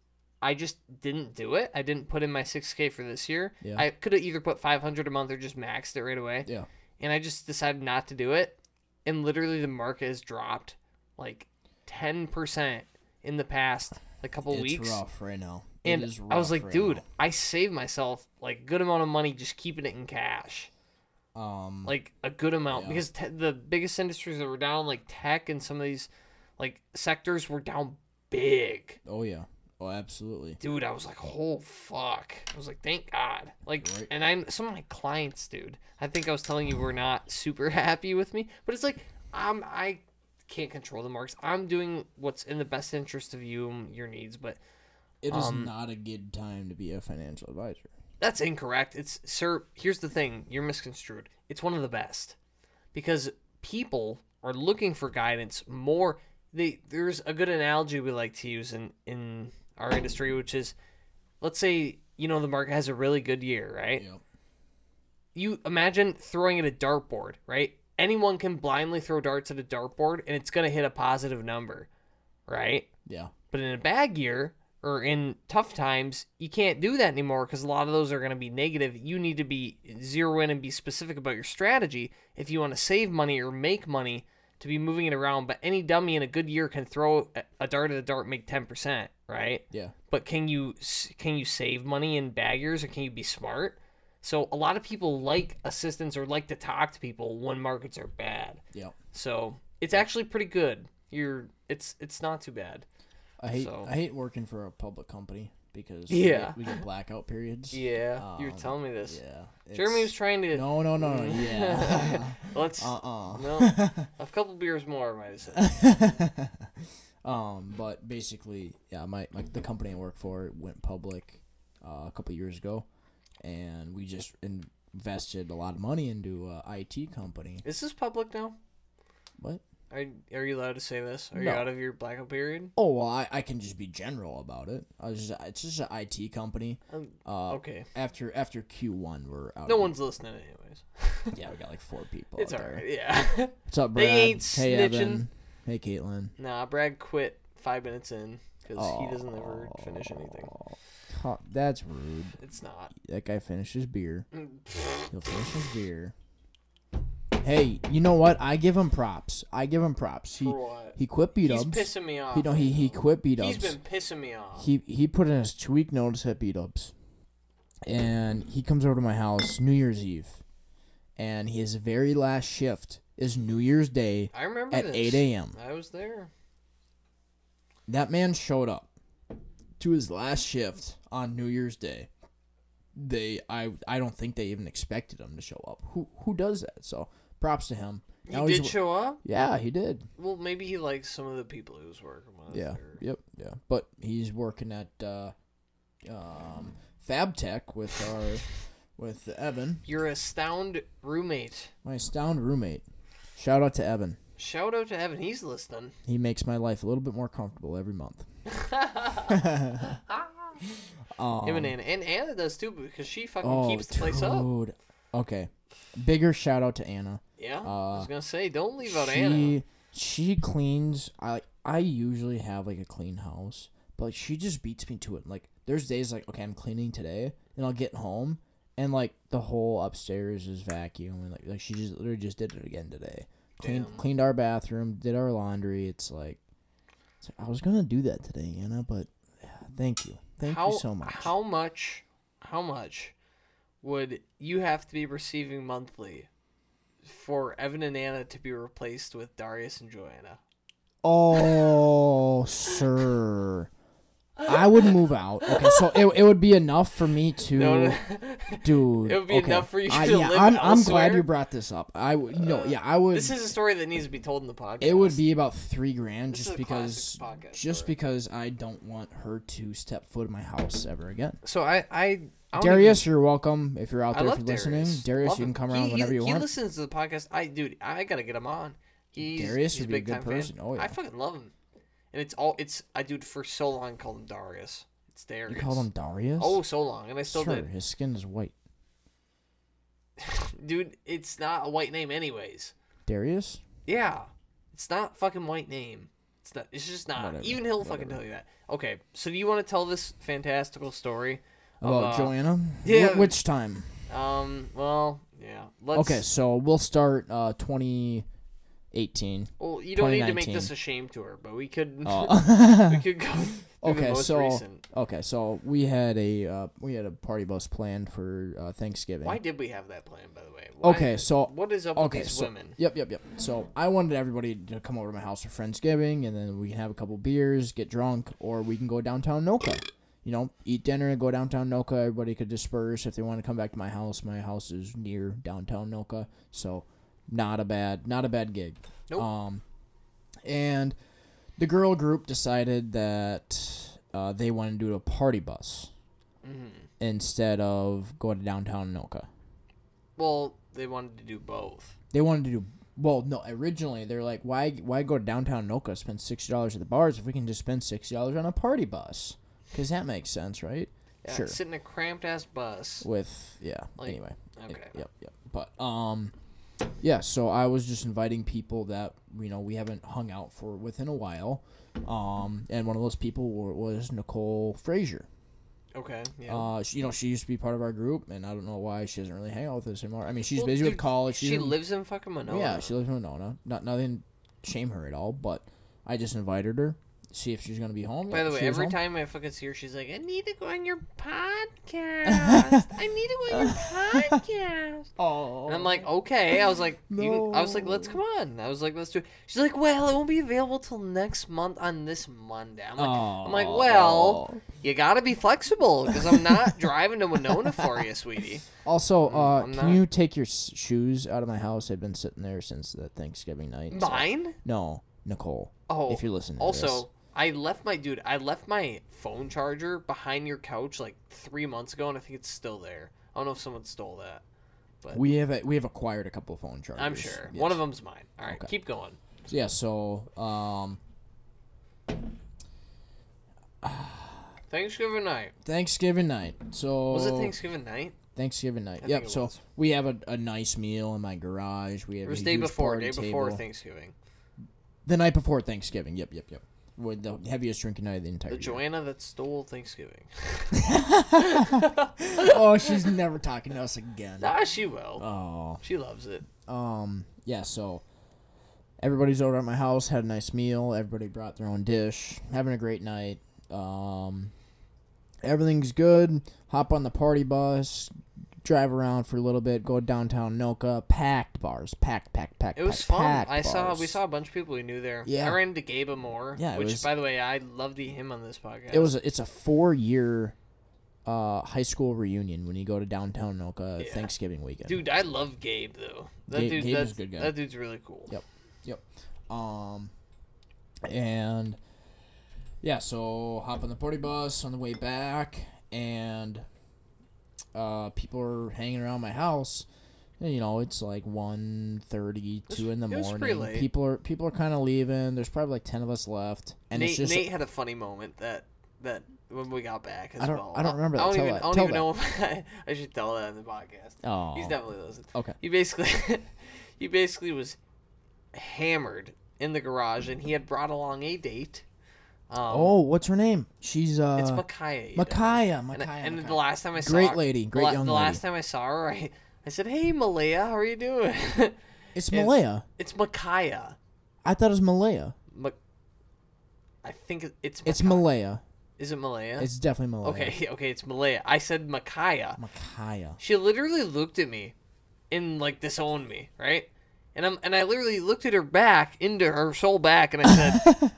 Speaker 1: I just didn't do it. I didn't put in my 6k for this year.
Speaker 2: Yeah.
Speaker 1: I could have either put 500 a month or just maxed it right away.
Speaker 2: Yeah.
Speaker 1: And I just decided not to do it and literally the market has dropped like 10% in the past like couple
Speaker 2: it's
Speaker 1: weeks
Speaker 2: rough right now. It
Speaker 1: and
Speaker 2: is
Speaker 1: i was
Speaker 2: rough
Speaker 1: like
Speaker 2: right
Speaker 1: dude i saved myself like good amount of money just keeping it in cash
Speaker 2: now. um,
Speaker 1: like a good amount
Speaker 2: Yeah.
Speaker 1: because te- the biggest industries that were down like tech and some of these like sectors were down big
Speaker 2: oh yeah, oh absolutely.
Speaker 1: dude i was like oh fuck i was like thank god like
Speaker 2: Right.
Speaker 1: and i some of my clients dude i think i was telling you were not super happy with me but it's like i'm i can't control the marks i'm doing what's in the best interest of you and your needs but
Speaker 2: It is
Speaker 1: Um,
Speaker 2: not a good time to be a financial advisor.
Speaker 1: That's incorrect. It's sir, here's the thing, you're misconstrued. It's one of the best. Because people are looking for guidance more they there's a good analogy we like to use in in our industry which is let's say you know the market has a really good year, right?
Speaker 2: Yep.
Speaker 1: You imagine throwing at a dartboard, right? Anyone can blindly throw darts at a dartboard and it's going to hit a positive number, right?
Speaker 2: Yeah.
Speaker 1: But in a bad year or in tough times, you can't do that anymore because a lot of those are going to be negative. You need to be zero in and be specific about your strategy if you want to save money or make money to be moving it around. But any dummy in a good year can throw a- a dart at a dart, make ten percent, right?
Speaker 2: Yeah.
Speaker 1: But can you s- can you save money in bad years or can you be smart? So a lot of people like assistance or like to talk to people when markets are bad.
Speaker 2: Yep.
Speaker 1: So it's actually pretty good. You're it's it's not too bad.
Speaker 2: I hate
Speaker 1: So-
Speaker 2: I hate working for a public company because
Speaker 1: Yeah.
Speaker 2: we, get, we get blackout periods.
Speaker 1: Yeah, you were
Speaker 2: Um,
Speaker 1: telling me this.
Speaker 2: Yeah.
Speaker 1: Jeremy was
Speaker 2: it's-
Speaker 1: trying to.
Speaker 2: No, no, no, no. Yeah.
Speaker 1: Let's
Speaker 2: uh uh
Speaker 1: no. A couple beers more, I might have said.
Speaker 2: Um, but basically, yeah, my, my the company I work for went public uh, a couple years ago, and we just invested a lot of money into a IT company.
Speaker 1: Is this public now?
Speaker 2: What?
Speaker 1: Are, are you allowed to say this? Are you
Speaker 2: No.
Speaker 1: out of your blackout period?
Speaker 2: Oh, well, I, I can just be general about it. I was just, it's just an IT company.
Speaker 1: Um,
Speaker 2: Uh,
Speaker 1: okay.
Speaker 2: after after Q1, we're out.
Speaker 1: No
Speaker 2: of-
Speaker 1: one's listening, anyways.
Speaker 2: Yeah, we got like four people.
Speaker 1: It's
Speaker 2: out there.
Speaker 1: alright, yeah.
Speaker 2: What's up,
Speaker 1: They
Speaker 2: Brad?
Speaker 1: ain't
Speaker 2: hey,
Speaker 1: snitching.
Speaker 2: Evan. Hey, Caitlin.
Speaker 1: nah, Brad quit five minutes in because he doesn't ever finish anything.
Speaker 2: Huh, That's rude.
Speaker 1: It's not.
Speaker 2: That guy finished his beer.
Speaker 1: Mm,
Speaker 2: He'll finish his beer. Hey, you know what? I give him props. I give him props. He
Speaker 1: For what?
Speaker 2: he quit beat
Speaker 1: He's
Speaker 2: ups.
Speaker 1: pissing me off.
Speaker 2: He don't. He he quit beat
Speaker 1: He's
Speaker 2: ups.
Speaker 1: been pissing me off.
Speaker 2: he he put in his two week notice at beat ups, and he comes over to my house New Year's Eve, and his very last shift is New Year's Day
Speaker 1: I remember
Speaker 2: at
Speaker 1: this.
Speaker 2: eight a.m.
Speaker 1: I was there.
Speaker 2: That man showed up to his last shift on New Year's Day. They I I don't think they even expected him to show up. Who who does that? So props to him.
Speaker 1: He
Speaker 2: Now he's
Speaker 1: did
Speaker 2: wa-
Speaker 1: show up.
Speaker 2: yeah, he did.
Speaker 1: Well, maybe he likes some of the people he was working with.
Speaker 2: Yeah.
Speaker 1: or-
Speaker 2: Yep. Yeah. But he's working at uh, um, FabTech with our with Evan,
Speaker 1: Your astound roommate.
Speaker 2: my astound roommate. Shout out to Evan.
Speaker 1: Shout out to Evan. He's listening.
Speaker 2: He makes my life a little bit more comfortable every month. um,
Speaker 1: Him and Anna. And Anna does too because she fucking
Speaker 2: oh,
Speaker 1: keeps the place up.
Speaker 2: dude. Okay. Bigger shout out to Anna.
Speaker 1: Yeah. I
Speaker 2: Uh,
Speaker 1: was going to say, don't leave out
Speaker 2: she,
Speaker 1: Anna.
Speaker 2: She cleans. I I usually have like a clean house, but she just beats me to it. Like there's days like okay, I'm cleaning today, and I'll get home, and like the whole upstairs is vacuum, and like like she just literally just did it again today. Cleaned
Speaker 1: Damn.
Speaker 2: cleaned our bathroom, did our laundry. It's like, it's like, I was gonna do that today, Anna, but yeah, thank you, thank
Speaker 1: how,
Speaker 2: you so much.
Speaker 1: How much, how much would you have to be receiving monthly for Evan and Anna to be replaced with Darius and Joanna?
Speaker 2: Oh, sir. I would move out. Okay, so it, it would be enough for me to,
Speaker 1: No, no.
Speaker 2: dude.
Speaker 1: It would be
Speaker 2: okay.
Speaker 1: enough for you
Speaker 2: I,
Speaker 1: to
Speaker 2: yeah,
Speaker 1: live
Speaker 2: I'm, I'm glad
Speaker 1: elsewhere? Uh,
Speaker 2: you brought this up. I would no, yeah, I would.
Speaker 1: this is a story that needs to be told in the podcast.
Speaker 2: it would be about three grand
Speaker 1: This
Speaker 2: just
Speaker 1: is a
Speaker 2: because,
Speaker 1: classic podcast
Speaker 2: just
Speaker 1: story.
Speaker 2: because I don't want her to step foot in my house ever again.
Speaker 1: So I, I, I don't even-
Speaker 2: Darius, you're welcome if you're out
Speaker 1: I
Speaker 2: there
Speaker 1: love
Speaker 2: for
Speaker 1: Darius.
Speaker 2: listening. Darius,
Speaker 1: Love
Speaker 2: you can
Speaker 1: him.
Speaker 2: come
Speaker 1: He-
Speaker 2: around
Speaker 1: he,
Speaker 2: whenever you
Speaker 1: He
Speaker 2: want.
Speaker 1: listens to the podcast. I, dude, I gotta get him on. He's,
Speaker 2: Darius
Speaker 1: he's
Speaker 2: would be a good
Speaker 1: big-time fan.
Speaker 2: person. Oh, yeah.
Speaker 1: I fucking love him. And it's all it's I dude for so long called him Darius. It's Darius.
Speaker 2: you call him Darius?
Speaker 1: Oh, so long, and I still
Speaker 2: sir,
Speaker 1: did.
Speaker 2: his skin is white.
Speaker 1: Dude, it's not a white name, anyways.
Speaker 2: Darius?
Speaker 1: Yeah, it's not fucking white name. It's not. It's just not.
Speaker 2: Whatever,
Speaker 1: Even he'll fucking tell you that. Okay, so do you want to tell this fantastical story?
Speaker 2: About
Speaker 1: About-
Speaker 2: Joanna?
Speaker 1: uh, Yeah.
Speaker 2: Wh- which time?
Speaker 1: Um. Well, yeah. Let's,
Speaker 2: Okay, so we'll start uh 2018.
Speaker 1: Well, you don't need to make
Speaker 2: 2019.
Speaker 1: this a shame to her, but we could.
Speaker 2: Uh,
Speaker 1: we could go. through the
Speaker 2: okay,
Speaker 1: most
Speaker 2: so
Speaker 1: recent.
Speaker 2: okay, so we had a uh, we had a party bus planned for uh, Thanksgiving.
Speaker 1: Why did we have that plan, by the way? Why-
Speaker 2: Okay, so
Speaker 1: what is up
Speaker 2: okay,
Speaker 1: with these
Speaker 2: so,
Speaker 1: women?
Speaker 2: Yep, yep, yep. So I wanted everybody to come over to my house for Friendsgiving, and then we can have a couple beers, get drunk, or we can go downtown Noka. You know, eat dinner and go downtown Noka. Everybody could disperse if they want to come back to my house. My house is near downtown Noka, so not a bad, not a bad gig.
Speaker 1: Nope.
Speaker 2: Um, and the girl group decided that uh, they wanted to do a party bus instead of go to downtown Noka.
Speaker 1: Well, they wanted to do both.
Speaker 2: They wanted to do well. No, originally they're like, why why go to downtown Noka spend sixty dollars at the bars if we can just spend sixty dollars on a party bus? Because that makes sense, right?
Speaker 1: Yeah,
Speaker 2: sure.
Speaker 1: Sit in a cramped ass bus.
Speaker 2: With yeah.
Speaker 1: Like,
Speaker 2: anyway.
Speaker 1: okay.
Speaker 2: Yep. Yep. But um, yeah. So I was just inviting people that you know we haven't hung out for within a while, um, and one of those people wa- was Nicole Frazier.
Speaker 1: Okay. Yeah.
Speaker 2: Uh, she, you know she used to be part of our group, and I don't know why she doesn't really hang out with us anymore. I mean, she's
Speaker 1: Well,
Speaker 2: busy with
Speaker 1: dude,
Speaker 2: college. She's
Speaker 1: She
Speaker 2: in-
Speaker 1: lives in fucking Monona.
Speaker 2: yeah, she lives in Winona. Not nothing shame her at all, but I just invited her. See if she's gonna be home.
Speaker 1: By the
Speaker 2: Yeah,
Speaker 1: way,
Speaker 2: she was
Speaker 1: every
Speaker 2: home.
Speaker 1: time I fucking see her, she's like, "I need to go on your podcast. I need to go on your podcast."
Speaker 2: Oh.
Speaker 1: And I'm like, "Okay." I was like, you can- "I was like,
Speaker 2: No.
Speaker 1: let's come on." I was like, "Let's do." It. She's like, "Well, it won't be available till next month on this Monday." I'm like, "I'm like, well, you gotta be flexible because I'm not driving to Winona for you, sweetie."
Speaker 2: Also, uh,
Speaker 1: mm, I'm
Speaker 2: can
Speaker 1: not-
Speaker 2: you take your s- shoes out of my house? They've been sitting there since the Thanksgiving night. so-
Speaker 1: Mine?
Speaker 2: No, Nicole.
Speaker 1: Oh,
Speaker 2: if you're listening. To
Speaker 1: Also,
Speaker 2: this.
Speaker 1: I left my dude. I left my phone charger behind your couch like three months ago, and I think it's still there. I don't know if someone stole that.
Speaker 2: we have a, we have acquired a couple of phone chargers.
Speaker 1: I'm sure
Speaker 2: Yes.
Speaker 1: one of them's mine. All right,
Speaker 2: Okay.
Speaker 1: keep going.
Speaker 2: So, yeah. So um,
Speaker 1: Thanksgiving night
Speaker 2: Thanksgiving night. So
Speaker 1: was it Thanksgiving night?
Speaker 2: Thanksgiving night.
Speaker 1: I think
Speaker 2: yep.
Speaker 1: it
Speaker 2: So
Speaker 1: was.
Speaker 2: we have a, a nice meal in my garage. We have
Speaker 1: It was
Speaker 2: a
Speaker 1: day
Speaker 2: huge
Speaker 1: before.
Speaker 2: party
Speaker 1: Day before
Speaker 2: table.
Speaker 1: Thanksgiving.
Speaker 2: the night before Thanksgiving. Yep. Yep. Yep. With the heaviest drinking night of the entire
Speaker 1: The
Speaker 2: year.
Speaker 1: Joanna that stole Thanksgiving.
Speaker 2: oh, she's never talking to us again.
Speaker 1: ah, she will.
Speaker 2: Oh.
Speaker 1: She loves it.
Speaker 2: Um. Yeah. So everybody's over at my house. Had a nice meal. Everybody brought their own dish. Having a great night. Um. Everything's good. Hop on the party bus. Drive around for a little bit. Go downtown Noka. Packed bars. Packed. Packed. Packed.
Speaker 1: It was
Speaker 2: packed,
Speaker 1: fun.
Speaker 2: packed
Speaker 1: I saw we
Speaker 2: bars.
Speaker 1: saw a bunch of people we knew there.
Speaker 2: Yeah.
Speaker 1: I ran into Gabe Moore.
Speaker 2: Yeah, it
Speaker 1: which
Speaker 2: was-
Speaker 1: by the way, I love the him on this podcast.
Speaker 2: It was. A, it's a four-year, uh, high school reunion when you go to downtown Noka
Speaker 1: Yeah.
Speaker 2: Thanksgiving weekend.
Speaker 1: Dude, I love Gabe though. That
Speaker 2: Gabe-
Speaker 1: dude,
Speaker 2: Gabe is
Speaker 1: that's,
Speaker 2: a good guy.
Speaker 1: That dude's really cool.
Speaker 2: Yep. Um, and yeah, so hop on the party bus on the way back, and uh, people are hanging around my house. And, you know, it's like 1.30, 2 in the
Speaker 1: it was
Speaker 2: morning.
Speaker 1: pretty late.
Speaker 2: People are people are kind of leaving. There's probably like ten of us left, and
Speaker 1: Nate,
Speaker 2: it's just
Speaker 1: Nate had a funny moment that that when we got back as
Speaker 2: I don't-
Speaker 1: well.
Speaker 2: I don't remember
Speaker 1: I
Speaker 2: that.
Speaker 1: don't
Speaker 2: Tell
Speaker 1: even,
Speaker 2: that.
Speaker 1: I don't
Speaker 2: Tell
Speaker 1: even know if I, I should tell that in the podcast.
Speaker 2: oh
Speaker 1: He's definitely listening.
Speaker 2: okay.
Speaker 1: He basically, he basically was hammered in the garage, and he had brought along a date. Um,
Speaker 2: Oh, what's her name? She's uh,
Speaker 1: it's Micaiah.
Speaker 2: Micaiah.
Speaker 1: And,
Speaker 2: Micaiah.
Speaker 1: and the
Speaker 2: Micaiah.
Speaker 1: last time I saw
Speaker 2: Great
Speaker 1: her,
Speaker 2: lady,
Speaker 1: the
Speaker 2: great
Speaker 1: la-
Speaker 2: young
Speaker 1: The
Speaker 2: lady.
Speaker 1: last time I saw her, I, I said, "Hey, Malaya, how are you doing?"
Speaker 2: It's
Speaker 1: is-
Speaker 2: Malaya.
Speaker 1: it's Micaiah.
Speaker 2: I thought it was Malaya.
Speaker 1: Mac- I think it- it's
Speaker 2: It's
Speaker 1: Maca-
Speaker 2: Malaya.
Speaker 1: Is it Malaya?
Speaker 2: It's definitely Malaya.
Speaker 1: okay, okay, it's Malaya. I said Micaiah.
Speaker 2: Micaiah.
Speaker 1: She literally looked at me and like disowned me, right? And I'm and I literally looked at her back into her soul back and I said,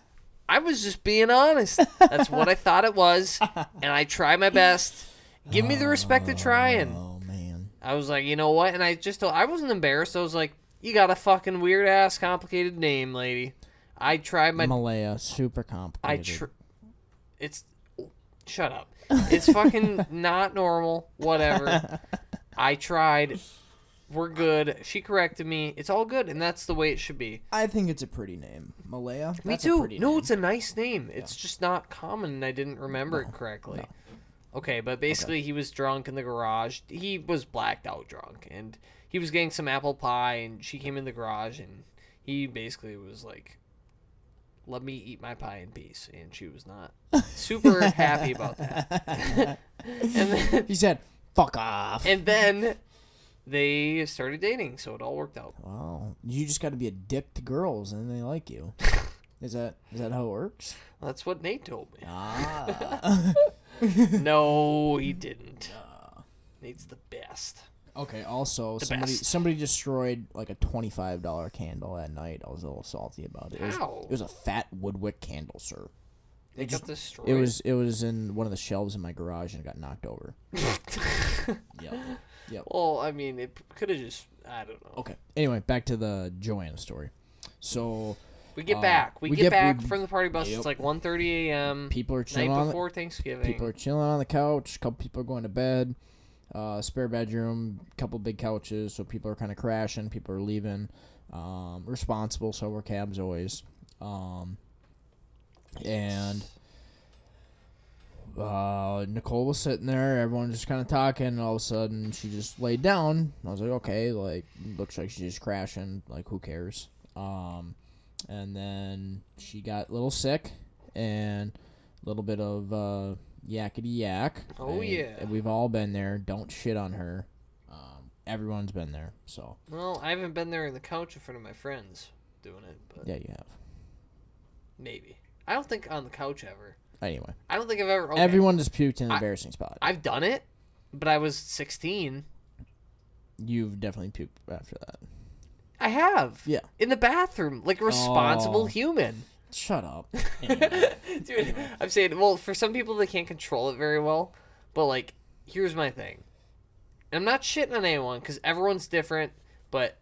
Speaker 1: I was just being honest. That's what I thought it was, and I try my best. Give me the respect of trying.
Speaker 2: Oh man.
Speaker 1: I was like, you know what? And I just told, I wasn't embarrassed. I was like, you got a fucking weird ass complicated name, lady. I tried my
Speaker 2: Malaya, super
Speaker 1: I
Speaker 2: complicated.
Speaker 1: tr- it's shut up. It's fucking not normal. Whatever. I tried. We're good. She corrected me. It's all good, and that's the way it should be.
Speaker 2: I think it's a pretty name, Malaya.
Speaker 1: Me
Speaker 2: That's a
Speaker 1: too.
Speaker 2: pretty
Speaker 1: No,
Speaker 2: name.
Speaker 1: it's a nice name. It's just not common, and I didn't remember it correctly. Okay, but basically, he was drunk in the garage. He was blacked out drunk, and he was getting some apple pie, and she came in the garage, and he basically was like, let me eat my pie in peace. And she was not super happy about that. and then,
Speaker 2: He said, "Fuck off."
Speaker 1: and then they started dating, so it all worked out.
Speaker 2: wow, you just got to be a dick to girls, and they like you. Is that is that how it works?
Speaker 1: That's what Nate told me.
Speaker 2: Ah.
Speaker 1: No, he didn't. Nate's the best.
Speaker 2: okay. Also,
Speaker 1: The
Speaker 2: somebody
Speaker 1: best.
Speaker 2: somebody destroyed like a twenty five dollar candle that night. I was a little salty about it. It was,
Speaker 1: How?
Speaker 2: it was a fat Woodwick candle, sir.
Speaker 1: They
Speaker 2: just-
Speaker 1: got destroyed.
Speaker 2: It was it was in one of the shelves in my garage and it got knocked over. Yeah.
Speaker 1: well, I mean, it could have just. I don't know.
Speaker 2: Okay. Anyway, back to the Joanna story. So
Speaker 1: We get
Speaker 2: Uh,
Speaker 1: back. We,
Speaker 2: we
Speaker 1: get,
Speaker 2: get-
Speaker 1: back
Speaker 2: we-
Speaker 1: from the party bus.
Speaker 2: Yep.
Speaker 1: It's like 1.30 a.m.
Speaker 2: people are
Speaker 1: night
Speaker 2: chilling on
Speaker 1: before Thanksgiving.
Speaker 2: the, people are chilling on the couch. A couple people are going to bed. Uh, spare bedroom, couple big couches. So people are kind of crashing. People are leaving. Um, responsible sober cabs always. Um, and uh, Nicole was sitting there. Everyone just kind of talking. And all of a sudden, she just laid down. I was like, okay, like looks like she's just crashing. Like who cares? Um, and then she got a little sick and a little bit of uh, yakety yak.
Speaker 1: Oh,
Speaker 2: And-
Speaker 1: yeah.
Speaker 2: and we've all been there. Don't shit on her. Um, everyone's been there. So
Speaker 1: well, I haven't been there on the couch in front of my friends doing it, but
Speaker 2: yeah, you have.
Speaker 1: maybe. I don't think on the couch ever.
Speaker 2: Anyway,
Speaker 1: I don't think I've ever. okay,
Speaker 2: everyone just puked in an
Speaker 1: I-
Speaker 2: embarrassing spot.
Speaker 1: I've done it, but I was 16.
Speaker 2: You've definitely puked after that.
Speaker 1: I have.
Speaker 2: Yeah.
Speaker 1: In the bathroom, like a responsible
Speaker 2: Oh.
Speaker 1: human.
Speaker 2: Shut up. Anyway.
Speaker 1: Dude, I'm saying, well, for some people, they can't control it very well. But, like, here's my thing. And I'm not shitting on anyone because everyone's different, but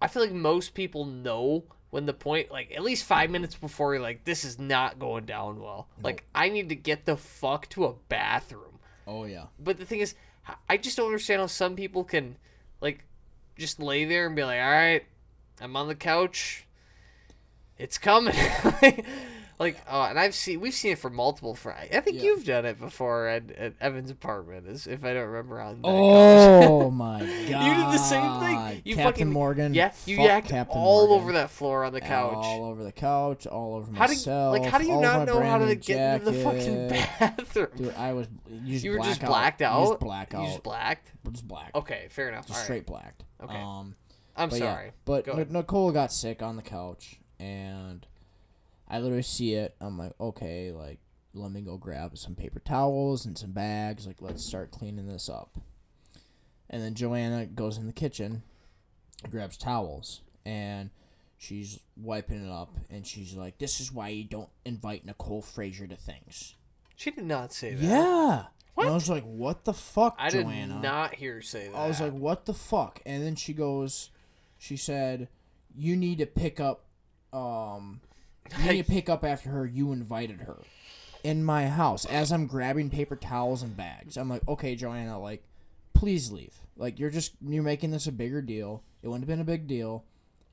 Speaker 1: I feel like most people know when the point like at least five minutes before you're like this is not going down well like i need to get the fuck to a bathroom
Speaker 2: Oh yeah.
Speaker 1: but the thing is h- i just don't understand how some people can like just lay there and be like all right i'm on the couch it's coming like oh and i've seen we've seen it for multiple friends i think
Speaker 2: Yeah.
Speaker 1: you've done it before at, at evan's apartment is if i don't remember how that
Speaker 2: Oh my god.
Speaker 1: You did the same thing. You
Speaker 2: Captain
Speaker 1: fucking
Speaker 2: Morgan.
Speaker 1: Yeah, you
Speaker 2: fuck
Speaker 1: yacked
Speaker 2: Captain
Speaker 1: all
Speaker 2: Morgan.
Speaker 1: over that floor on the couch.
Speaker 2: All over the couch. All over
Speaker 1: How do you,
Speaker 2: myself.
Speaker 1: like how do you
Speaker 2: all
Speaker 1: not know
Speaker 2: over my
Speaker 1: how to
Speaker 2: brand new
Speaker 1: get into the fucking
Speaker 2: jacket.
Speaker 1: bathroom?
Speaker 2: Dude, I was. You, just
Speaker 1: You were just
Speaker 2: black
Speaker 1: blacked
Speaker 2: out. You
Speaker 1: out.
Speaker 2: just black
Speaker 1: You
Speaker 2: out.
Speaker 1: just blacked.
Speaker 2: Just black.
Speaker 1: Okay, fair enough.
Speaker 2: Just
Speaker 1: All right.
Speaker 2: straight blacked.
Speaker 1: Okay.
Speaker 2: Um,
Speaker 1: I'm
Speaker 2: but
Speaker 1: sorry.
Speaker 2: Yeah, but
Speaker 1: Go
Speaker 2: N-
Speaker 1: ahead.
Speaker 2: Nicole got sick on the couch, and I literally see it. I'm like, okay, like let me go grab some paper towels and some bags. Like let's start cleaning this up. And then Joanna goes in the kitchen, grabs towels, and she's wiping it up, and she's like, "This is why you don't invite Nicole Frazier to things."
Speaker 1: She did not say that.
Speaker 2: Yeah. And
Speaker 1: What?
Speaker 2: I was like, "What the fuck,
Speaker 1: I did
Speaker 2: Joanna?"
Speaker 1: not hear her say that.
Speaker 2: I was like, "What the fuck?" And then she goes, she said, "You need to pick up, um, you need to pick up after her. You invited her in my house." As I'm grabbing paper towels and bags, I'm like, "Okay, Joanna, like, please leave. Like, you're just you're making this a bigger deal. It wouldn't have been a big deal.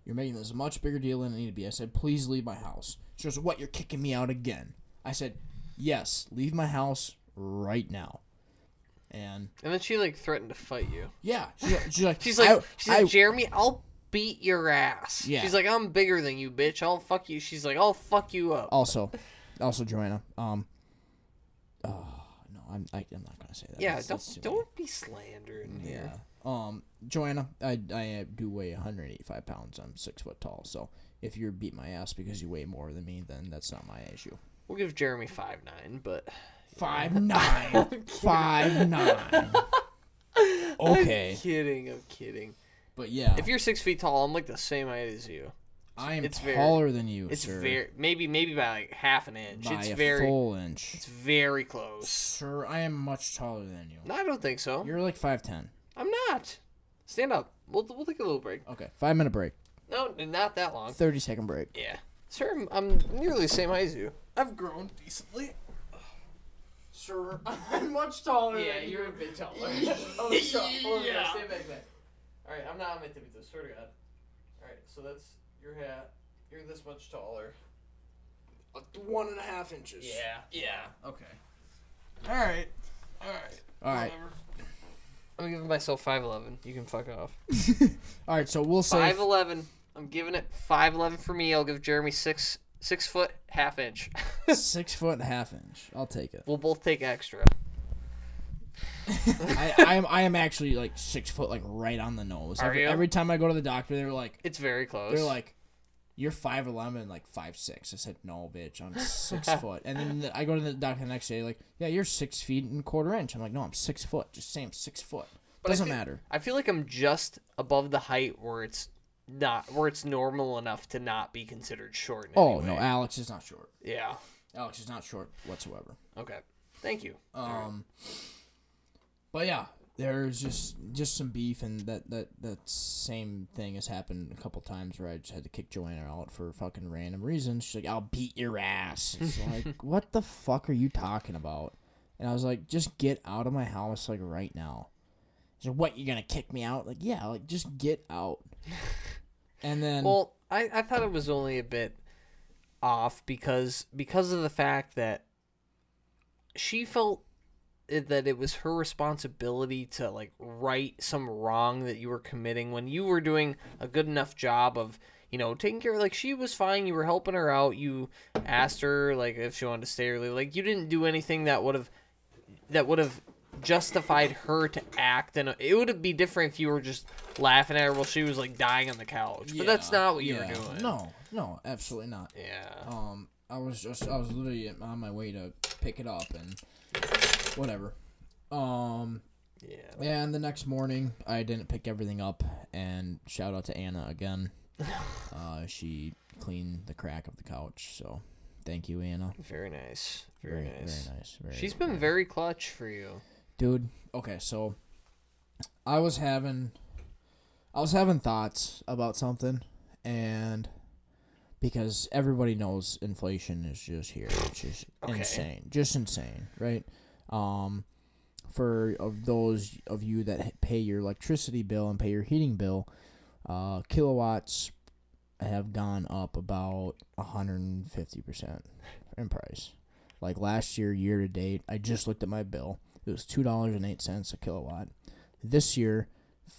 Speaker 2: You're making this a much bigger deal than it need to be." I said, "Please leave my house." She goes, "What? You're kicking me out again?" I said, "Yes, leave my house right now." And
Speaker 1: and then she like threatened to fight you.
Speaker 2: yeah, she's, she's like,
Speaker 1: She's like,
Speaker 2: I-
Speaker 1: she's like,
Speaker 2: I-
Speaker 1: Jeremy, I'll beat your ass.
Speaker 2: Yeah.
Speaker 1: She's like, I'm bigger than you, bitch. I'll fuck you. She's like, I'll fuck you up.
Speaker 2: also, also Joanna. Um, oh, no, I'm I, I'm not gonna say that.
Speaker 1: yeah,
Speaker 2: That's- that's
Speaker 1: don't
Speaker 2: too
Speaker 1: don't be slandering
Speaker 2: many.
Speaker 1: here.
Speaker 2: Yeah. Um, Joanna, I I do weigh 185 pounds. I'm six foot tall, so if you beat my ass because you weigh more than me, then that's not my issue.
Speaker 1: We'll give Jeremy five nine, but
Speaker 2: Five nine, five nine. Okay, Oh.
Speaker 1: I'm kidding, I'm kidding.
Speaker 2: but yeah,
Speaker 1: If you're six feet tall, I'm like the same height as you.
Speaker 2: I am
Speaker 1: it's very-
Speaker 2: taller than you,
Speaker 1: It's
Speaker 2: sir.
Speaker 1: very maybe maybe by like half an inch.
Speaker 2: by
Speaker 1: it's
Speaker 2: a
Speaker 1: very
Speaker 2: full inch.
Speaker 1: it's very close.
Speaker 2: Sir, I am much taller than you.
Speaker 1: No, I don't think so.
Speaker 2: You're like five ten.
Speaker 1: I'm not. Stand up. We'll we'll take a little break.
Speaker 2: Okay, five minute break.
Speaker 1: No, not that long.
Speaker 2: 30 second break.
Speaker 1: Yeah, sir, I'm, I'm nearly the same height as you. I've grown decently.
Speaker 2: Sure. I'm much
Speaker 1: Oh,
Speaker 2: taller
Speaker 1: a bit taller.
Speaker 2: Oh, shut- hold on,
Speaker 1: yeah.
Speaker 2: stay
Speaker 1: back there. All right, I'm not meant to be this. Swear to God. All right, so that's your hat. You're this much taller.
Speaker 2: One and a half inches.
Speaker 1: Yeah. Okay. All right. All right.
Speaker 2: All right.
Speaker 1: I'm giving myself 5'11. You can fuck off.
Speaker 2: All right, so we'll say.
Speaker 1: 5'11. I'm giving it 5'11 for me. I'll give Jeremy 6 6 foot half inch.
Speaker 2: Six foot and a half inch. I'll take it.
Speaker 1: we'll both take extra.
Speaker 2: I, I am I am actually like six foot, like right on the nose.
Speaker 1: Are
Speaker 2: every,
Speaker 1: you?
Speaker 2: every time I go to the doctor, they're like,
Speaker 1: It's very close.
Speaker 2: they're like, you're five eleven, like five six. I said, no, bitch, I'm six foot. And then the- I go to the doctor the next day, like, yeah, you're six feet and quarter inch. I'm like, no, I'm six foot. Just say I'm six foot.
Speaker 1: I
Speaker 2: Doesn't
Speaker 1: think-
Speaker 2: matter.
Speaker 1: I feel like I'm just above the height where it's not where it's normal enough to not be considered short. In
Speaker 2: Oh
Speaker 1: any
Speaker 2: no,
Speaker 1: way.
Speaker 2: Alex is not short.
Speaker 1: Yeah.
Speaker 2: Alex is not short whatsoever.
Speaker 1: Okay. Thank you.
Speaker 2: Um, but yeah, there's just just some beef, and that that that same thing has happened a couple times where I just had to kick Joanna out for fucking random reasons. She's like, "I'll beat your ass." It's like, what the fuck are you talking about? And I was like, just get out of my house like right now. She's like, what? You gonna kick me out? Like, yeah, like just get out. And then,
Speaker 1: Well, I, I thought it was only a bit off because because of the fact that she felt it- that it was her responsibility to like right some wrong that you were committing when you were doing a good enough job of you know taking care like she was fine you were helping her out you asked her like if she wanted to stay early like you didn't do anything that would have that would have justified her to act and it would be different if you were just laughing at her while she was like dying on the couch but that's
Speaker 2: yeah,
Speaker 1: not what you
Speaker 2: yeah.
Speaker 1: were doing
Speaker 2: No, no, absolutely not.
Speaker 1: yeah
Speaker 2: Um, I was just I was literally on my way to pick it up and whatever. Um,
Speaker 1: yeah
Speaker 2: and the next morning I didn't pick everything up. And shout out to Anna again. Uh, she cleaned the crack of the couch, so thank you, Anna.
Speaker 1: very nice very, nice
Speaker 2: very nice. Very,
Speaker 1: She's been very clutch for you.
Speaker 2: dude. Okay, so I was having I was having thoughts about something, and because everybody knows inflation is just here. It's just
Speaker 1: Okay.
Speaker 2: insane, just insane, right? Um, for of those of you that h- pay your electricity bill and pay your heating bill, uh, kilowatts have gone up about 150 percent in price. Like last year, year to date, I just looked at my bill. It was two dollars and eight cents a kilowatt. This year,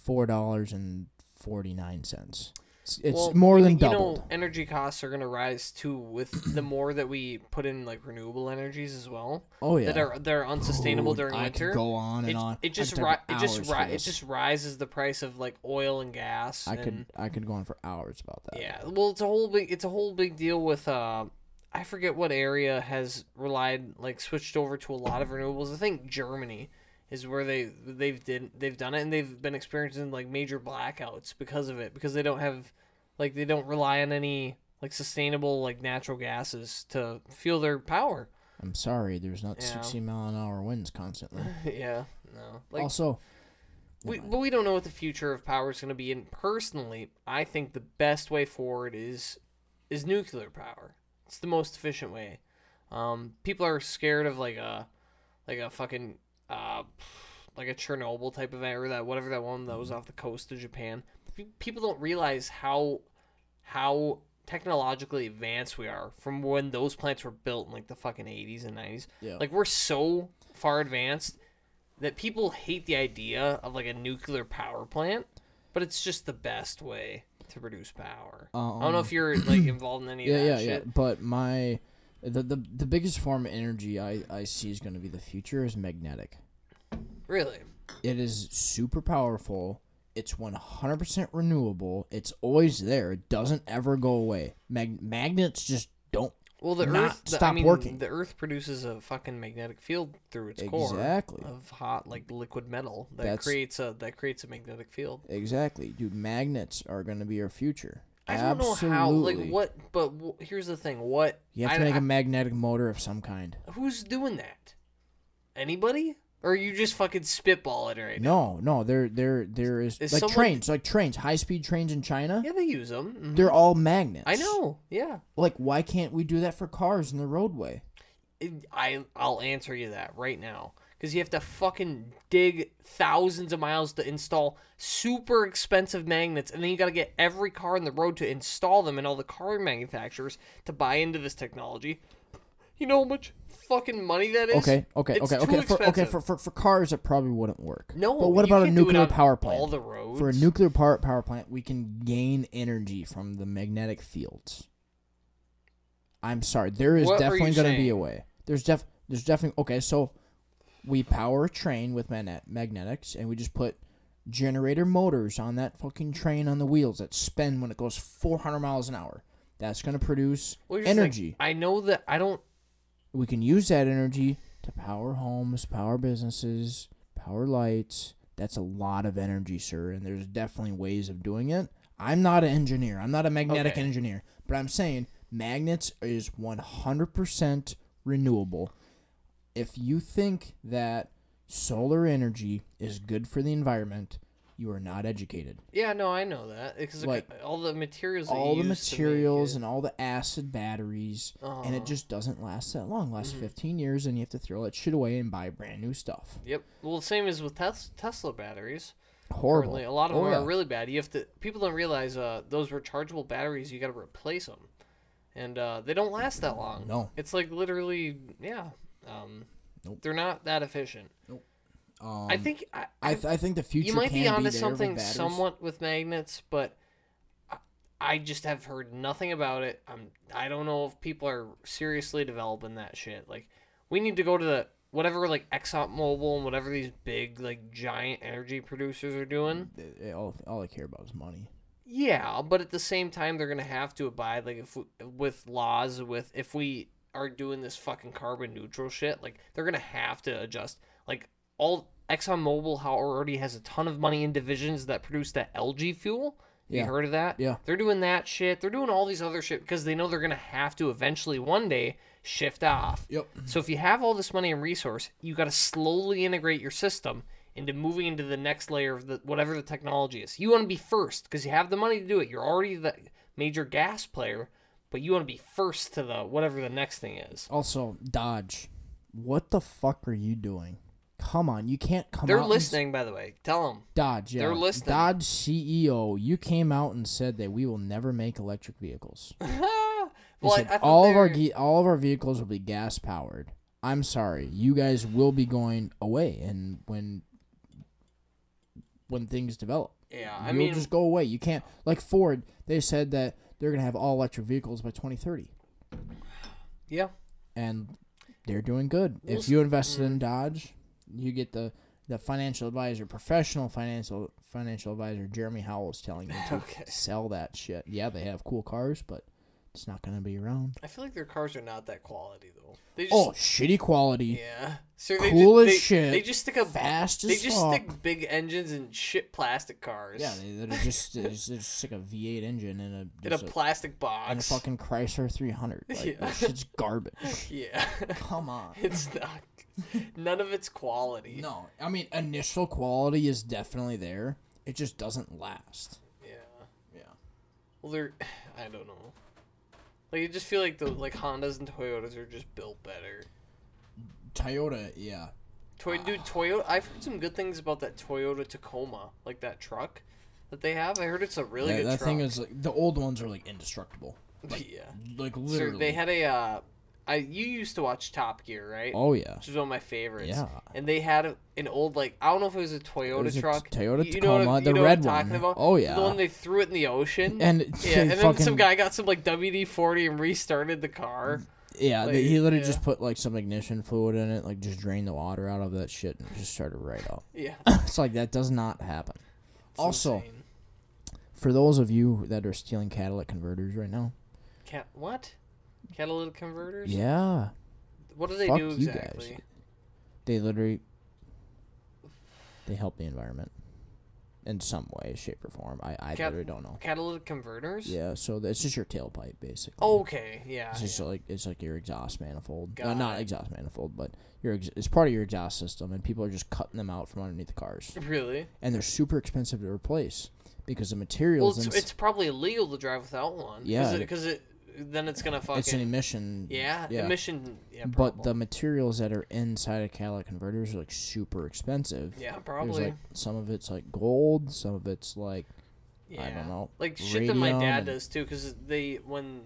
Speaker 2: four dollars and forty nine cents. It's, it's
Speaker 1: Well,
Speaker 2: more
Speaker 1: you-
Speaker 2: than
Speaker 1: you
Speaker 2: doubled.
Speaker 1: Know, energy costs are going to rise too with the more that we put in like renewable energies as well
Speaker 2: oh yeah,
Speaker 1: that are they're unsustainable
Speaker 2: Dude,
Speaker 1: during
Speaker 2: I
Speaker 1: winter.
Speaker 2: Could go on and
Speaker 1: it,
Speaker 2: on.
Speaker 1: it just
Speaker 2: I could
Speaker 1: ri-
Speaker 2: talk
Speaker 1: it just
Speaker 2: hours
Speaker 1: ri-
Speaker 2: for
Speaker 1: it
Speaker 2: this.
Speaker 1: just rises the price of like oil and gas.
Speaker 2: I
Speaker 1: and,
Speaker 2: could I could go on for hours about that.
Speaker 1: Yeah, well, it's a whole big it's a whole big deal with uh, I forget what area has relied like switched over to a lot of renewables. I think Germany is where they they've did they've done it and they've been experiencing like major blackouts because of it because they don't have like they don't rely on any like sustainable like natural gases to fuel their power.
Speaker 2: I'm sorry, there's not
Speaker 1: Yeah.
Speaker 2: 60 mile an hour winds constantly.
Speaker 1: yeah, no, like
Speaker 2: also,
Speaker 1: We, but we don't know what the future of power is going to be. And personally, I think the best way forward is is nuclear power. It's the most efficient way. Um, people are scared of like a like a fucking uh, like a Chernobyl type event or that whatever that one that was
Speaker 2: Mm-hmm.
Speaker 1: off the coast of Japan. Pe- People don't realize how how technologically advanced we are from when those plants were built in like the fucking eighties and nineties.
Speaker 2: Yeah.
Speaker 1: Like we're so far advanced that people hate the idea of like a nuclear power plant, but it's just the best way to produce power. I don't know if you're like involved in any of
Speaker 2: Um, yeah,
Speaker 1: that
Speaker 2: yeah, yeah.
Speaker 1: shit.
Speaker 2: But my the, the the biggest form of energy I I see is going to be the future is magnetic.
Speaker 1: Really.
Speaker 2: It is super powerful. It's 100% renewable. It's always there. It doesn't ever go away. Mag- magnets just don't
Speaker 1: Well, the
Speaker 2: Not
Speaker 1: Earth, the, I
Speaker 2: stop
Speaker 1: mean,
Speaker 2: working.
Speaker 1: The Earth produces a fucking magnetic field through its core
Speaker 2: exactly.
Speaker 1: of hot like liquid metal that
Speaker 2: That's-
Speaker 1: creates a that creates a magnetic field.
Speaker 2: Exactly, dude. Magnets are going to be our future.
Speaker 1: I don't
Speaker 2: Absolutely.
Speaker 1: know how, like, what, but w- here's the thing: what
Speaker 2: You have
Speaker 1: I-
Speaker 2: to make
Speaker 1: I-
Speaker 2: a magnetic motor of some kind.
Speaker 1: who's doing that? Anybody? Or you just fucking spitball it right now?
Speaker 2: No, no, there, there, there is,
Speaker 1: Is
Speaker 2: like
Speaker 1: someone-
Speaker 2: trains, like trains, high speed trains in China.
Speaker 1: Yeah, they use them.
Speaker 2: They're all magnets.
Speaker 1: I know. Yeah,
Speaker 2: Like, why can't we do that for cars in the roadway?
Speaker 1: It- I I'll answer you that right now because you have to fucking dig thousands of miles to install super expensive magnets, and then you got to get every car on the road to install them, and all the car manufacturers to buy into this technology. You know how much fucking money that is?
Speaker 2: Okay, okay,
Speaker 1: It's
Speaker 2: okay,
Speaker 1: too
Speaker 2: okay. For, okay,
Speaker 1: expensive.
Speaker 2: for, for for cars, it probably wouldn't work.
Speaker 1: No,
Speaker 2: but what
Speaker 1: you
Speaker 2: about a
Speaker 1: can't do it
Speaker 2: nuclear
Speaker 1: on
Speaker 2: power plant?
Speaker 1: All the roads
Speaker 2: for a nuclear power power plant, we can gain energy from the magnetic fields. I'm sorry, there is
Speaker 1: What are
Speaker 2: definitely
Speaker 1: you
Speaker 2: going to be a
Speaker 1: saying?
Speaker 2: way. There's def there's definitely okay. So we power a train with magnet magnetics, and we just put generator motors on that fucking train on the wheels that spin when it goes 400 miles an hour. That's going to produce
Speaker 1: Well, here's the thing.
Speaker 2: energy.
Speaker 1: I know that I don't.
Speaker 2: We can use that energy to power homes, power businesses, power lights. That's a lot of energy, sir, and there's definitely ways of doing it. I'm not an engineer. I'm not a magnetic
Speaker 1: Okay.
Speaker 2: engineer, but I'm saying magnets is 100% renewable. If you think that solar energy is good for the environment, you are not educated.
Speaker 1: Yeah, no, I know that because
Speaker 2: Like,
Speaker 1: all the materials. That
Speaker 2: All
Speaker 1: you
Speaker 2: the
Speaker 1: use to make
Speaker 2: materials
Speaker 1: it-
Speaker 2: and all the acid batteries, and
Speaker 1: Uh-huh. Mm-hmm.
Speaker 2: it just doesn't last that long. Lasts 15 years, and you have to throw that shit away and buy brand new stuff.
Speaker 1: Yep. Well, same as with tes- Tesla batteries.
Speaker 2: Horrible.
Speaker 1: Currently, a lot of
Speaker 2: Oh,
Speaker 1: them
Speaker 2: yeah.
Speaker 1: are really bad. You have to. People don't realize uh, those rechargeable batteries. You got to replace them, and uh, they don't last that long.
Speaker 2: No.
Speaker 1: It's like literally, yeah. Um,
Speaker 2: Nope.
Speaker 1: They're not that efficient.
Speaker 2: Um,
Speaker 1: I think I,
Speaker 2: I, th- I think the future
Speaker 1: you might
Speaker 2: can
Speaker 1: be onto
Speaker 2: there with
Speaker 1: something
Speaker 2: batteries.
Speaker 1: somewhat with magnets, but I- I just have heard nothing about it. I'm I don't know if people are seriously developing that shit. Like we need to go to the whatever like Exxon Mobil and whatever these big like giant energy producers are doing.
Speaker 2: Th- th- All, all I care about is money.
Speaker 1: Yeah, but at the same time they're going to have to abide like if we, with laws with if we are doing this fucking carbon neutral shit, like they're going to have to adjust like all ExxonMobil how already has a ton of money in divisions that produce that LG fuel. You
Speaker 2: Yeah.
Speaker 1: heard of that?
Speaker 2: Yeah.
Speaker 1: They're doing that shit. They're doing all these other shit because they know they're going to have to eventually one day shift off.
Speaker 2: Yep.
Speaker 1: So if you have all this money and resource, you got to slowly integrate your system into moving into the next layer of the, whatever the technology is. You want to be first because you have the money to do it. You're already the major gas player, but you want to be first to the whatever the next thing is.
Speaker 2: Also, Dodge, what the fuck are you doing? Come on, you can't come.
Speaker 1: They're
Speaker 2: out and s-
Speaker 1: listening, by the way. Tell them.
Speaker 2: Dodge, yeah.
Speaker 1: They're listening.
Speaker 2: Dodge CEO, you came out and said that we will never make electric vehicles. You
Speaker 1: well, I,
Speaker 2: said
Speaker 1: I thought
Speaker 2: all
Speaker 1: they
Speaker 2: of our
Speaker 1: were-
Speaker 2: ge- all of our vehicles will be gas powered. I'm sorry, you guys will be going away, and when when things develop,
Speaker 1: yeah. I
Speaker 2: you'll
Speaker 1: mean,
Speaker 2: just go away. You can't like Ford. They said that they're gonna have all electric vehicles by 2030,
Speaker 1: yeah.
Speaker 2: and they're doing good.
Speaker 1: We'll
Speaker 2: if you invested
Speaker 1: mm.
Speaker 2: in Dodge, you get the the financial advisor, professional financial financial advisor Jeremy Howell is telling you to
Speaker 1: Okay.
Speaker 2: sell that shit. Yeah, they have cool cars, but it's not gonna be around.
Speaker 1: I feel like their cars are not that quality though. They just,
Speaker 2: Oh, shitty quality.
Speaker 1: yeah. So they
Speaker 2: cool
Speaker 1: ju-
Speaker 2: as
Speaker 1: they-
Speaker 2: shit,
Speaker 1: They just stick a
Speaker 2: fast
Speaker 1: They
Speaker 2: as
Speaker 1: just
Speaker 2: fuck.
Speaker 1: stick big engines and shit plastic cars.
Speaker 2: Yeah, they, they're just they're just, they're just like a V8 engine and a
Speaker 1: in a
Speaker 2: just a,
Speaker 1: plastic
Speaker 2: and a
Speaker 1: box.
Speaker 2: fucking Chrysler 300. Like,
Speaker 1: Yeah.
Speaker 2: that shit's garbage.
Speaker 1: yeah.
Speaker 2: Come on.
Speaker 1: it's not. None of it's quality.
Speaker 2: No, I mean initial quality is definitely there. It just doesn't last.
Speaker 1: Yeah.
Speaker 2: Yeah.
Speaker 1: Well, they're. I don't know. Like you just feel like the like Hondas and Toyotas are just built better.
Speaker 2: Toyota, yeah.
Speaker 1: Toy, dude, Toyota. I've heard some good things about that Toyota Tacoma, like that truck that they have. I heard it's a really
Speaker 2: that
Speaker 1: good
Speaker 2: that
Speaker 1: truck.
Speaker 2: thing is like the old ones are like indestructible.
Speaker 1: yeah.
Speaker 2: Like
Speaker 1: Sir,
Speaker 2: literally.
Speaker 1: they had a. Uh, I you used to watch Top Gear, right?
Speaker 2: oh yeah.
Speaker 1: Which is one of my favorites.
Speaker 2: Yeah.
Speaker 1: And they had a, an old like I don't know if it was a Toyota
Speaker 2: was a
Speaker 1: truck.
Speaker 2: Toyota
Speaker 1: You- you know what
Speaker 2: Tacoma,
Speaker 1: I'm-
Speaker 2: the
Speaker 1: you know
Speaker 2: red
Speaker 1: what I'm talking
Speaker 2: one.
Speaker 1: About?
Speaker 2: Oh, yeah.
Speaker 1: The one they threw it in the ocean.
Speaker 2: And
Speaker 1: yeah, and then
Speaker 2: fucking,
Speaker 1: some guy got some like WD forty and restarted the car.
Speaker 2: Yeah, they, he
Speaker 1: like,
Speaker 2: literally
Speaker 1: yeah.
Speaker 2: just put like some ignition fluid in it, like just drained the water out of that shit and it just started right up.
Speaker 1: Yeah.
Speaker 2: it's like that does not happen.
Speaker 1: It's
Speaker 2: also,
Speaker 1: insane.
Speaker 2: for those of you that are stealing catalytic converters right now,
Speaker 1: Cat what? Catalytic converters?
Speaker 2: yeah,
Speaker 1: What do they
Speaker 2: fuck
Speaker 1: do
Speaker 2: you guys.
Speaker 1: exactly?
Speaker 2: they literally they help the environment in some way, shape, or form. I, I
Speaker 1: Cat-
Speaker 2: literally don't know.
Speaker 1: Catalytic converters?
Speaker 2: Yeah, so it's just your tailpipe basically.
Speaker 1: Okay, yeah.
Speaker 2: It's just
Speaker 1: Oh, yeah.
Speaker 2: like it's like your exhaust manifold. Uh,
Speaker 1: Got
Speaker 2: not
Speaker 1: it.
Speaker 2: exhaust manifold, but your ex- it's part of your exhaust system, and people are just cutting them out from underneath the cars,
Speaker 1: Really?
Speaker 2: and they're super expensive to replace because the
Speaker 1: Well,
Speaker 2: materials.
Speaker 1: it's,
Speaker 2: ins-
Speaker 1: it's probably illegal to drive without one.
Speaker 2: Yeah, it-
Speaker 1: Because it, then it's gonna fucking
Speaker 2: it's an emission.
Speaker 1: yeah, emission. Yeah,
Speaker 2: But
Speaker 1: problem.
Speaker 2: the materials that are inside of catalytic converters are like super expensive.
Speaker 1: yeah,
Speaker 2: There's
Speaker 1: probably.
Speaker 2: like some of it's like gold, some of it's like
Speaker 1: yeah.
Speaker 2: I don't know.
Speaker 1: Like shit that my
Speaker 2: radium
Speaker 1: dad
Speaker 2: and-
Speaker 1: does too, because they when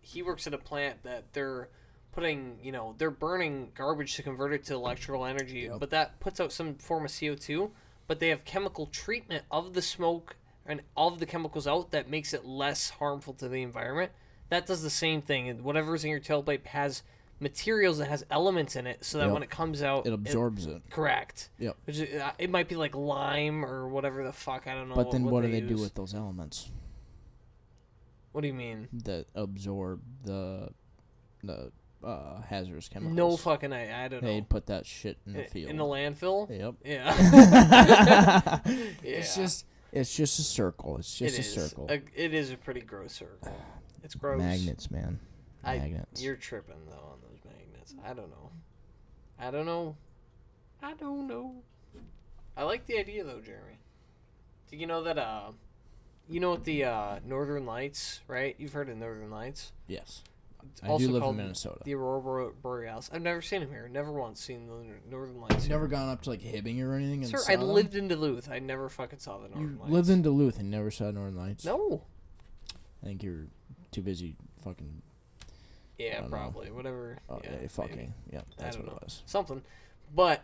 Speaker 1: he works at a plant that they're putting, you know, they're burning garbage to convert it to electrical energy,
Speaker 2: Yep.
Speaker 1: but that puts out some form of CO two. But they have chemical treatment of the smoke and of the chemicals out that makes it less harmful to the environment. That does the same thing. and Whatever's in your tailpipe has materials that has elements in it, so that
Speaker 2: Yep.
Speaker 1: when it comes out,
Speaker 2: It absorbs it.
Speaker 1: Correct.
Speaker 2: Yep.
Speaker 1: Which is, uh, it might be like lime or whatever the fuck I don't know.
Speaker 2: But then what, do they do
Speaker 1: use.
Speaker 2: with those elements
Speaker 1: What do you mean?
Speaker 2: that absorb the the uh, hazardous chemicals?
Speaker 1: No fucking I. I don't
Speaker 2: They
Speaker 1: know.
Speaker 2: put that shit in the
Speaker 1: I-
Speaker 2: field.
Speaker 1: In the landfill.
Speaker 2: yep.
Speaker 1: Yeah.
Speaker 2: It's
Speaker 1: Yeah.
Speaker 2: just it's just a circle. It's
Speaker 1: It
Speaker 2: just a
Speaker 1: is.
Speaker 2: circle.
Speaker 1: A, it is a pretty gross circle. It's gross.
Speaker 2: Magnets, man.
Speaker 1: I-
Speaker 2: Magnets.
Speaker 1: You're tripping though on those magnets. I don't know. I don't know. I don't know. I like the idea though, Jeremy. Do you know that uh, you know what the uh, Northern Lights, right? You've heard of Northern Lights.
Speaker 2: yes.
Speaker 1: It's
Speaker 2: I do live in
Speaker 1: called
Speaker 2: Minnesota.
Speaker 1: The Aurora Bore- Borealis. I've never seen them here. Never once seen the Northern Lights.
Speaker 2: Never gone up to like Hibbing or anything. And
Speaker 1: Sir,
Speaker 2: saw
Speaker 1: I
Speaker 2: them?
Speaker 1: lived in Duluth. I never fucking saw the Northern
Speaker 2: You
Speaker 1: Lights.
Speaker 2: lived in Duluth and never saw Northern Lights.
Speaker 1: No.
Speaker 2: I think you're too busy fucking.
Speaker 1: Yeah,
Speaker 2: don't know.
Speaker 1: probably. Whatever.
Speaker 2: Oh, yeah,
Speaker 1: maybe.
Speaker 2: fucking. Yeah, that's
Speaker 1: don't
Speaker 2: what
Speaker 1: know.
Speaker 2: it was.
Speaker 1: something. But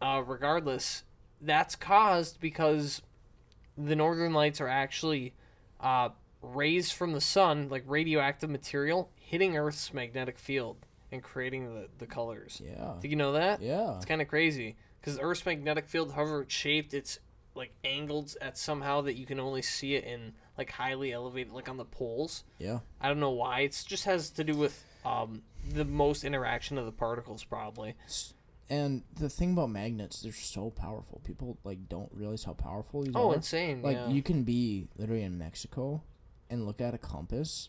Speaker 1: uh, regardless, that's caused because the northern lights are actually uh, rays from the sun, like radioactive material, hitting Earth's magnetic field and creating the, the colors.
Speaker 2: Yeah.
Speaker 1: Did you know that?
Speaker 2: Yeah.
Speaker 1: It's kind of crazy because Earth's magnetic field, however it's shaped, it's like angled at somehow that you can only see it in like highly elevated, like on the poles.
Speaker 2: Yeah.
Speaker 1: I don't know why. It's just has to do with um, the most interaction of the particles, probably.
Speaker 2: S- And the thing about magnets, they're so powerful. People like don't realize how powerful these
Speaker 1: Oh,
Speaker 2: are.
Speaker 1: insane!
Speaker 2: like
Speaker 1: yeah.
Speaker 2: you can be literally in Mexico and look at a compass,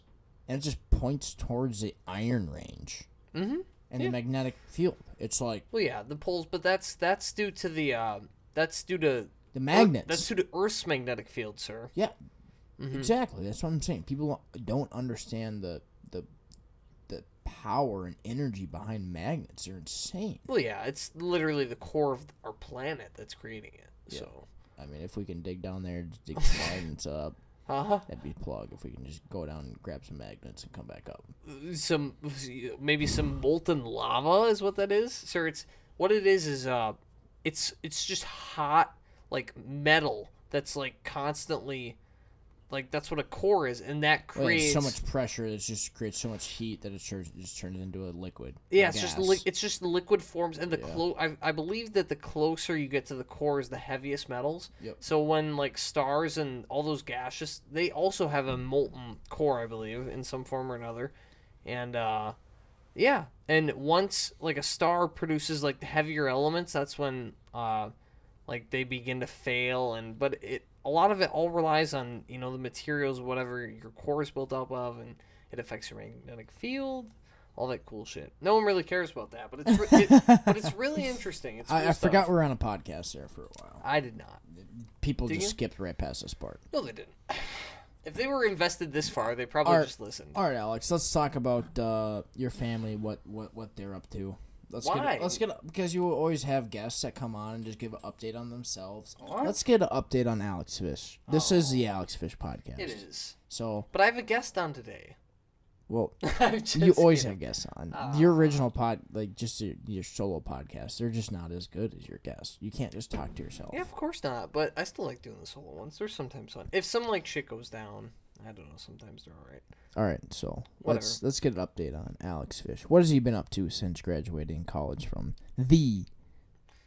Speaker 2: and it just points towards the Iron Range
Speaker 1: Mm-hmm.
Speaker 2: and
Speaker 1: Yeah.
Speaker 2: the magnetic field. It's like
Speaker 1: Well, yeah, the poles, but that's that's due to the um, that's due to
Speaker 2: the
Speaker 1: Earth-
Speaker 2: magnets.
Speaker 1: that's due to Earth's magnetic field, sir.
Speaker 2: yeah.
Speaker 1: Mm-hmm.
Speaker 2: Exactly. That's what I'm saying. People don't understand the the the power and energy behind magnets. They're insane.
Speaker 1: Well, yeah, it's literally the core of our planet that's creating it.
Speaker 2: Yeah.
Speaker 1: So,
Speaker 2: I mean, if we can dig down there, and just dig some magnets up,
Speaker 1: uh-huh.
Speaker 2: that'd be a plug. If we can just go down and grab some magnets and come back up.
Speaker 1: some maybe some molten lava is what that is. So it's what it is is uh, it's it's just hot like metal that's like constantly, like that's what a core is, and that
Speaker 2: Well, it's
Speaker 1: creates
Speaker 2: so much pressure. It just creates so much heat that it turns just turns into a liquid.
Speaker 1: Yeah, it's just li-
Speaker 2: liquid.
Speaker 1: it's just liquid forms, and the clo- I, I believe that the closer you get to the core is the heaviest metals.
Speaker 2: Yep.
Speaker 1: So when like stars and all those gaseous, they also have a molten core, I believe, in some form or another, and uh, yeah, and once like a star produces like the heavier elements, that's when uh, like they begin to fail, and but it a lot of it all relies on you know the materials, whatever your core is built up of, and it affects your magnetic field all that cool shit. No one really cares about that, but it's re- it, but it's really interesting. It's
Speaker 2: I,
Speaker 1: cool
Speaker 2: I
Speaker 1: stuff.
Speaker 2: forgot we're on a podcast there for a while.
Speaker 1: I did not.
Speaker 2: People just
Speaker 1: you?
Speaker 2: skipped right past this part.
Speaker 1: No, they didn't. If they were invested this far, they probably
Speaker 2: Art-
Speaker 1: just listened.
Speaker 2: All right, Alex. Let's talk about uh, your family. What what what they're up to. Let's
Speaker 1: Why?
Speaker 2: get let's get because you always have guests that come on and just give an update on themselves. Let's get an update on Alex Fish. This is the Alex Fish podcast.
Speaker 1: Oh. It is.
Speaker 2: So
Speaker 1: But I have a guest on today.
Speaker 2: well,
Speaker 1: I'm just
Speaker 2: you always
Speaker 1: kidding.
Speaker 2: have guests on
Speaker 1: Ah.
Speaker 2: your original pod, like just your, your solo podcast. They're just not as good as your guests. You can't just talk to yourself.
Speaker 1: Yeah, of course not. But I still like doing the solo ones. They're sometimes fun. If some like shit goes down, I don't know. Sometimes they're all right.
Speaker 2: All right, so let's let's get an update on Alex Fish. What has he been up to since graduating college from the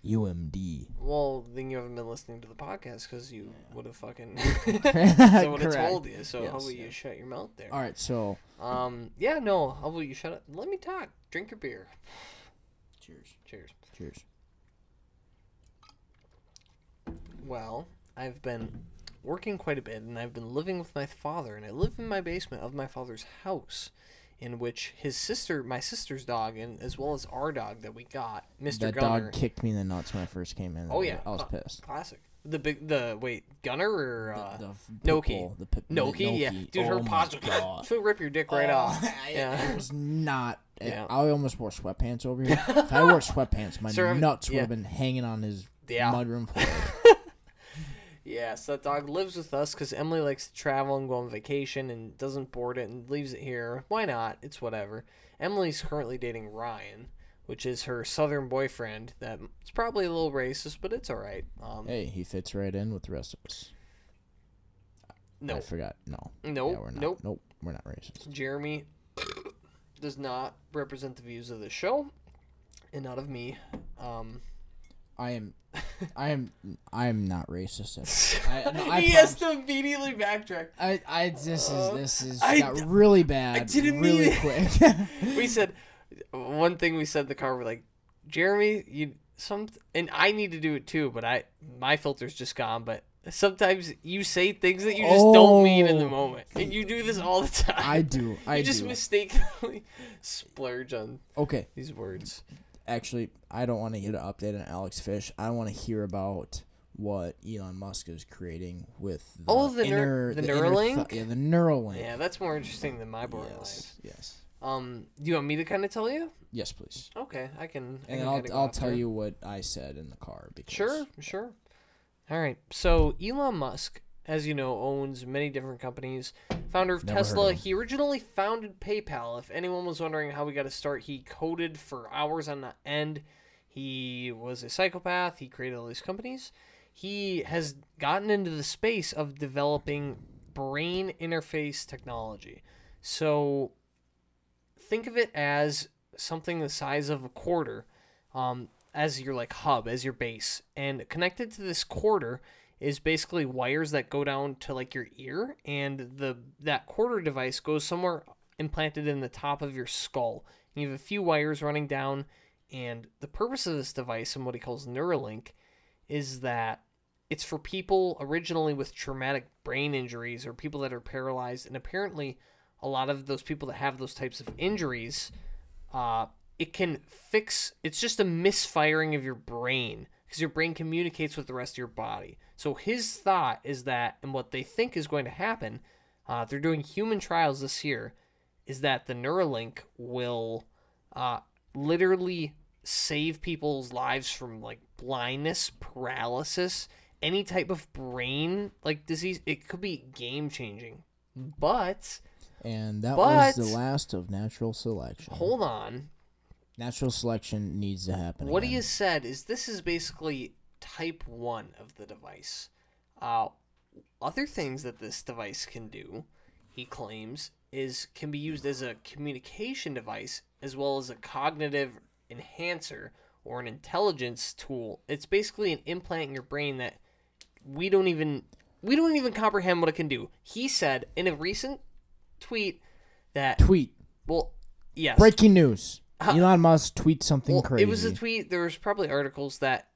Speaker 2: UMD?
Speaker 1: Well, then you haven't been listening to the podcast because you would have fucking. I would have
Speaker 2: Correct.
Speaker 1: told you. So how
Speaker 2: Yes,
Speaker 1: about you
Speaker 2: yes.
Speaker 1: shut your mouth there?
Speaker 2: All right, so
Speaker 1: Um. Yeah. No. How about you shut up? Let me talk. Drink your beer.
Speaker 2: cheers,
Speaker 1: Cheers.
Speaker 2: cheers.
Speaker 1: Well, I've been working quite a bit and I've been living with my father and I live in my basement of my father's house in which his sister, my sister's dog and as well as our dog that we got, Mr.
Speaker 2: That
Speaker 1: Gunner.
Speaker 2: dog kicked me in the nuts when I first came in.
Speaker 1: Oh, yeah.
Speaker 2: I was
Speaker 1: Cla-
Speaker 2: pissed.
Speaker 1: Classic. The big the wait, Gunner or uh
Speaker 2: The f- pit
Speaker 1: Noki.
Speaker 2: bull, the pit,
Speaker 1: Noki, yeah, dude, her
Speaker 2: Oh my
Speaker 1: paws
Speaker 2: God.
Speaker 1: she'll rip your dick
Speaker 2: Oh,
Speaker 1: right off.
Speaker 2: I,
Speaker 1: Yeah.
Speaker 2: It was not.
Speaker 1: Yeah.
Speaker 2: I almost wore sweatpants over here. if I wore sweatpants, my
Speaker 1: Sir,
Speaker 2: nuts would
Speaker 1: yeah.
Speaker 2: have been hanging on his
Speaker 1: Yeah.
Speaker 2: mudroom floor.
Speaker 1: Yeah, so that dog lives with us because Emily likes to travel and go on vacation and doesn't board it and leaves it here. Why not? It's whatever. Emily's currently dating Ryan, which is her southern boyfriend. That's probably a little racist, but it's all right. Um,
Speaker 2: hey, he fits right in with the rest of us.
Speaker 1: no,
Speaker 2: I forgot. No.
Speaker 1: Nope,
Speaker 2: we're not.
Speaker 1: nope.
Speaker 2: Nope. We're not racist.
Speaker 1: Jeremy does not represent the views of the show and not of me. Um,
Speaker 2: I am. I am. I am not racist. at all. I, no, I,
Speaker 1: he has to immediately backtrack.
Speaker 2: I, I. This is. This is.
Speaker 1: Uh, I-
Speaker 2: got really bad.
Speaker 1: didn't
Speaker 2: really
Speaker 1: mean
Speaker 2: quick.
Speaker 1: we said one thing we said in the car we're like jeremy you some and i need to do it too but i my filter's just gone but sometimes you say things that you just don't mean in the
Speaker 2: Oh.
Speaker 1: moment and you do this all the time
Speaker 2: I do. I
Speaker 1: you just
Speaker 2: do.
Speaker 1: mistakenly splurge on
Speaker 2: okay.
Speaker 1: these words
Speaker 2: Actually, I don't want to get an update on Alex Fish. I want to hear about what Elon Musk is creating with the
Speaker 1: Oh, the neur-
Speaker 2: inner
Speaker 1: the
Speaker 2: inner
Speaker 1: Neuralink?
Speaker 2: thi- yeah, the Neuralink.
Speaker 1: yeah that's more interesting than my borderline
Speaker 2: yes. Yes.
Speaker 1: um do you want me to kind of tell you
Speaker 2: Yes, please.
Speaker 1: okay i can I
Speaker 2: And
Speaker 1: can
Speaker 2: I'll
Speaker 1: kinda go
Speaker 2: I'll
Speaker 1: off
Speaker 2: tell
Speaker 1: there.
Speaker 2: you what I said in the car because
Speaker 1: Sure, sure. All right. So Elon Musk, as you know, owns many different companies. Founder of
Speaker 2: Never heard
Speaker 1: Tesla,
Speaker 2: of him.
Speaker 1: he originally founded PayPal. If anyone was wondering how we got to start, he coded for hours on end. He was a psychopath. He created all these companies. He has gotten into the space of developing brain interface technology. So think of it as something the size of a quarter um, as your like hub as your base and connected to this quarter is basically wires that go down to like your ear and the that quarter device goes somewhere implanted in the top of your skull you have a few wires running down and the purpose of this device and what he calls neuralink is that it's for people originally with traumatic brain injuries or people that are paralyzed and apparently a lot of those people that have those types of injuries uh, it can fix it's just a misfiring of your brain because your brain communicates with the rest of your body. So his thought is that, and what they think is going to happen, uh, they're doing human trials this year, is that the Neuralink will uh, literally save people's lives from like blindness, paralysis, any type of brain like disease. It could be game changing. But
Speaker 2: And that was
Speaker 1: But-
Speaker 2: the last of natural selection.
Speaker 1: hold on,
Speaker 2: natural selection needs to happen.
Speaker 1: What
Speaker 2: again.
Speaker 1: he has said is this is basically type one of the device. Uh, other things that this device can do, he claims, is can be used as a communication device as well as a cognitive enhancer or an intelligence tool. It's basically an implant in your brain that we don't even we don't even comprehend what it can do. He said in a recent tweet that
Speaker 2: tweet?
Speaker 1: well yes
Speaker 2: Breaking news: Elon Musk tweets something
Speaker 1: well,
Speaker 2: crazy.
Speaker 1: It was a tweet. There was probably articles that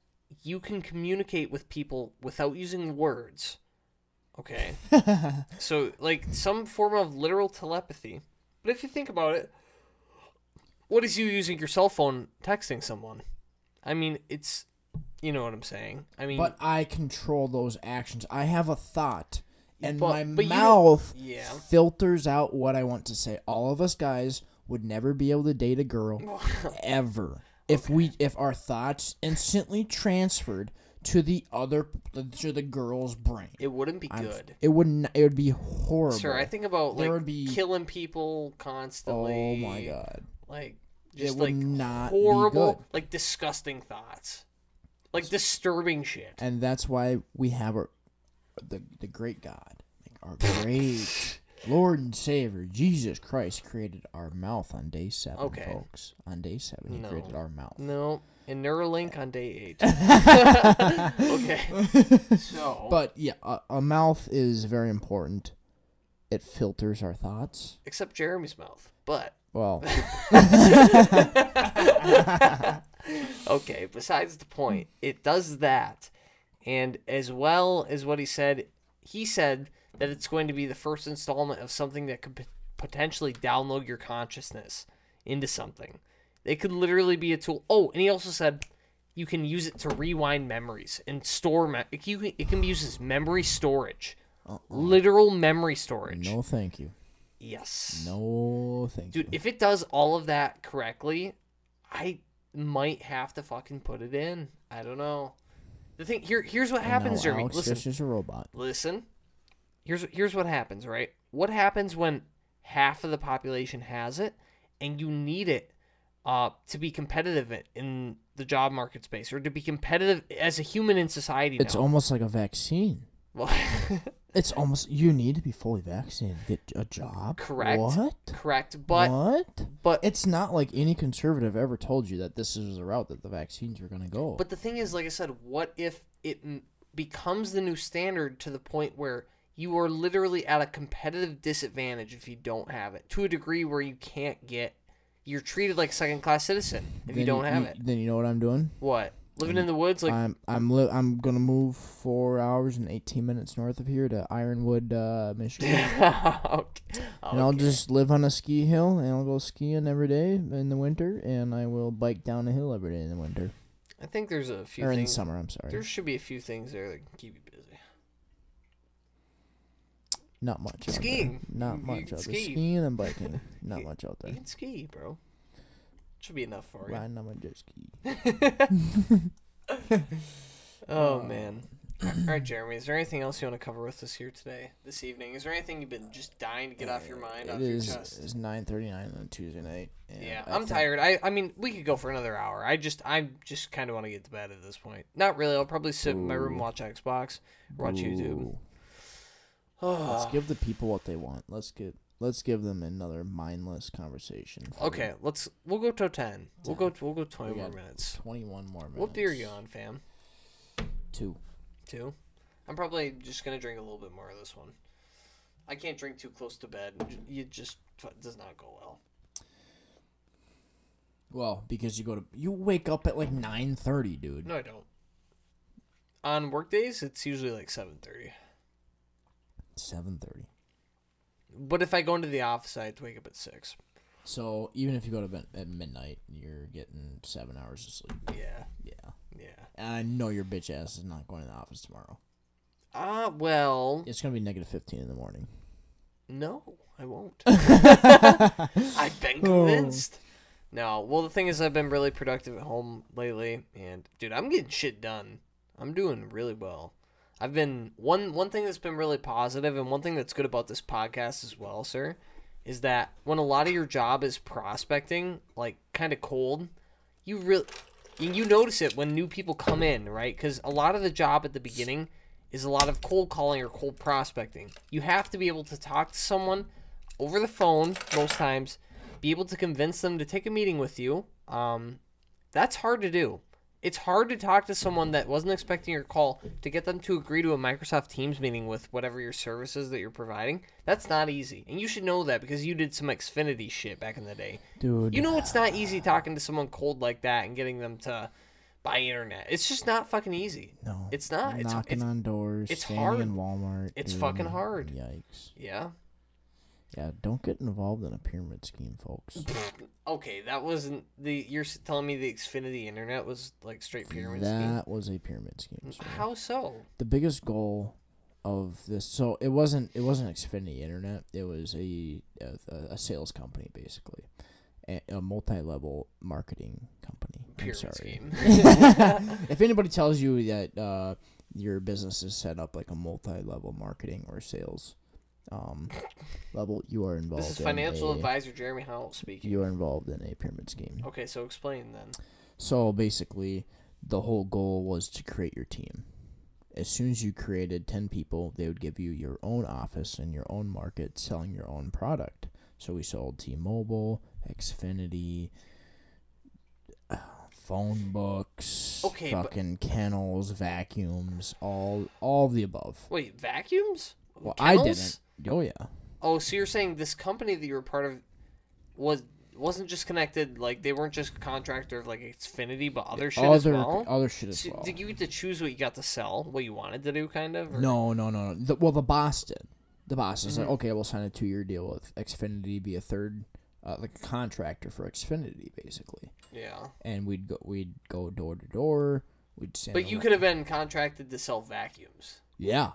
Speaker 1: you can communicate with people without using words. Okay. so like some form of literal telepathy. But if you think about it, what is you using your cell phone texting someone? I mean, it's you know what I'm saying. I mean,
Speaker 2: but I control those actions. I have a thought, and
Speaker 1: But-
Speaker 2: my
Speaker 1: but you don't-
Speaker 2: mouth
Speaker 1: yeah.
Speaker 2: filters out what I want to say. All of us guys would never be able to date a girl ever if we if our thoughts instantly transferred to the other to the girl's brain.
Speaker 1: it wouldn't be
Speaker 2: I'm-
Speaker 1: good.
Speaker 2: It wouldn't. It would be horrible.
Speaker 1: Sir, I think about
Speaker 2: There
Speaker 1: like
Speaker 2: would be-
Speaker 1: killing people
Speaker 2: Oh
Speaker 1: constantly.
Speaker 2: my god.
Speaker 1: like just
Speaker 2: would
Speaker 1: like
Speaker 2: not be
Speaker 1: horrible,
Speaker 2: good.
Speaker 1: like disgusting thoughts, like disturbing shit.
Speaker 2: and that's why we have our the the great God, like our great Lord and Savior Jesus Christ created our mouth on day seven,
Speaker 1: Okay.
Speaker 2: folks. On day seven, He created our mouth.
Speaker 1: No, and Neuralink on day eight. okay, so
Speaker 2: But yeah, a, a mouth is very important. It filters our thoughts.
Speaker 1: except Jeremy's mouth, but
Speaker 2: Well,
Speaker 1: okay. Besides the point, it does that, and as well as what he said, he said that it's going to be the first installment of something that could pot- potentially download your consciousness into something. It could literally be a tool. Oh, and he also said you can use it to rewind memories and store. Me- it, can, it can be used as memory storage, literal memory storage.
Speaker 2: Uh-uh. no, thank you.
Speaker 1: Yes.
Speaker 2: No, thank
Speaker 1: Dude,
Speaker 2: you.
Speaker 1: if it does all of that correctly, I might have to fucking put it in. I don't know. The thing here here's what happens,
Speaker 2: no,
Speaker 1: Jeremy.
Speaker 2: Alex
Speaker 1: listen.
Speaker 2: Fish is a robot.
Speaker 1: Listen. Here's here's what happens, right? What happens when half of the population has it and you need it uh, to be competitive in- in the job market space or to be competitive as a human in society
Speaker 2: It's
Speaker 1: now.
Speaker 2: almost like a vaccine.
Speaker 1: Well,
Speaker 2: It's almost you need to be fully vaccinated to get a job.
Speaker 1: correct.
Speaker 2: What?
Speaker 1: Correct. But
Speaker 2: what?
Speaker 1: but
Speaker 2: It's not like any conservative ever told you that this is the route that the vaccines were going to go.
Speaker 1: But the thing is, like I said, what if it m- becomes the new standard to the point where you are literally at a competitive disadvantage if you don't have it to a degree where you can't get, you're treated like second class citizen if
Speaker 2: Then
Speaker 1: you don't have
Speaker 2: you-
Speaker 1: it.
Speaker 2: then you know what I'm doing.
Speaker 1: What? Living in the woods, like
Speaker 2: I'm I'm li- I'm gonna move four hours and 18 minutes north of here to Ironwood, uh, Michigan,
Speaker 1: Okay.
Speaker 2: and I'll just live on a ski hill and I'll go skiing every day in the winter, and I will bike down a hill every day in the winter
Speaker 1: I think there's a few
Speaker 2: or in the
Speaker 1: things.
Speaker 2: summer. I'm sorry,
Speaker 1: There should be a few things there that can keep you busy.
Speaker 2: not much.
Speaker 1: Skiing.
Speaker 2: out there. not
Speaker 1: You
Speaker 2: much
Speaker 1: can
Speaker 2: out there.
Speaker 1: ski.
Speaker 2: Skiing and biking, not much out
Speaker 1: You
Speaker 2: there.
Speaker 1: can ski, bro. Should be enough for you.
Speaker 2: Riding on my jet ski.
Speaker 1: Oh man. All right, Jeremy. Is there anything else you want to cover with us here today, this evening? Is there anything you've been just dying to get off your mind, off
Speaker 2: It is
Speaker 1: your chest?
Speaker 2: it's 9:39 on a Tuesday night. and
Speaker 1: Yeah,
Speaker 2: I
Speaker 1: I'm
Speaker 2: think-
Speaker 1: tired. I, I mean, we could go for another hour. I just, I just kind of want to get to bed at this point. Not really. I'll probably sit in my room, watch Xbox, watch YouTube.
Speaker 2: Ooh.
Speaker 1: Uh,
Speaker 2: Let's give the people what they want. Let's get let's give them another mindless conversation. for
Speaker 1: Okay, let's. We'll go to ten. We'll go. We'll go twenty
Speaker 2: We
Speaker 1: more
Speaker 2: got
Speaker 1: minutes.
Speaker 2: 21 more minutes.
Speaker 1: What beer you on, fam?
Speaker 2: Two.
Speaker 1: Two. I'm probably just gonna drink a little bit more of this one. I can't drink too close to bed. It just it does not go well.
Speaker 2: Well, because you go to you wake up at like 9:30, dude.
Speaker 1: No, I don't. On work days, it's usually like seven thirty.
Speaker 2: 7:30.
Speaker 1: But if I go into the office, I have to wake up at six.
Speaker 2: So even if you go to bed at midnight, you're getting seven hours of sleep.
Speaker 1: Yeah,
Speaker 2: Yeah.
Speaker 1: yeah.
Speaker 2: And I know your bitch ass is not going to the office tomorrow.
Speaker 1: Ah, well,
Speaker 2: It's gonna be negative fifteen in the morning.
Speaker 1: no, I won't.
Speaker 2: I
Speaker 1: I've been convinced. No, well, the thing is, I've been really productive at home lately, and dude, I'm getting shit done. I'm doing really well. I've been one one thing that's been really positive, and one thing that's good about this podcast as well, sir, is that when a lot of your job is prospecting, like kind of cold, you really and you notice it when new people come in, right? Because a lot of the job at the beginning is a lot of cold calling or cold prospecting. You have to be able to talk to someone over the phone most times, be able to convince them to take a meeting with you. Um, that's hard to do. It's hard to talk to someone that wasn't expecting your call to get them to agree to a Microsoft Teams meeting with whatever your services that you're providing. That's not easy. And you should know that because you did some Xfinity shit back in the day.
Speaker 2: Dude,
Speaker 1: You know it's not easy talking to someone cold like that and getting them to buy internet. It's just not fucking easy.
Speaker 2: no,
Speaker 1: It's not. It's,
Speaker 2: knocking
Speaker 1: it's
Speaker 2: on doors.
Speaker 1: it's
Speaker 2: standing
Speaker 1: hard.
Speaker 2: in Walmart.
Speaker 1: It's
Speaker 2: dude.
Speaker 1: fucking hard.
Speaker 2: Yikes!
Speaker 1: yeah.
Speaker 2: Yeah, don't get involved in a pyramid scheme, folks.
Speaker 1: Okay, that wasn't the. You're s- telling me the Xfinity internet was like straight pyramid scheme.
Speaker 2: that was a pyramid scheme. sir.
Speaker 1: How so?
Speaker 2: the biggest goal of this so it wasn't it wasn't Xfinity Internet it was a a, a sales company basically a, a multi-level marketing company I'm
Speaker 1: Pyramid
Speaker 2: sorry
Speaker 1: scheme.
Speaker 2: if anybody tells you that uh, your business is set up like a multi-level marketing or sales um, level you are involved
Speaker 1: this is
Speaker 2: in
Speaker 1: financial
Speaker 2: a-
Speaker 1: advisor Jeremy Howell speaking.
Speaker 2: you are involved in a pyramid scheme
Speaker 1: Okay, so explain then.
Speaker 2: so basically, the whole goal was to create your team. As soon as you created 10 people, they would give you your own office and your own market selling your own product. So we sold T Mobile, Xfinity, uh, phone books,
Speaker 1: Okay, but-
Speaker 2: fucking kennels, vacuums, all all of the above.
Speaker 1: Wait, vacuums?
Speaker 2: Well, I
Speaker 1: Kennels?
Speaker 2: didn't. Oh, yeah.
Speaker 1: Oh, so you're saying this company that you were part of was wasn't just connected? Like they weren't just a contractor of like Xfinity, but other shit as
Speaker 2: Other,
Speaker 1: well.
Speaker 2: other shit as
Speaker 1: So
Speaker 2: well.
Speaker 1: Did you get to choose what you got to sell, what you wanted to do, kind of? or- Mm-hmm.
Speaker 2: No, no, no. no. The, well, the boss did. The boss is like, okay, we'll sign a two-year deal with Xfinity, be a third, uh, like a contractor for Xfinity, basically.
Speaker 1: Yeah.
Speaker 2: And we'd go, we'd go door to door. We'd send.
Speaker 1: But you could have been contracted to sell vacuums.
Speaker 2: Yeah.
Speaker 1: So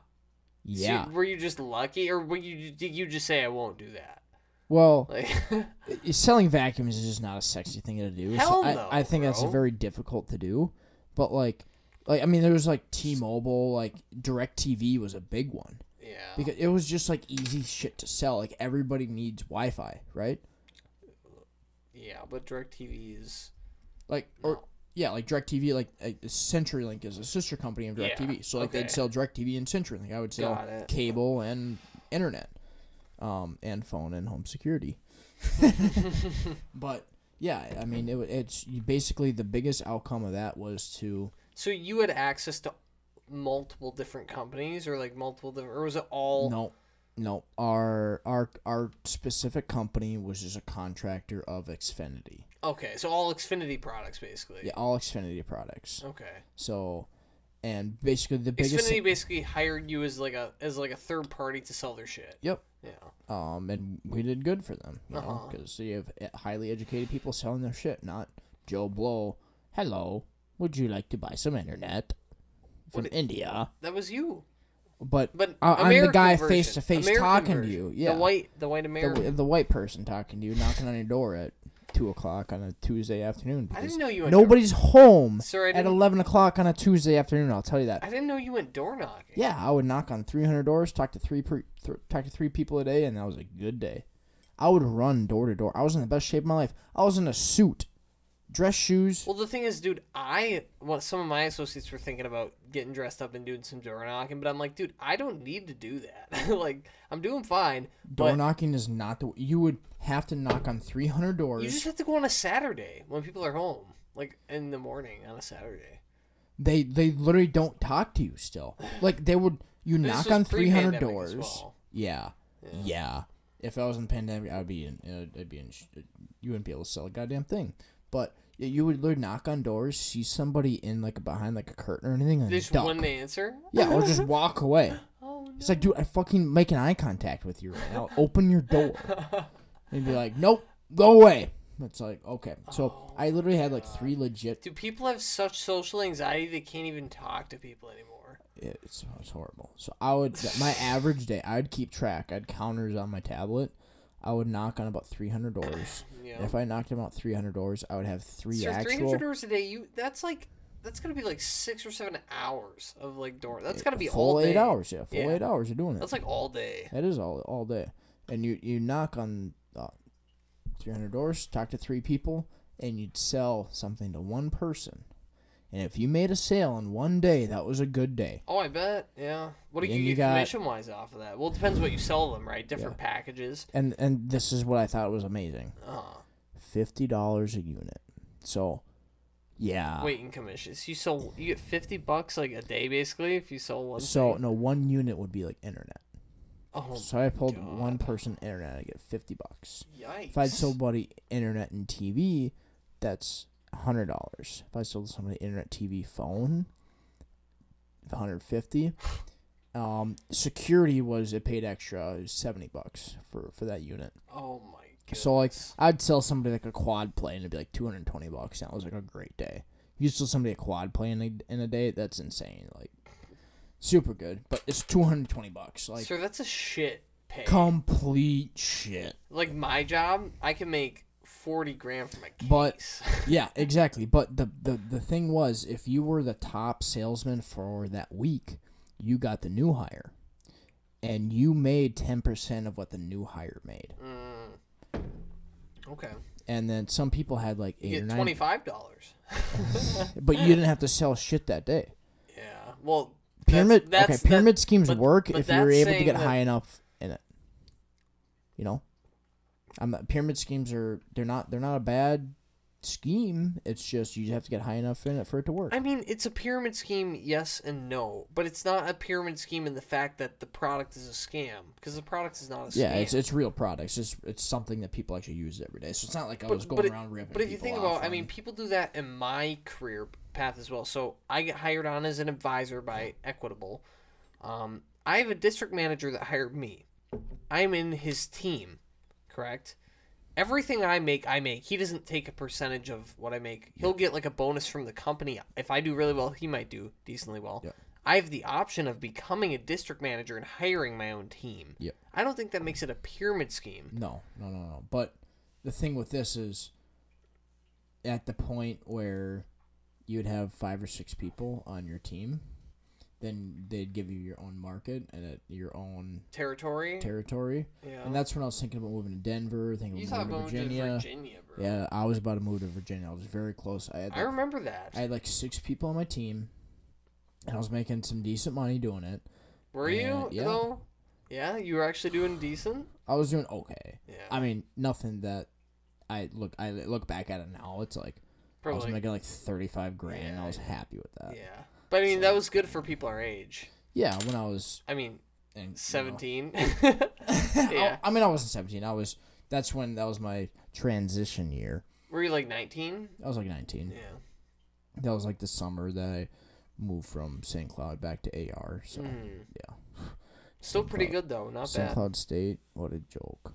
Speaker 2: Yeah.
Speaker 1: were you just lucky, or were you did you just say I won't do that?
Speaker 2: Well,
Speaker 1: Like,
Speaker 2: i- selling vacuums is just not a sexy thing to do.
Speaker 1: Hell
Speaker 2: so I,
Speaker 1: no,
Speaker 2: I think that's
Speaker 1: bro.
Speaker 2: very difficult to do. But like, like I mean, there was like T-Mobile, like DirecTV was a big one.
Speaker 1: yeah.
Speaker 2: because it was just like easy shit to sell. Like everybody needs Wi-Fi, right?
Speaker 1: yeah, but DirecTV is
Speaker 2: Like or yeah, like DirecTV, like uh, CenturyLink is a sister company of
Speaker 1: Yeah,
Speaker 2: DirecTV, so like
Speaker 1: okay.
Speaker 2: they'd sell DirecTV and CenturyLink. I would sell
Speaker 1: Got it.
Speaker 2: cable and internet, um, and phone and home security. but yeah, I mean, it, wa- it's you- basically the biggest outcome of that was to
Speaker 1: so you had access to multiple different companies, or like multiple different, or was it all?
Speaker 2: no, no, our our our specific company was just a contractor of Xfinity,
Speaker 1: Okay, so all Xfinity products basically.
Speaker 2: yeah, all Xfinity products.
Speaker 1: Okay.
Speaker 2: So, and basically the biggest.
Speaker 1: Xfinity basically hired you as like a as like a third party to sell their shit.
Speaker 2: Yep.
Speaker 1: Yeah.
Speaker 2: um, and we did good for them, you know,
Speaker 1: Uh-huh.
Speaker 2: because you have e- highly educated people selling their shit, not Joe Blow. Hello, would you like to buy some internet from India?
Speaker 1: That was you.
Speaker 2: But
Speaker 1: But
Speaker 2: I- I'm Uh, the
Speaker 1: American
Speaker 2: guy
Speaker 1: version.
Speaker 2: face to face
Speaker 1: American
Speaker 2: talking to
Speaker 1: version.
Speaker 2: you. Yeah,
Speaker 1: The white the white
Speaker 2: the,
Speaker 1: American.
Speaker 2: w- the white person talking to you, knocking on your door at two o'clock on a Tuesday afternoon.
Speaker 1: I
Speaker 2: Because
Speaker 1: didn't know you went
Speaker 2: nobody's home
Speaker 1: Sir, I
Speaker 2: at
Speaker 1: didn't-
Speaker 2: eleven o'clock on a Tuesday afternoon. I'll tell you that.
Speaker 1: I didn't know you went door knocking.
Speaker 2: Yeah, I would knock on 300 doors, talk to three per, th- talk to three people a day, and that was a good day. I would run door to door. I was in the best shape of my life. I was in a suit, dress shoes.
Speaker 1: Well, the thing is, dude, I well, some of my associates were thinking about getting dressed up and doing some door knocking, but I'm like, dude, I don't need to do that. like, I'm doing fine,
Speaker 2: Door
Speaker 1: but
Speaker 2: knocking is not the. You would have to knock on
Speaker 1: you
Speaker 2: 300 doors.
Speaker 1: just have to go on a Saturday when people are home, like in the morning on a Saturday.
Speaker 2: They they literally don't talk to you still. Like they would. You
Speaker 1: This
Speaker 2: knock
Speaker 1: was
Speaker 2: on 300
Speaker 1: pre-pandemic as
Speaker 2: doors.
Speaker 1: well.
Speaker 2: Yeah. yeah, If I was in the pandemic, I'd be in. uh, I'd be in. sh- You wouldn't be able to sell a goddamn thing. But y- you would literally knock on doors, see somebody in like behind like a curtain or anything, and
Speaker 1: Just
Speaker 2: duck.
Speaker 1: when they answer.
Speaker 2: Yeah, or just walk away.
Speaker 1: Oh, no.
Speaker 2: It's like, dude, I fucking making eye contact with you right now. Open your door. And be like, nope, go away. It's like okay,
Speaker 1: Oh,
Speaker 2: so I literally had like three legit.
Speaker 1: Do people have such social anxiety they can't even talk to people anymore?
Speaker 2: It's, it's horrible. So I would my average day. I'd keep track. I'd counters on my tablet. I would knock on about three hundred doors.
Speaker 1: Yeah.
Speaker 2: And If I knocked on about three hundred doors, I would have three
Speaker 1: Sir, three
Speaker 2: actual
Speaker 1: hundred doors a day. You that's like that's gonna be like six or seven hours of like door. That's gotta be
Speaker 2: Eh, full
Speaker 1: all day.
Speaker 2: eight hours. Yeah, full
Speaker 1: Yeah.
Speaker 2: eight hours. You're doing it.
Speaker 1: That's like all day.
Speaker 2: That is all all day. And you you knock on uh, 300 doors, talk to three people, and you'd sell something to one person. And if you made a sale in one day, that was a good day.
Speaker 1: Oh, I bet. Yeah. What do
Speaker 2: Then
Speaker 1: you
Speaker 2: you
Speaker 1: get
Speaker 2: got-
Speaker 1: commission wise off of that? Well, it depends what you sell them, right? Different packages.
Speaker 2: And and this is what I thought was amazing.
Speaker 1: Uh,
Speaker 2: Fifty dollars a unit. So, yeah.
Speaker 1: waiting commissions. You sell. You get fifty bucks like a day basically if you sell one.
Speaker 2: So
Speaker 1: thing.
Speaker 2: no, one unit would be like internet.
Speaker 1: Oh,
Speaker 2: So I pulled
Speaker 1: God.
Speaker 2: one person internet. I get fifty bucks.
Speaker 1: yikes.
Speaker 2: If I sold somebody internet and TV, that's hundred dollars. If I sold somebody internet, TV, phone, one hundred fifty. Um, security was it paid extra it was seventy bucks for for that unit.
Speaker 1: Oh my.
Speaker 2: So like
Speaker 1: goodness.
Speaker 2: I'd sell somebody like a quad play and it'd be like two hundred twenty bucks. That was like a great day. You sell somebody a quad play in a, in a day, that's insane. Like super good, but it's two hundred twenty bucks. Like
Speaker 1: Sir, that's a shit pay.
Speaker 2: complete shit.
Speaker 1: Like my job, I can make forty grand from a case.
Speaker 2: But- yeah, exactly. But the, the the thing was, if you were the top salesman for that week, you got the new hire, and you made ten percent of what the new hire made.
Speaker 1: Mm. Okay.
Speaker 2: And then some people had like eight
Speaker 1: You
Speaker 2: or
Speaker 1: get
Speaker 2: nine,
Speaker 1: twenty five dollars.
Speaker 2: but you didn't have to sell shit that day.
Speaker 1: Yeah. Well, that's-
Speaker 2: Pyramid,
Speaker 1: That's, that-
Speaker 2: okay, pyramid schemes
Speaker 1: but-
Speaker 2: work
Speaker 1: but
Speaker 2: if you're
Speaker 1: that's
Speaker 2: able to
Speaker 1: saying
Speaker 2: get
Speaker 1: that-
Speaker 2: high enough in it. You know, I'm not, pyramid schemes are they're not they're not a bad scheme. It's just you have to get high enough in it for it to work.
Speaker 1: I mean, it's a pyramid scheme, yes and no, but it's not a pyramid scheme in the fact that the product is a scam because the product is not a scam.
Speaker 2: Yeah, it's it's real products. It's it's something that people actually use every day. So it's not like I was going
Speaker 1: it-
Speaker 2: around ripping.
Speaker 1: but if you
Speaker 2: people
Speaker 1: think
Speaker 2: off
Speaker 1: about, I
Speaker 2: on-
Speaker 1: mean, people do that in my career path as well. So I get hired on as an advisor by Equitable. Um, I have a district manager that hired me. I'm in his team, correct? Everything I make, I make. He doesn't take a percentage of what I make. He'll get like a bonus from the company. If I do really well, he might do decently well.
Speaker 2: Yeah.
Speaker 1: I have the option of becoming a district manager and hiring my own team.
Speaker 2: Yep.
Speaker 1: I don't think that makes it a pyramid scheme.
Speaker 2: no, no, no, no. But the thing with this is, at the point where you'd have five or six people on your team, then they'd give you your own market and at your own
Speaker 1: Territory.
Speaker 2: territory.
Speaker 1: yeah.
Speaker 2: And that's when I was thinking about moving to Denver, thinking
Speaker 1: You
Speaker 2: about
Speaker 1: thought
Speaker 2: moving
Speaker 1: about
Speaker 2: to Virginia.
Speaker 1: Virginia, bro.
Speaker 2: Yeah, I was about to move to Virginia. I was very close. I had
Speaker 1: I
Speaker 2: like,
Speaker 1: remember that.
Speaker 2: I had like six people on my team, and I was making some decent money doing it.
Speaker 1: Were you
Speaker 2: yeah.
Speaker 1: though? Yeah, you were actually doing decent.
Speaker 2: I was doing okay.
Speaker 1: Yeah,
Speaker 2: I mean, nothing that I look. I look back at it now. It's like I
Speaker 1: probably.
Speaker 2: was making like thirty-five grand. and I
Speaker 1: Yeah.
Speaker 2: was happy with that. Yeah,
Speaker 1: yeah, but I mean that was good for people our age.
Speaker 2: when I was
Speaker 1: I mean,
Speaker 2: in, you know-
Speaker 1: seventeen.
Speaker 2: I-
Speaker 1: yeah,
Speaker 2: I, mean, I wasn't seventeen. I was. That's when that was my transition year.
Speaker 1: were you like nineteen?
Speaker 2: I was like nineteen.
Speaker 1: Yeah,
Speaker 2: That was like the summer that I moved from St. Cloud back to AR. So
Speaker 1: Mm.
Speaker 2: yeah,
Speaker 1: still pretty good though. Not
Speaker 2: St.
Speaker 1: bad.
Speaker 2: Cloud State. What a joke.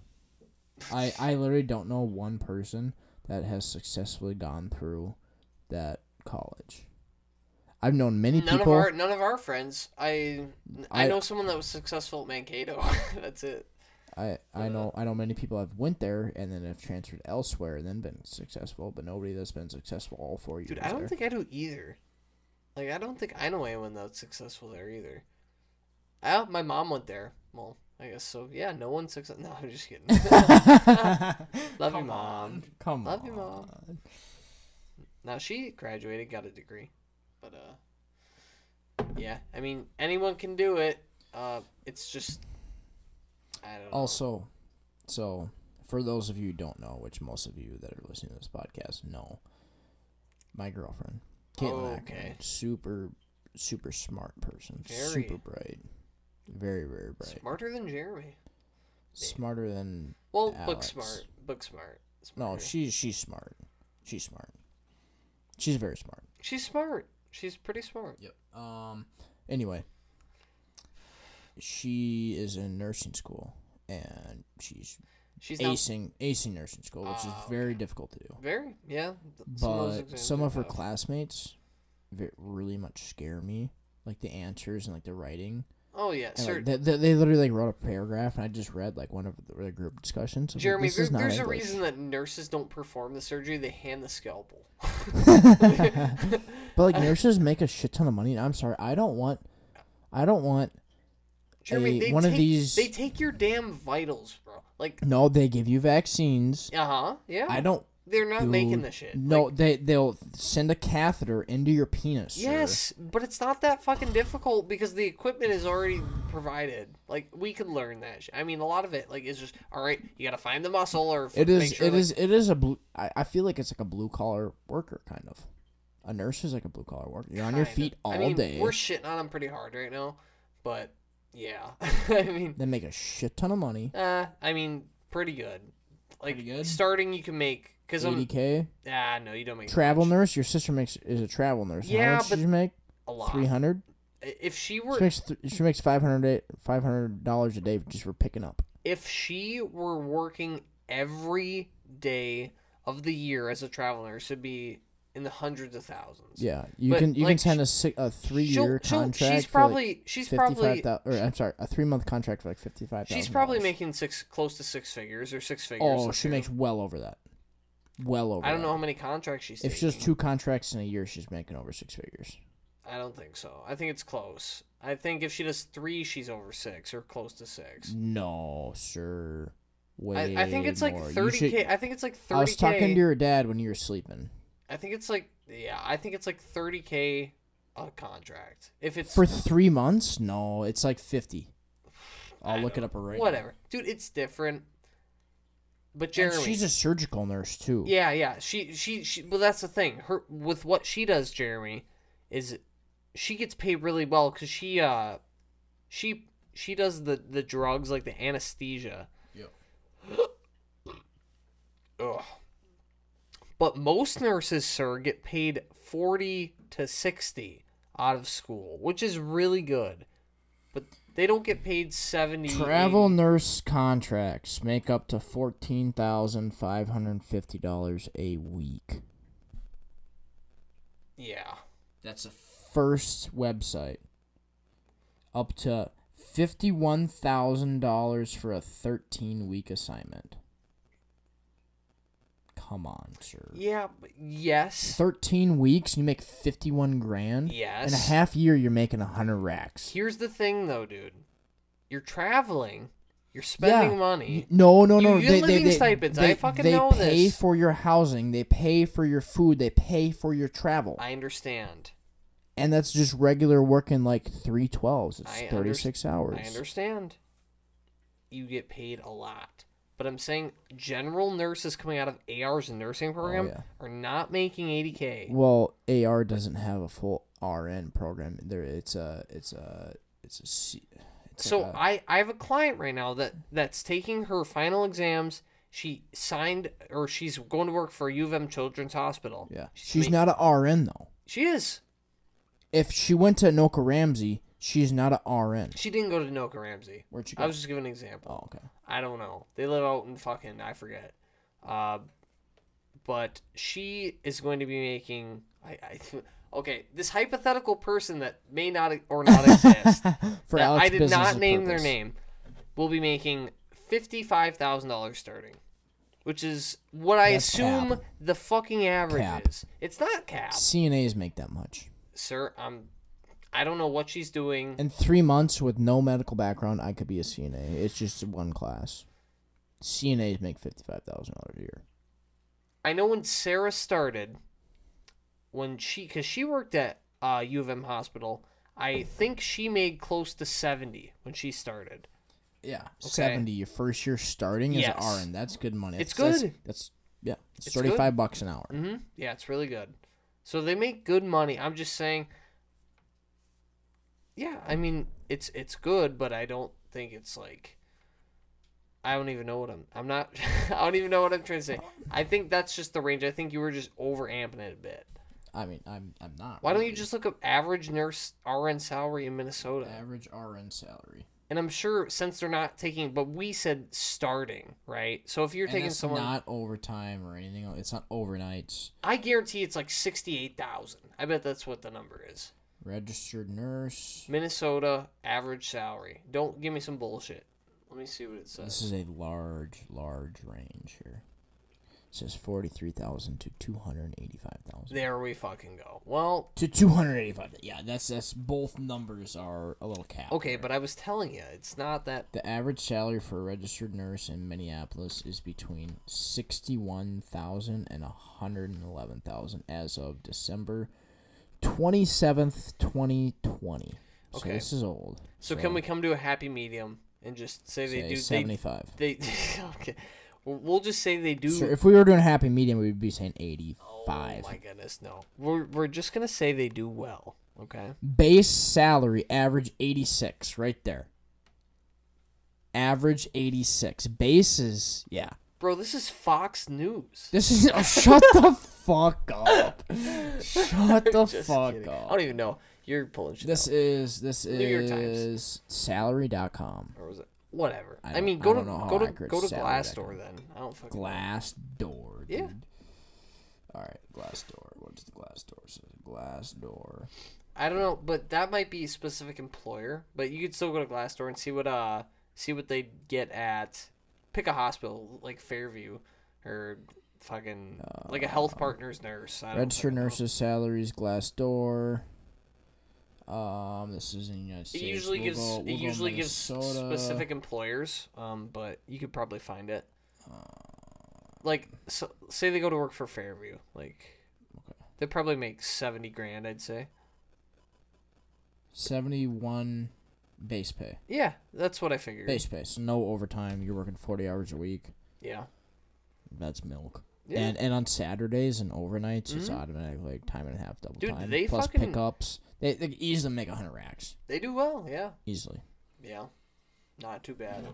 Speaker 2: I I literally don't know one person that has successfully gone through that college. I've known many
Speaker 1: None
Speaker 2: people.
Speaker 1: of our none of our friends. I I,
Speaker 2: I-
Speaker 1: know someone that was successful at Mankato. That's it.
Speaker 2: I,
Speaker 1: uh,
Speaker 2: I know I know many people have went there and then have transferred elsewhere and then been successful, but nobody that's been successful all four years.
Speaker 1: Dude, I
Speaker 2: there.
Speaker 1: don't think I do either. Like, I don't think I know anyone that's successful there either. I, my mom went there. Well, I guess so. Yeah, no one's successful. No, I'm just kidding. Love you,
Speaker 2: Come
Speaker 1: mom.
Speaker 2: Come
Speaker 1: Love you,
Speaker 2: on.
Speaker 1: Mom. Now she graduated, got a degree, but uh, yeah. I mean, anyone can do it. Uh, it's just I don't know.
Speaker 2: Also, so for those of you who don't know, which most of you that are listening to this podcast know, my girlfriend, Caitlin
Speaker 1: Oh, Okay.
Speaker 2: Ackerman, super super smart person,
Speaker 1: Very.
Speaker 2: super bright, very very bright,
Speaker 1: smarter than Jeremy.
Speaker 2: smarter than
Speaker 1: Well, book
Speaker 2: Alex.
Speaker 1: smart, book smart.
Speaker 2: no,
Speaker 1: smarter.
Speaker 2: she's she's smart, she's smart, she's very smart.
Speaker 1: she's smart. She's pretty smart.
Speaker 2: Yep. Um. Anyway, she is in nursing school, and she's
Speaker 1: She's not
Speaker 2: acing acing nursing school, which is
Speaker 1: Ah,
Speaker 2: very difficult to do.
Speaker 1: very yeah. th-
Speaker 2: But
Speaker 1: some of, those exams
Speaker 2: some
Speaker 1: are
Speaker 2: of her
Speaker 1: tough.
Speaker 2: classmates ve- really much scare me, like the answers and like the writing.
Speaker 1: Oh yeah,
Speaker 2: And,
Speaker 1: sir.
Speaker 2: like, they, they, they literally like wrote a paragraph, and I just read like one of the, the group discussions. I was like,
Speaker 1: Jeremy,
Speaker 2: this
Speaker 1: there-
Speaker 2: is not
Speaker 1: there's a
Speaker 2: English.
Speaker 1: reason that nurses don't perform the surgery; they hand the scalpel.
Speaker 2: but like nurses make a shit ton of money. and I'm sorry, I don't want, I don't want.
Speaker 1: Jeremy,
Speaker 2: a-
Speaker 1: they
Speaker 2: one
Speaker 1: take,
Speaker 2: of these.
Speaker 1: they take your damn vitals, bro. Like,
Speaker 2: no, they give you vaccines.
Speaker 1: uh huh, yeah.
Speaker 2: I don't.
Speaker 1: They're not making
Speaker 2: Dude,
Speaker 1: the shit.
Speaker 2: No,
Speaker 1: Like,
Speaker 2: they they'll send a catheter into your penis. sir.
Speaker 1: yes, but it's not that fucking difficult because the equipment is already provided. Like, we could learn that. Shit. I mean, a lot of it, like, is just all right. You gotta find the muscle, or f-
Speaker 2: It
Speaker 1: make
Speaker 2: is.
Speaker 1: Sure,
Speaker 2: it
Speaker 1: like-
Speaker 2: is. It is a blue. I, I feel like it's like a blue collar worker kind of. A nurse is like a blue collar worker. You're on your
Speaker 1: Kinda.
Speaker 2: feet all
Speaker 1: I mean,
Speaker 2: day.
Speaker 1: We're shitting on them pretty hard right now, but yeah. I mean,
Speaker 2: They make a shit ton of money.
Speaker 1: uh, I mean, pretty good. Like
Speaker 2: Pretty good?
Speaker 1: starting, you can make because I'm
Speaker 2: 80k
Speaker 1: ah no, you don't make
Speaker 2: travel
Speaker 1: much.
Speaker 2: nurse. Your sister makes is a travel nurse. and
Speaker 1: Yeah,
Speaker 2: How
Speaker 1: but
Speaker 2: much does she make?
Speaker 1: a lot.
Speaker 2: Three hundred.
Speaker 1: If she
Speaker 2: She
Speaker 1: were
Speaker 2: makes th- she makes five hundred five hundred dollars a day just for picking up.
Speaker 1: if she were working every day of the year as a travel nurse, it'd be in the hundreds of thousands.
Speaker 2: Yeah, you
Speaker 1: But,
Speaker 2: can you
Speaker 1: like,
Speaker 2: can sign a si- a three year
Speaker 1: She'll- she'll-
Speaker 2: contract.
Speaker 1: she's
Speaker 2: for, like,
Speaker 1: probably she's
Speaker 2: 55
Speaker 1: probably
Speaker 2: thou- or I'm sorry, a three month contract for like fifty five.
Speaker 1: she's probably making six close to six figures or six figures.
Speaker 2: Oh,
Speaker 1: let's
Speaker 2: she
Speaker 1: say.
Speaker 2: makes well over that. Well over.
Speaker 1: I don't
Speaker 2: that.
Speaker 1: know how many contracts she's.
Speaker 2: If she does
Speaker 1: taking.
Speaker 2: two contracts in a year, she's making over six figures.
Speaker 1: I don't think so. I think it's close. I think if she does three, she's over six or close to six.
Speaker 2: No, sir. Way
Speaker 1: I, I think it's like
Speaker 2: more. You
Speaker 1: thirty
Speaker 2: should-
Speaker 1: k. I think it's like
Speaker 2: I was
Speaker 1: thirty
Speaker 2: talking to
Speaker 1: k.
Speaker 2: your dad when you were sleeping.
Speaker 1: I think it's like yeah. I think it's like thirty k a contract. If it's
Speaker 2: For three months? No, it's like fifty. I'll
Speaker 1: I
Speaker 2: look
Speaker 1: don't-
Speaker 2: it up right. now.
Speaker 1: whatever, dude, it's different. But
Speaker 2: And
Speaker 1: Jeremy,
Speaker 2: she's a surgical nurse too.
Speaker 1: yeah, yeah. She, she, she. Well, that's the thing. Her with what she does, Jeremy, is she gets paid really well because she, uh, she, she does the the drugs like the anesthesia.
Speaker 2: Yep.
Speaker 1: Ugh. But most nurses, sir, get paid forty to sixty out of school, which is really good. But they don't get paid seventy.
Speaker 2: Travel nurse contracts make up to fourteen thousand five hundred fifty dollars a week.
Speaker 1: 80. Yeah.
Speaker 2: That's the first website. Up to fifty-one thousand dollars for a thirteen-week assignment. Come on, sir.
Speaker 1: Yeah. but- Yes.
Speaker 2: Thirteen weeks, you make fifty-one grand. In a
Speaker 1: Yes.
Speaker 2: half year, you're making a hundred racks.
Speaker 1: Here's the thing, though, dude. You're traveling. You're spending
Speaker 2: Yeah.
Speaker 1: money.
Speaker 2: No, no,
Speaker 1: You-
Speaker 2: no.
Speaker 1: you're
Speaker 2: they, they,
Speaker 1: living
Speaker 2: they,
Speaker 1: stipends. I
Speaker 2: They,
Speaker 1: fucking
Speaker 2: they
Speaker 1: know
Speaker 2: pay
Speaker 1: this.
Speaker 2: for your housing. They pay for your food. They pay for your travel.
Speaker 1: I understand.
Speaker 2: and that's just regular working like three twelves. It's
Speaker 1: I
Speaker 2: thirty-six hours.
Speaker 1: I understand. You get paid a lot. But I'm saying general nurses coming out of AR's nursing program
Speaker 2: Oh, yeah.
Speaker 1: are not making 80K.
Speaker 2: Well, AR doesn't have a full RN program. There, it's a, it's a, it's a. C- It's
Speaker 1: So
Speaker 2: like a-
Speaker 1: I, I have a client right now that, that's taking her final exams. She signed, or she's going to work for U of M Children's Hospital.
Speaker 2: yeah,
Speaker 1: She's
Speaker 2: she's
Speaker 1: ma-
Speaker 2: not a RN though.
Speaker 1: She is.
Speaker 2: If she went to Noka Ramsey, she's not a RN.
Speaker 1: She didn't go to Noka Ramsey.
Speaker 2: Where'd she go?
Speaker 1: I was just giving an example.
Speaker 2: oh, okay.
Speaker 1: I don't know. They live out in fucking I forget. Uh, but she is going to be making. I, I th- okay. This hypothetical person that may not e- or not exist.
Speaker 2: For
Speaker 1: that
Speaker 2: Alex,
Speaker 1: I did
Speaker 2: business's
Speaker 1: not name
Speaker 2: purpose.
Speaker 1: their name. Will be making fifty five thousand dollars starting, which is what I
Speaker 2: That's
Speaker 1: assume
Speaker 2: cap.
Speaker 1: the fucking average
Speaker 2: Cap.
Speaker 1: is. It's not cap,
Speaker 2: CNAs make that much.
Speaker 1: sir. I'm. I don't know what she's doing.
Speaker 2: In three months with no medical background, I could be a CNA. It's just one class. CNAs make fifty-five thousand dollars a year.
Speaker 1: I know when Sarah started, when she because she worked at uh, U of M hospital, I think she made close to seventy when she started.
Speaker 2: Yeah, seventy. Your first year starting as
Speaker 1: Yes.
Speaker 2: an RN. That's good money.
Speaker 1: It's
Speaker 2: That's-
Speaker 1: good.
Speaker 2: That's, that's yeah. It's,
Speaker 1: It's good.
Speaker 2: thirty-five bucks an hour.
Speaker 1: Mm-hmm. Yeah, it's really good. So they make good money. I'm just saying. Yeah, I mean it's it's good, but I don't think it's like. I don't even know what I'm. I'm not. I don't even know what I'm trying to say. I think that's just the range. I think you were just overamping it a bit.
Speaker 2: I mean, I'm I'm not.
Speaker 1: Why don't you
Speaker 2: really.
Speaker 1: just look up average nurse RN salary in Minnesota?
Speaker 2: average RN salary?
Speaker 1: and I'm sure since they're not taking, but we said starting, right? So if you're
Speaker 2: And
Speaker 1: taking
Speaker 2: it's
Speaker 1: someone,
Speaker 2: not overtime or anything. It's not overnights.
Speaker 1: I guarantee it's like sixty-eight thousand. I bet that's what the number is.
Speaker 2: Registered nurse.
Speaker 1: Minnesota average salary. Don't give me some bullshit. Let me see what it says.
Speaker 2: This is a large, large range here. It says forty three thousand to two hundred eighty five thousand.
Speaker 1: There we fucking go. Well,
Speaker 2: To two hundred eighty five. Yeah, that's that's both numbers are a little capped.
Speaker 1: okay,
Speaker 2: there.
Speaker 1: but I was telling you, it's not that.
Speaker 2: The average salary for a registered nurse in Minneapolis is between sixty-one thousand and hundred and eleven thousand as of December twenty-seventh, twenty twenty. So
Speaker 1: Okay.
Speaker 2: this is old.
Speaker 1: So can we come to a happy medium and just say they
Speaker 2: say
Speaker 1: do they
Speaker 2: seventy-five?
Speaker 1: they okay. We'll- We'll just say they do.
Speaker 2: Sure, if we were doing happy medium, we'd be saying eighty-five.
Speaker 1: Oh my goodness, no. We're we're just gonna say they do well. Okay.
Speaker 2: Base salary average 86 right there. Average 86. Bases, yeah.
Speaker 1: Bro, this is Fox News.
Speaker 2: This is oh, shut the fuck up. Shut the
Speaker 1: Just
Speaker 2: fuck
Speaker 1: kidding. I
Speaker 2: up.
Speaker 1: don't even know. You're pulling shit.
Speaker 2: This is this
Speaker 1: New York Times.
Speaker 2: is salary.com.
Speaker 1: out. or was it? Whatever.
Speaker 2: I
Speaker 1: I,
Speaker 2: don't-
Speaker 1: mean,
Speaker 2: I
Speaker 1: go to
Speaker 2: don't know how
Speaker 1: go to
Speaker 2: accurate
Speaker 1: go to
Speaker 2: salary that
Speaker 1: Glassdoor then. I don't fucking.
Speaker 2: Glass door.
Speaker 1: Yeah.
Speaker 2: Dude. All right, glass door. What does the glass door say? Glass door.
Speaker 1: I don't know, but that might be a specific employer. But you could still go to Glassdoor and see what uh see what they get at. Pick a hospital like Fairview or fucking like a Health Partners nurse. I don't
Speaker 2: Uh, Registered
Speaker 1: fucking know.
Speaker 2: nurses' salaries, glass door. Um, this is in the United
Speaker 1: It
Speaker 2: States.
Speaker 1: usually
Speaker 2: We'll
Speaker 1: gives
Speaker 2: go-
Speaker 1: it
Speaker 2: we'll go
Speaker 1: usually gives
Speaker 2: Minnesota.
Speaker 1: specific employers, um, but you could probably find it. Like, so, say they go to work for Fairview, like they probably make seventy grand, I'd say.
Speaker 2: 71 base pay.
Speaker 1: Yeah, that's what I figured.
Speaker 2: Base pay. So no overtime. You're working 40 hours a week.
Speaker 1: Yeah,
Speaker 2: That's milk.
Speaker 1: Yeah. Mm-hmm.
Speaker 2: And and on Saturdays and overnights, it's automatic like time and a half double
Speaker 1: Dude,
Speaker 2: time.
Speaker 1: they
Speaker 2: Plus
Speaker 1: fucking-
Speaker 2: pickups. They, they could easily make 100 racks.
Speaker 1: they do well. Yeah,
Speaker 2: Easily.
Speaker 1: yeah, not too bad.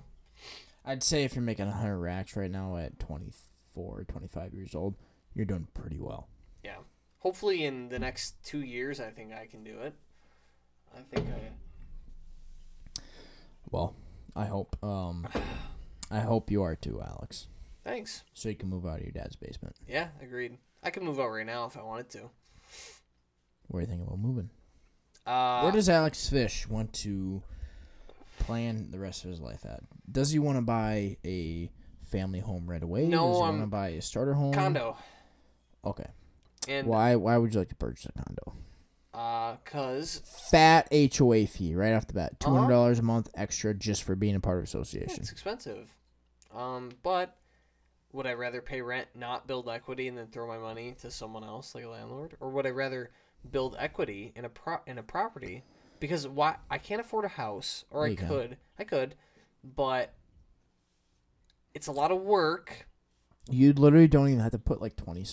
Speaker 2: I'd say if you're making 100 racks right now at 24, 25 years old, you're doing pretty well.
Speaker 1: Yeah, hopefully in the next two years, I think I can do it. I think I.
Speaker 2: Well, I hope um I hope you are too, Alex.
Speaker 1: Thanks.
Speaker 2: So you can move out of your dad's basement.
Speaker 1: Yeah, agreed. I could move out right now if I wanted to.
Speaker 2: What are you thinking about moving?
Speaker 1: Uh,
Speaker 2: Where does Alex Fish want to plan the rest of his life at? Does he want to buy a family home right away?
Speaker 1: No,
Speaker 2: does he
Speaker 1: I'm-
Speaker 2: want to buy a starter home?
Speaker 1: condo
Speaker 2: Okay.
Speaker 1: and
Speaker 2: Why why would you like to purchase a condo?
Speaker 1: uh, cause
Speaker 2: Fat HOA fee right off the bat. Two
Speaker 1: Uh-huh.
Speaker 2: hundred dollars a month extra just for being a part of association.
Speaker 1: It's expensive. Um, but would I rather pay rent, not build equity, and then throw my money to someone else, like a landlord, or would I rather build equity in a pro in a property? Because why I can't afford a house, or I
Speaker 2: You can.
Speaker 1: could, I could, but it's a lot of work.
Speaker 2: You literally don't even have to put like 20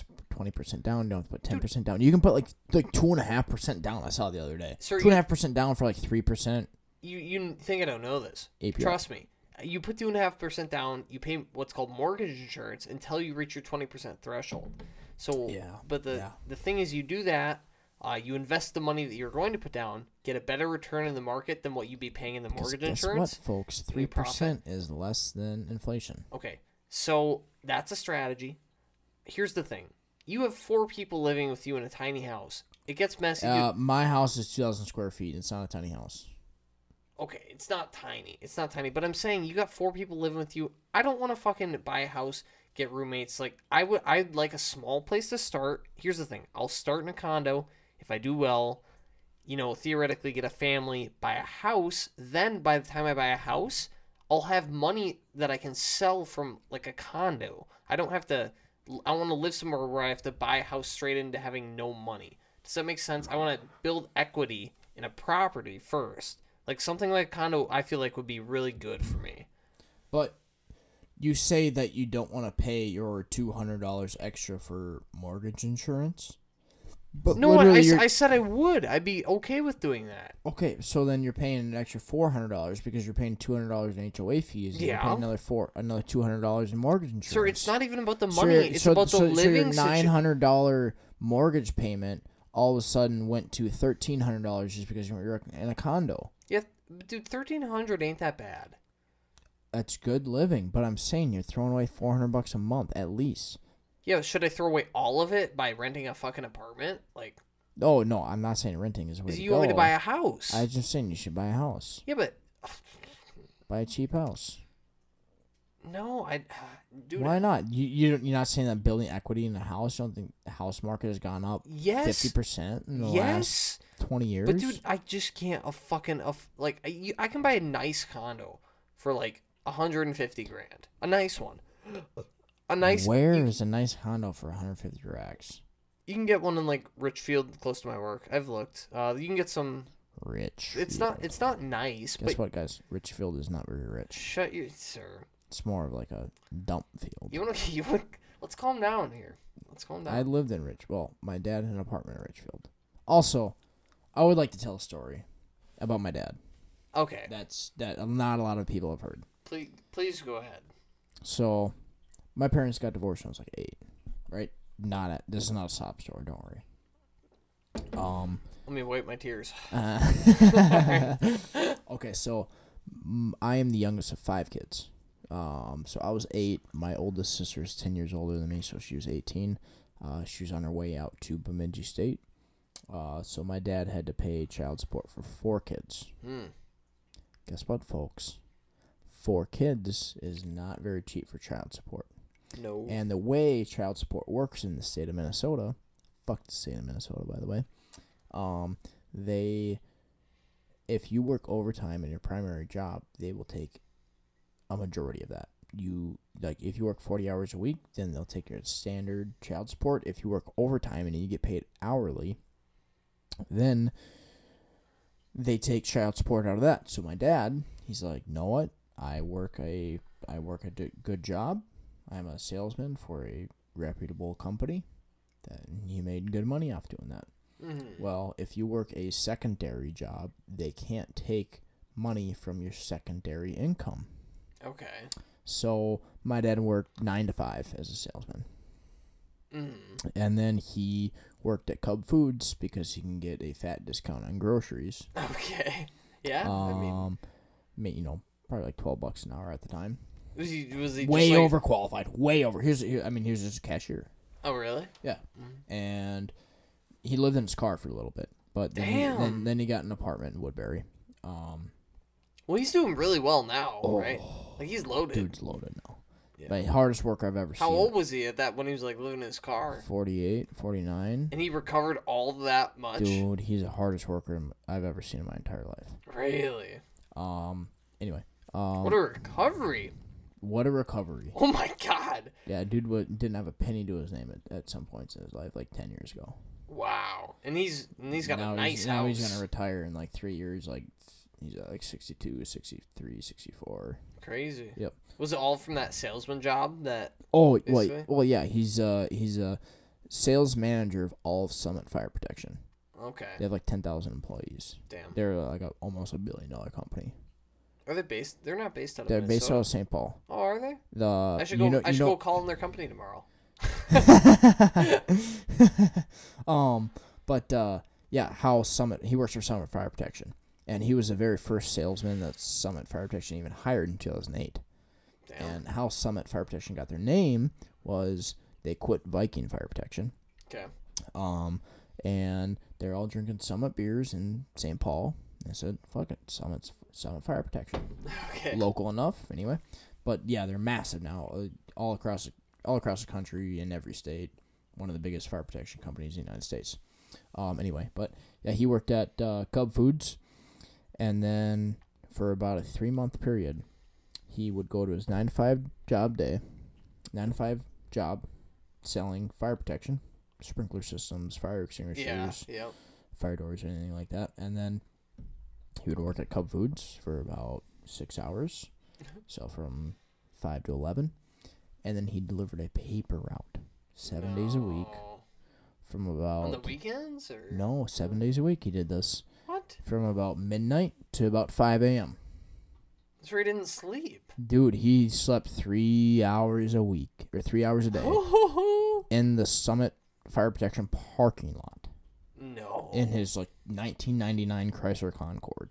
Speaker 2: percent down. You don't have to put ten percent down. You can put like like two and a half percent down. I saw the other day.
Speaker 1: Sir,
Speaker 2: two and a half percent down for like three percent.
Speaker 1: You you think I don't know this?
Speaker 2: APR.
Speaker 1: Trust me. You put two and a half percent down. You pay what's called mortgage insurance until you reach your twenty percent threshold. So
Speaker 2: Yeah,
Speaker 1: But the
Speaker 2: yeah.
Speaker 1: the thing is, you do that. Uh, you invest the money that you're going to put down, get a better return in the market than what you'd be paying in the mortgage
Speaker 2: Guess what,
Speaker 1: insurance.
Speaker 2: folks? Three
Speaker 1: you profit.
Speaker 2: percent is less than inflation.
Speaker 1: Okay, so that's a strategy. Here's the thing: you have four people living with you in a tiny house. It gets messy. dude.
Speaker 2: Uh, my house is 2,000 square feet. It's not a tiny house.
Speaker 1: okay, it's not tiny. It's not tiny, but I'm saying you got four people living with you. I don't want to fucking buy a house, get roommates. Like I would, I'd like a small place to start. Here's the thing: I'll start in a condo if I do well. You know, theoretically, get a family, buy a house. Then by the time I buy a house, I'll have money that I can sell from like a condo. I don't have to. I want to live somewhere where I have to buy a house straight into having no money. Does that make sense? I want to build equity in a property first. Like something like a condo, I feel like would be really good for me.
Speaker 2: But you say that you don't want to pay your $200 extra for mortgage insurance? But
Speaker 1: No, I, I,
Speaker 2: literally
Speaker 1: s-
Speaker 2: you're-
Speaker 1: I said I would. I'd be okay with doing that.
Speaker 2: Okay, so then you're paying an extra four hundred dollars because you're paying two hundred dollars in HOA fees. And You're
Speaker 1: Yeah.
Speaker 2: paying another four, another two hundred dollars in mortgage insurance.
Speaker 1: Sir, it's not even about the
Speaker 2: So
Speaker 1: money.
Speaker 2: your-
Speaker 1: it's
Speaker 2: so-
Speaker 1: about the
Speaker 2: so- so your
Speaker 1: living
Speaker 2: nine
Speaker 1: situation.
Speaker 2: hundred dollar mortgage payment all of a sudden went to thirteen hundred dollars just because you were in a condo.
Speaker 1: Yeah, dude, thirteen hundred ain't that bad.
Speaker 2: That's good living, but I'm saying you're throwing away 400 bucks a month at least.
Speaker 1: Yeah, should I throw away all of it by renting a fucking apartment? Like,
Speaker 2: Oh no, I'm not saying renting is the way to
Speaker 1: you
Speaker 2: go.
Speaker 1: want me to buy a house?
Speaker 2: I was just saying you should buy a house.
Speaker 1: Yeah, but
Speaker 2: Buy a cheap house.
Speaker 1: no, I, dude.
Speaker 2: Why not? You you don't- you're not saying that building equity in a house. You don't think the house market has gone up
Speaker 1: Yes.
Speaker 2: fifty percent in the last
Speaker 1: yes.
Speaker 2: twenty years?
Speaker 1: But dude, I just can't a fucking a f- like I, you- I can buy a nice condo for like 150 grand. A nice one. A nice
Speaker 2: Where
Speaker 1: you,
Speaker 2: is a nice condo for 150 racks?
Speaker 1: you can get one in like Richfield close to my work. I've looked. Uh you can get some
Speaker 2: Rich.
Speaker 1: it's not it's not nice,
Speaker 2: Guess
Speaker 1: but
Speaker 2: what, guys? Richfield is not very rich.
Speaker 1: shut you sir.
Speaker 2: It's more of like a dump field.
Speaker 1: You want to you want let's calm down here. Let's calm down.
Speaker 2: I lived in Rich. Well, my dad had an apartment in Richfield. Also, I would like to tell a story about my dad.
Speaker 1: okay.
Speaker 2: That's that not a lot of people have heard.
Speaker 1: Please please go ahead.
Speaker 2: So, my parents got divorced when I was like eight, right? Not a, this is not a sob story. Don't worry. Um.
Speaker 1: Let me wipe my tears.
Speaker 2: uh, okay, so mm, I am the youngest of five kids. Um, so I was eight. My oldest sister is ten years older than me, so she was eighteen. Uh, she was on her way out to Bemidji State. Uh, so my dad had to pay child support for four kids.
Speaker 1: Hmm.
Speaker 2: Guess what, folks? Four kids is not very cheap for child support.
Speaker 1: No.
Speaker 2: And the way child support works in the state of Minnesota, fuck the state of Minnesota, by the way. Um, they, if you work overtime in your primary job, they will take a majority of that. You like if you work forty hours a week, then they'll take your standard child support. If you work overtime and you get paid hourly, then they take child support out of that. So my dad, he's like, know what? I work a I work a d- good job. I'm a salesman for a reputable company. That he made good money off doing that.
Speaker 1: Mhm.
Speaker 2: Well, if you work a secondary job, they can't take money from your secondary income.
Speaker 1: Okay.
Speaker 2: So my dad worked nine to five as a salesman,
Speaker 1: Mm.
Speaker 2: and then he worked at Cub Foods because he can get a fat discount on groceries.
Speaker 1: Okay. Yeah. Ah, I mean
Speaker 2: Um, ma- you know, probably like twelve bucks an hour at the time.
Speaker 1: Was he, was he just
Speaker 2: Way
Speaker 1: like-
Speaker 2: overqualified. Way over. Here's here, I mean, here's just a cashier.
Speaker 1: Oh, really?
Speaker 2: Yeah. And he lived in his car for a little bit, but then, he,
Speaker 1: Damn.
Speaker 2: then then he got an apartment in Woodbury. Um,
Speaker 1: Well, he's doing really well now,
Speaker 2: Oh.
Speaker 1: right? Like he's loaded.
Speaker 2: dude's loaded now.
Speaker 1: Yeah.
Speaker 2: Like hardest work I've ever
Speaker 1: How
Speaker 2: seen.
Speaker 1: old was he at that when he was like living in his car?
Speaker 2: 48, 49.
Speaker 1: And he recovered all that much?
Speaker 2: Dude, he's the hardest worker I'm- I've ever seen in my entire life.
Speaker 1: Really?
Speaker 2: Um, anyway, um,
Speaker 1: What a recovery!
Speaker 2: what a recovery.
Speaker 1: Oh my god!
Speaker 2: Yeah, dude wa didn't have a penny to his name at, at some points in his life, like 10 years ago.
Speaker 1: Wow. And he's and he's got
Speaker 2: now
Speaker 1: a nice
Speaker 2: he's,
Speaker 1: house.
Speaker 2: Now he's going to retire in like three years, like he's at like 62, 63, 64.
Speaker 1: Crazy.
Speaker 2: Yep.
Speaker 1: Was it all from that salesman job? That
Speaker 2: Oh
Speaker 1: This
Speaker 2: well,
Speaker 1: way?
Speaker 2: well yeah, he's uh he's a sales manager of all of Summit Fire Protection.
Speaker 1: okay?
Speaker 2: They have like ten thousand employees.
Speaker 1: Damn.
Speaker 2: They're uh, like a, almost a billion dollar company.
Speaker 1: Are they based? They're not based out of
Speaker 2: They're based out
Speaker 1: Minnesota.
Speaker 2: of St. Paul.
Speaker 1: Oh, are they?
Speaker 2: The
Speaker 1: I should
Speaker 2: you
Speaker 1: go.
Speaker 2: know,
Speaker 1: I
Speaker 2: you
Speaker 1: should
Speaker 2: know,
Speaker 1: go call in their company tomorrow.
Speaker 2: um, but uh, yeah, how Summit? He works for Summit Fire Protection, and he was the very first salesman that Summit Fire Protection even hired in two thousand eight.
Speaker 1: Damn.
Speaker 2: And how Summit Fire Protection got their name was they quit Viking Fire Protection.
Speaker 1: Okay.
Speaker 2: Um, and they're all drinking Summit beers in St. Paul. I said, "Fuck it, Summit's Summit Fire Protection,
Speaker 1: Okay.
Speaker 2: local enough anyway." But yeah, they're massive now, uh, all across all across the country in every state. One of the biggest fire protection companies in the United States. Um, anyway, but yeah, he worked at uh, Cub Foods, and then for about a three month period, he would go to his nine to five job day, nine to five job, selling fire protection, sprinkler systems, fire extinguishers,
Speaker 1: Yeah. Yep.
Speaker 2: fire doors or anything like that. And then he would work at Cub Foods for about six hours,
Speaker 1: Mm-hmm.
Speaker 2: so from five to eleven, and then he delivered a paper route seven days a week
Speaker 1: No.
Speaker 2: from
Speaker 1: On the
Speaker 2: about
Speaker 1: Oh, weekends or
Speaker 2: no seven days a week he did this
Speaker 1: What?
Speaker 2: from about midnight to about five a.m.
Speaker 1: So he didn't sleep.
Speaker 2: Dude, he slept three hours a week or three hours a day in the Summit Fire Protection parking lot
Speaker 1: No.
Speaker 2: in his like 1999 Chrysler Concorde.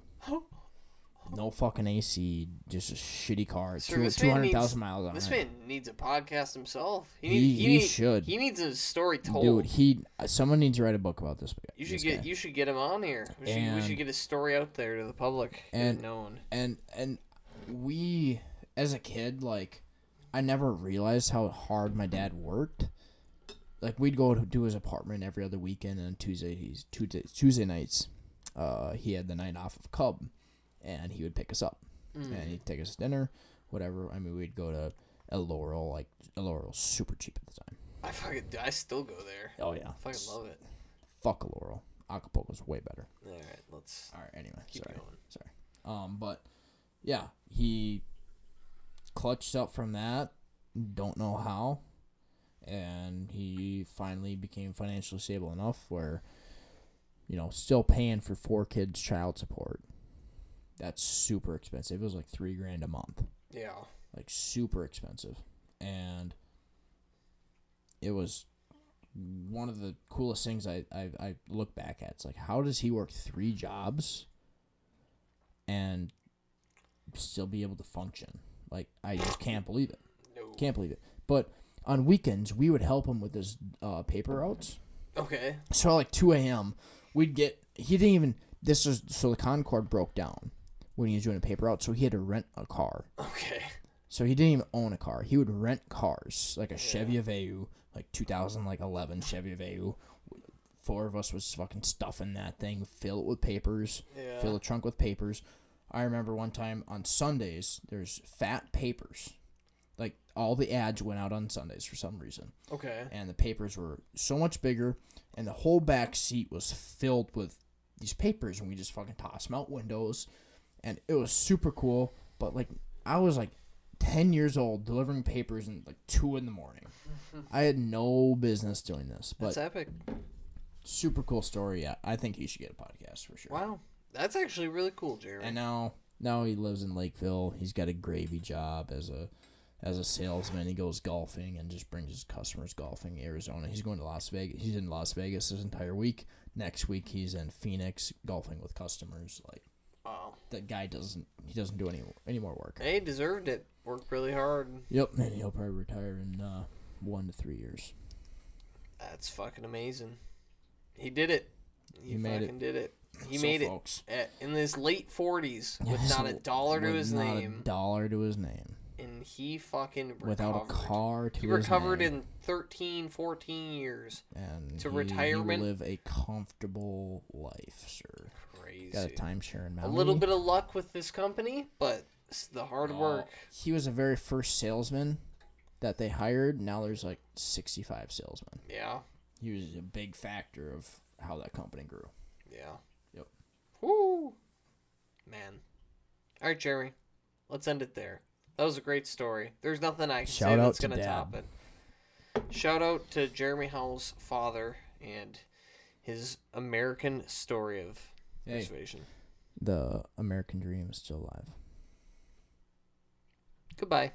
Speaker 2: no fucking AC, just a shitty car,
Speaker 1: Sir,
Speaker 2: two
Speaker 1: this man
Speaker 2: hundred
Speaker 1: needs-
Speaker 2: thousand miles on
Speaker 1: This
Speaker 2: it.
Speaker 1: man needs a podcast himself. He,
Speaker 2: He-
Speaker 1: needs, he,
Speaker 2: he
Speaker 1: need-
Speaker 2: should.
Speaker 1: He needs a story told.
Speaker 2: Dude, he uh, someone needs to write a book about this. guy-
Speaker 1: you should
Speaker 2: this
Speaker 1: get
Speaker 2: guy.
Speaker 1: you should get him on here. We should, we should
Speaker 2: And-
Speaker 1: get his story out there to the public and
Speaker 2: and-
Speaker 1: known.
Speaker 2: and and we as a kid like i never realized how hard my dad worked like we'd go to do his apartment every other weekend and tuesday he's tuesday tuesday nights uh he had the night off of cub and he would pick us up
Speaker 1: Hmm. Mm.
Speaker 2: and he'd take us to dinner whatever i mean we'd go to El Laurel, like El Laurel's super cheap at the time.
Speaker 1: I fucking I still go there.
Speaker 2: Oh yeah,
Speaker 1: I fucking love it.
Speaker 2: fuck El Laurel. Acapulco's way better.
Speaker 1: All right, let's.
Speaker 2: All right. Anyway,
Speaker 1: Keep
Speaker 2: sorry,
Speaker 1: going.
Speaker 2: sorry. Um, but yeah, he clutched up from that. Don't know how, and he finally became financially stable enough where, you know, still paying for four kids' child support. That's super expensive. It was like three grand a month
Speaker 1: Yeah.
Speaker 2: like super expensive and it was one of the coolest things I, I, I look back at it's like how does he work three jobs and still be able to function like i just can't believe it
Speaker 1: No.
Speaker 2: can't believe it but on weekends we would help him with his uh, paper routes
Speaker 1: Okay.
Speaker 2: so like 2 a.m we'd get he didn't even this is so the concord broke down when he was doing a paper route so he had to rent a car
Speaker 1: Okay.
Speaker 2: so he didn't even own a car. He would rent cars, like a Chevy Aveu, like 2011 Chevy Aveu. Four of us was fucking stuffing that thing, fill it with papers,
Speaker 1: Yeah.
Speaker 2: fill a trunk with papers. I remember one time on Sundays, there's fat papers. Like all the ads went out on Sundays for some reason,
Speaker 1: Okay.
Speaker 2: and the papers were so much bigger, and the whole back seat was filled with these papers, and we just fucking tossed them out windows, and it was super cool. But like, I was like 10 years old delivering papers in like 2 in the morning. I had no business doing this, but
Speaker 1: That's epic.
Speaker 2: super cool story. Yeah, I think he should get a podcast for sure.
Speaker 1: Wow. That's actually really cool, Jeremy.
Speaker 2: And now now he lives in Lakeville. He's got a gravy job as a as a salesman. He goes golfing and just brings his customers golfing Arizona. He's going to Las Vegas. He's in Las Vegas this entire week. Next week he's in Phoenix golfing with customers. Like
Speaker 1: wow.
Speaker 2: that guy doesn't he doesn't do any any more work.
Speaker 1: They deserved it. Worked really hard.
Speaker 2: Yep, and he'll probably retire in uh, 1 to 3 years.
Speaker 1: That's fucking amazing. He did it. He,
Speaker 2: He made it.
Speaker 1: fucking did it. He
Speaker 2: So,
Speaker 1: made it
Speaker 2: folks,
Speaker 1: at, in his late 40s with
Speaker 2: Yes,
Speaker 1: not a dollar to
Speaker 2: with
Speaker 1: his
Speaker 2: not
Speaker 1: name.
Speaker 2: A dollar to his name.
Speaker 1: and he fucking recovered.
Speaker 2: Without a car to
Speaker 1: He
Speaker 2: his
Speaker 1: recovered
Speaker 2: name.
Speaker 1: in 13, 14 years.
Speaker 2: and
Speaker 1: to
Speaker 2: he- he
Speaker 1: retirement.
Speaker 2: live a comfortable life, sir. Got a
Speaker 1: Crazy.
Speaker 2: timeshare in
Speaker 1: A
Speaker 2: Maui.
Speaker 1: little bit of luck with this company, but it's the hard
Speaker 2: Uh,
Speaker 1: work.
Speaker 2: He was the very first salesman that they hired. Now there's like 65 salesmen.
Speaker 1: Yeah.
Speaker 2: He was a big factor of how that company grew.
Speaker 1: Yeah.
Speaker 2: Yep.
Speaker 1: Woo. Man. All right, Jeremy. Let's end it there. That was a great story. There's nothing I can say
Speaker 2: Shout out
Speaker 1: that's
Speaker 2: to
Speaker 1: going to
Speaker 2: Dad.
Speaker 1: top it. Shout out to Jeremy Howell's father and his American story of
Speaker 2: Hey.
Speaker 1: persuasion.
Speaker 2: The American dream is still alive.
Speaker 1: Goodbye.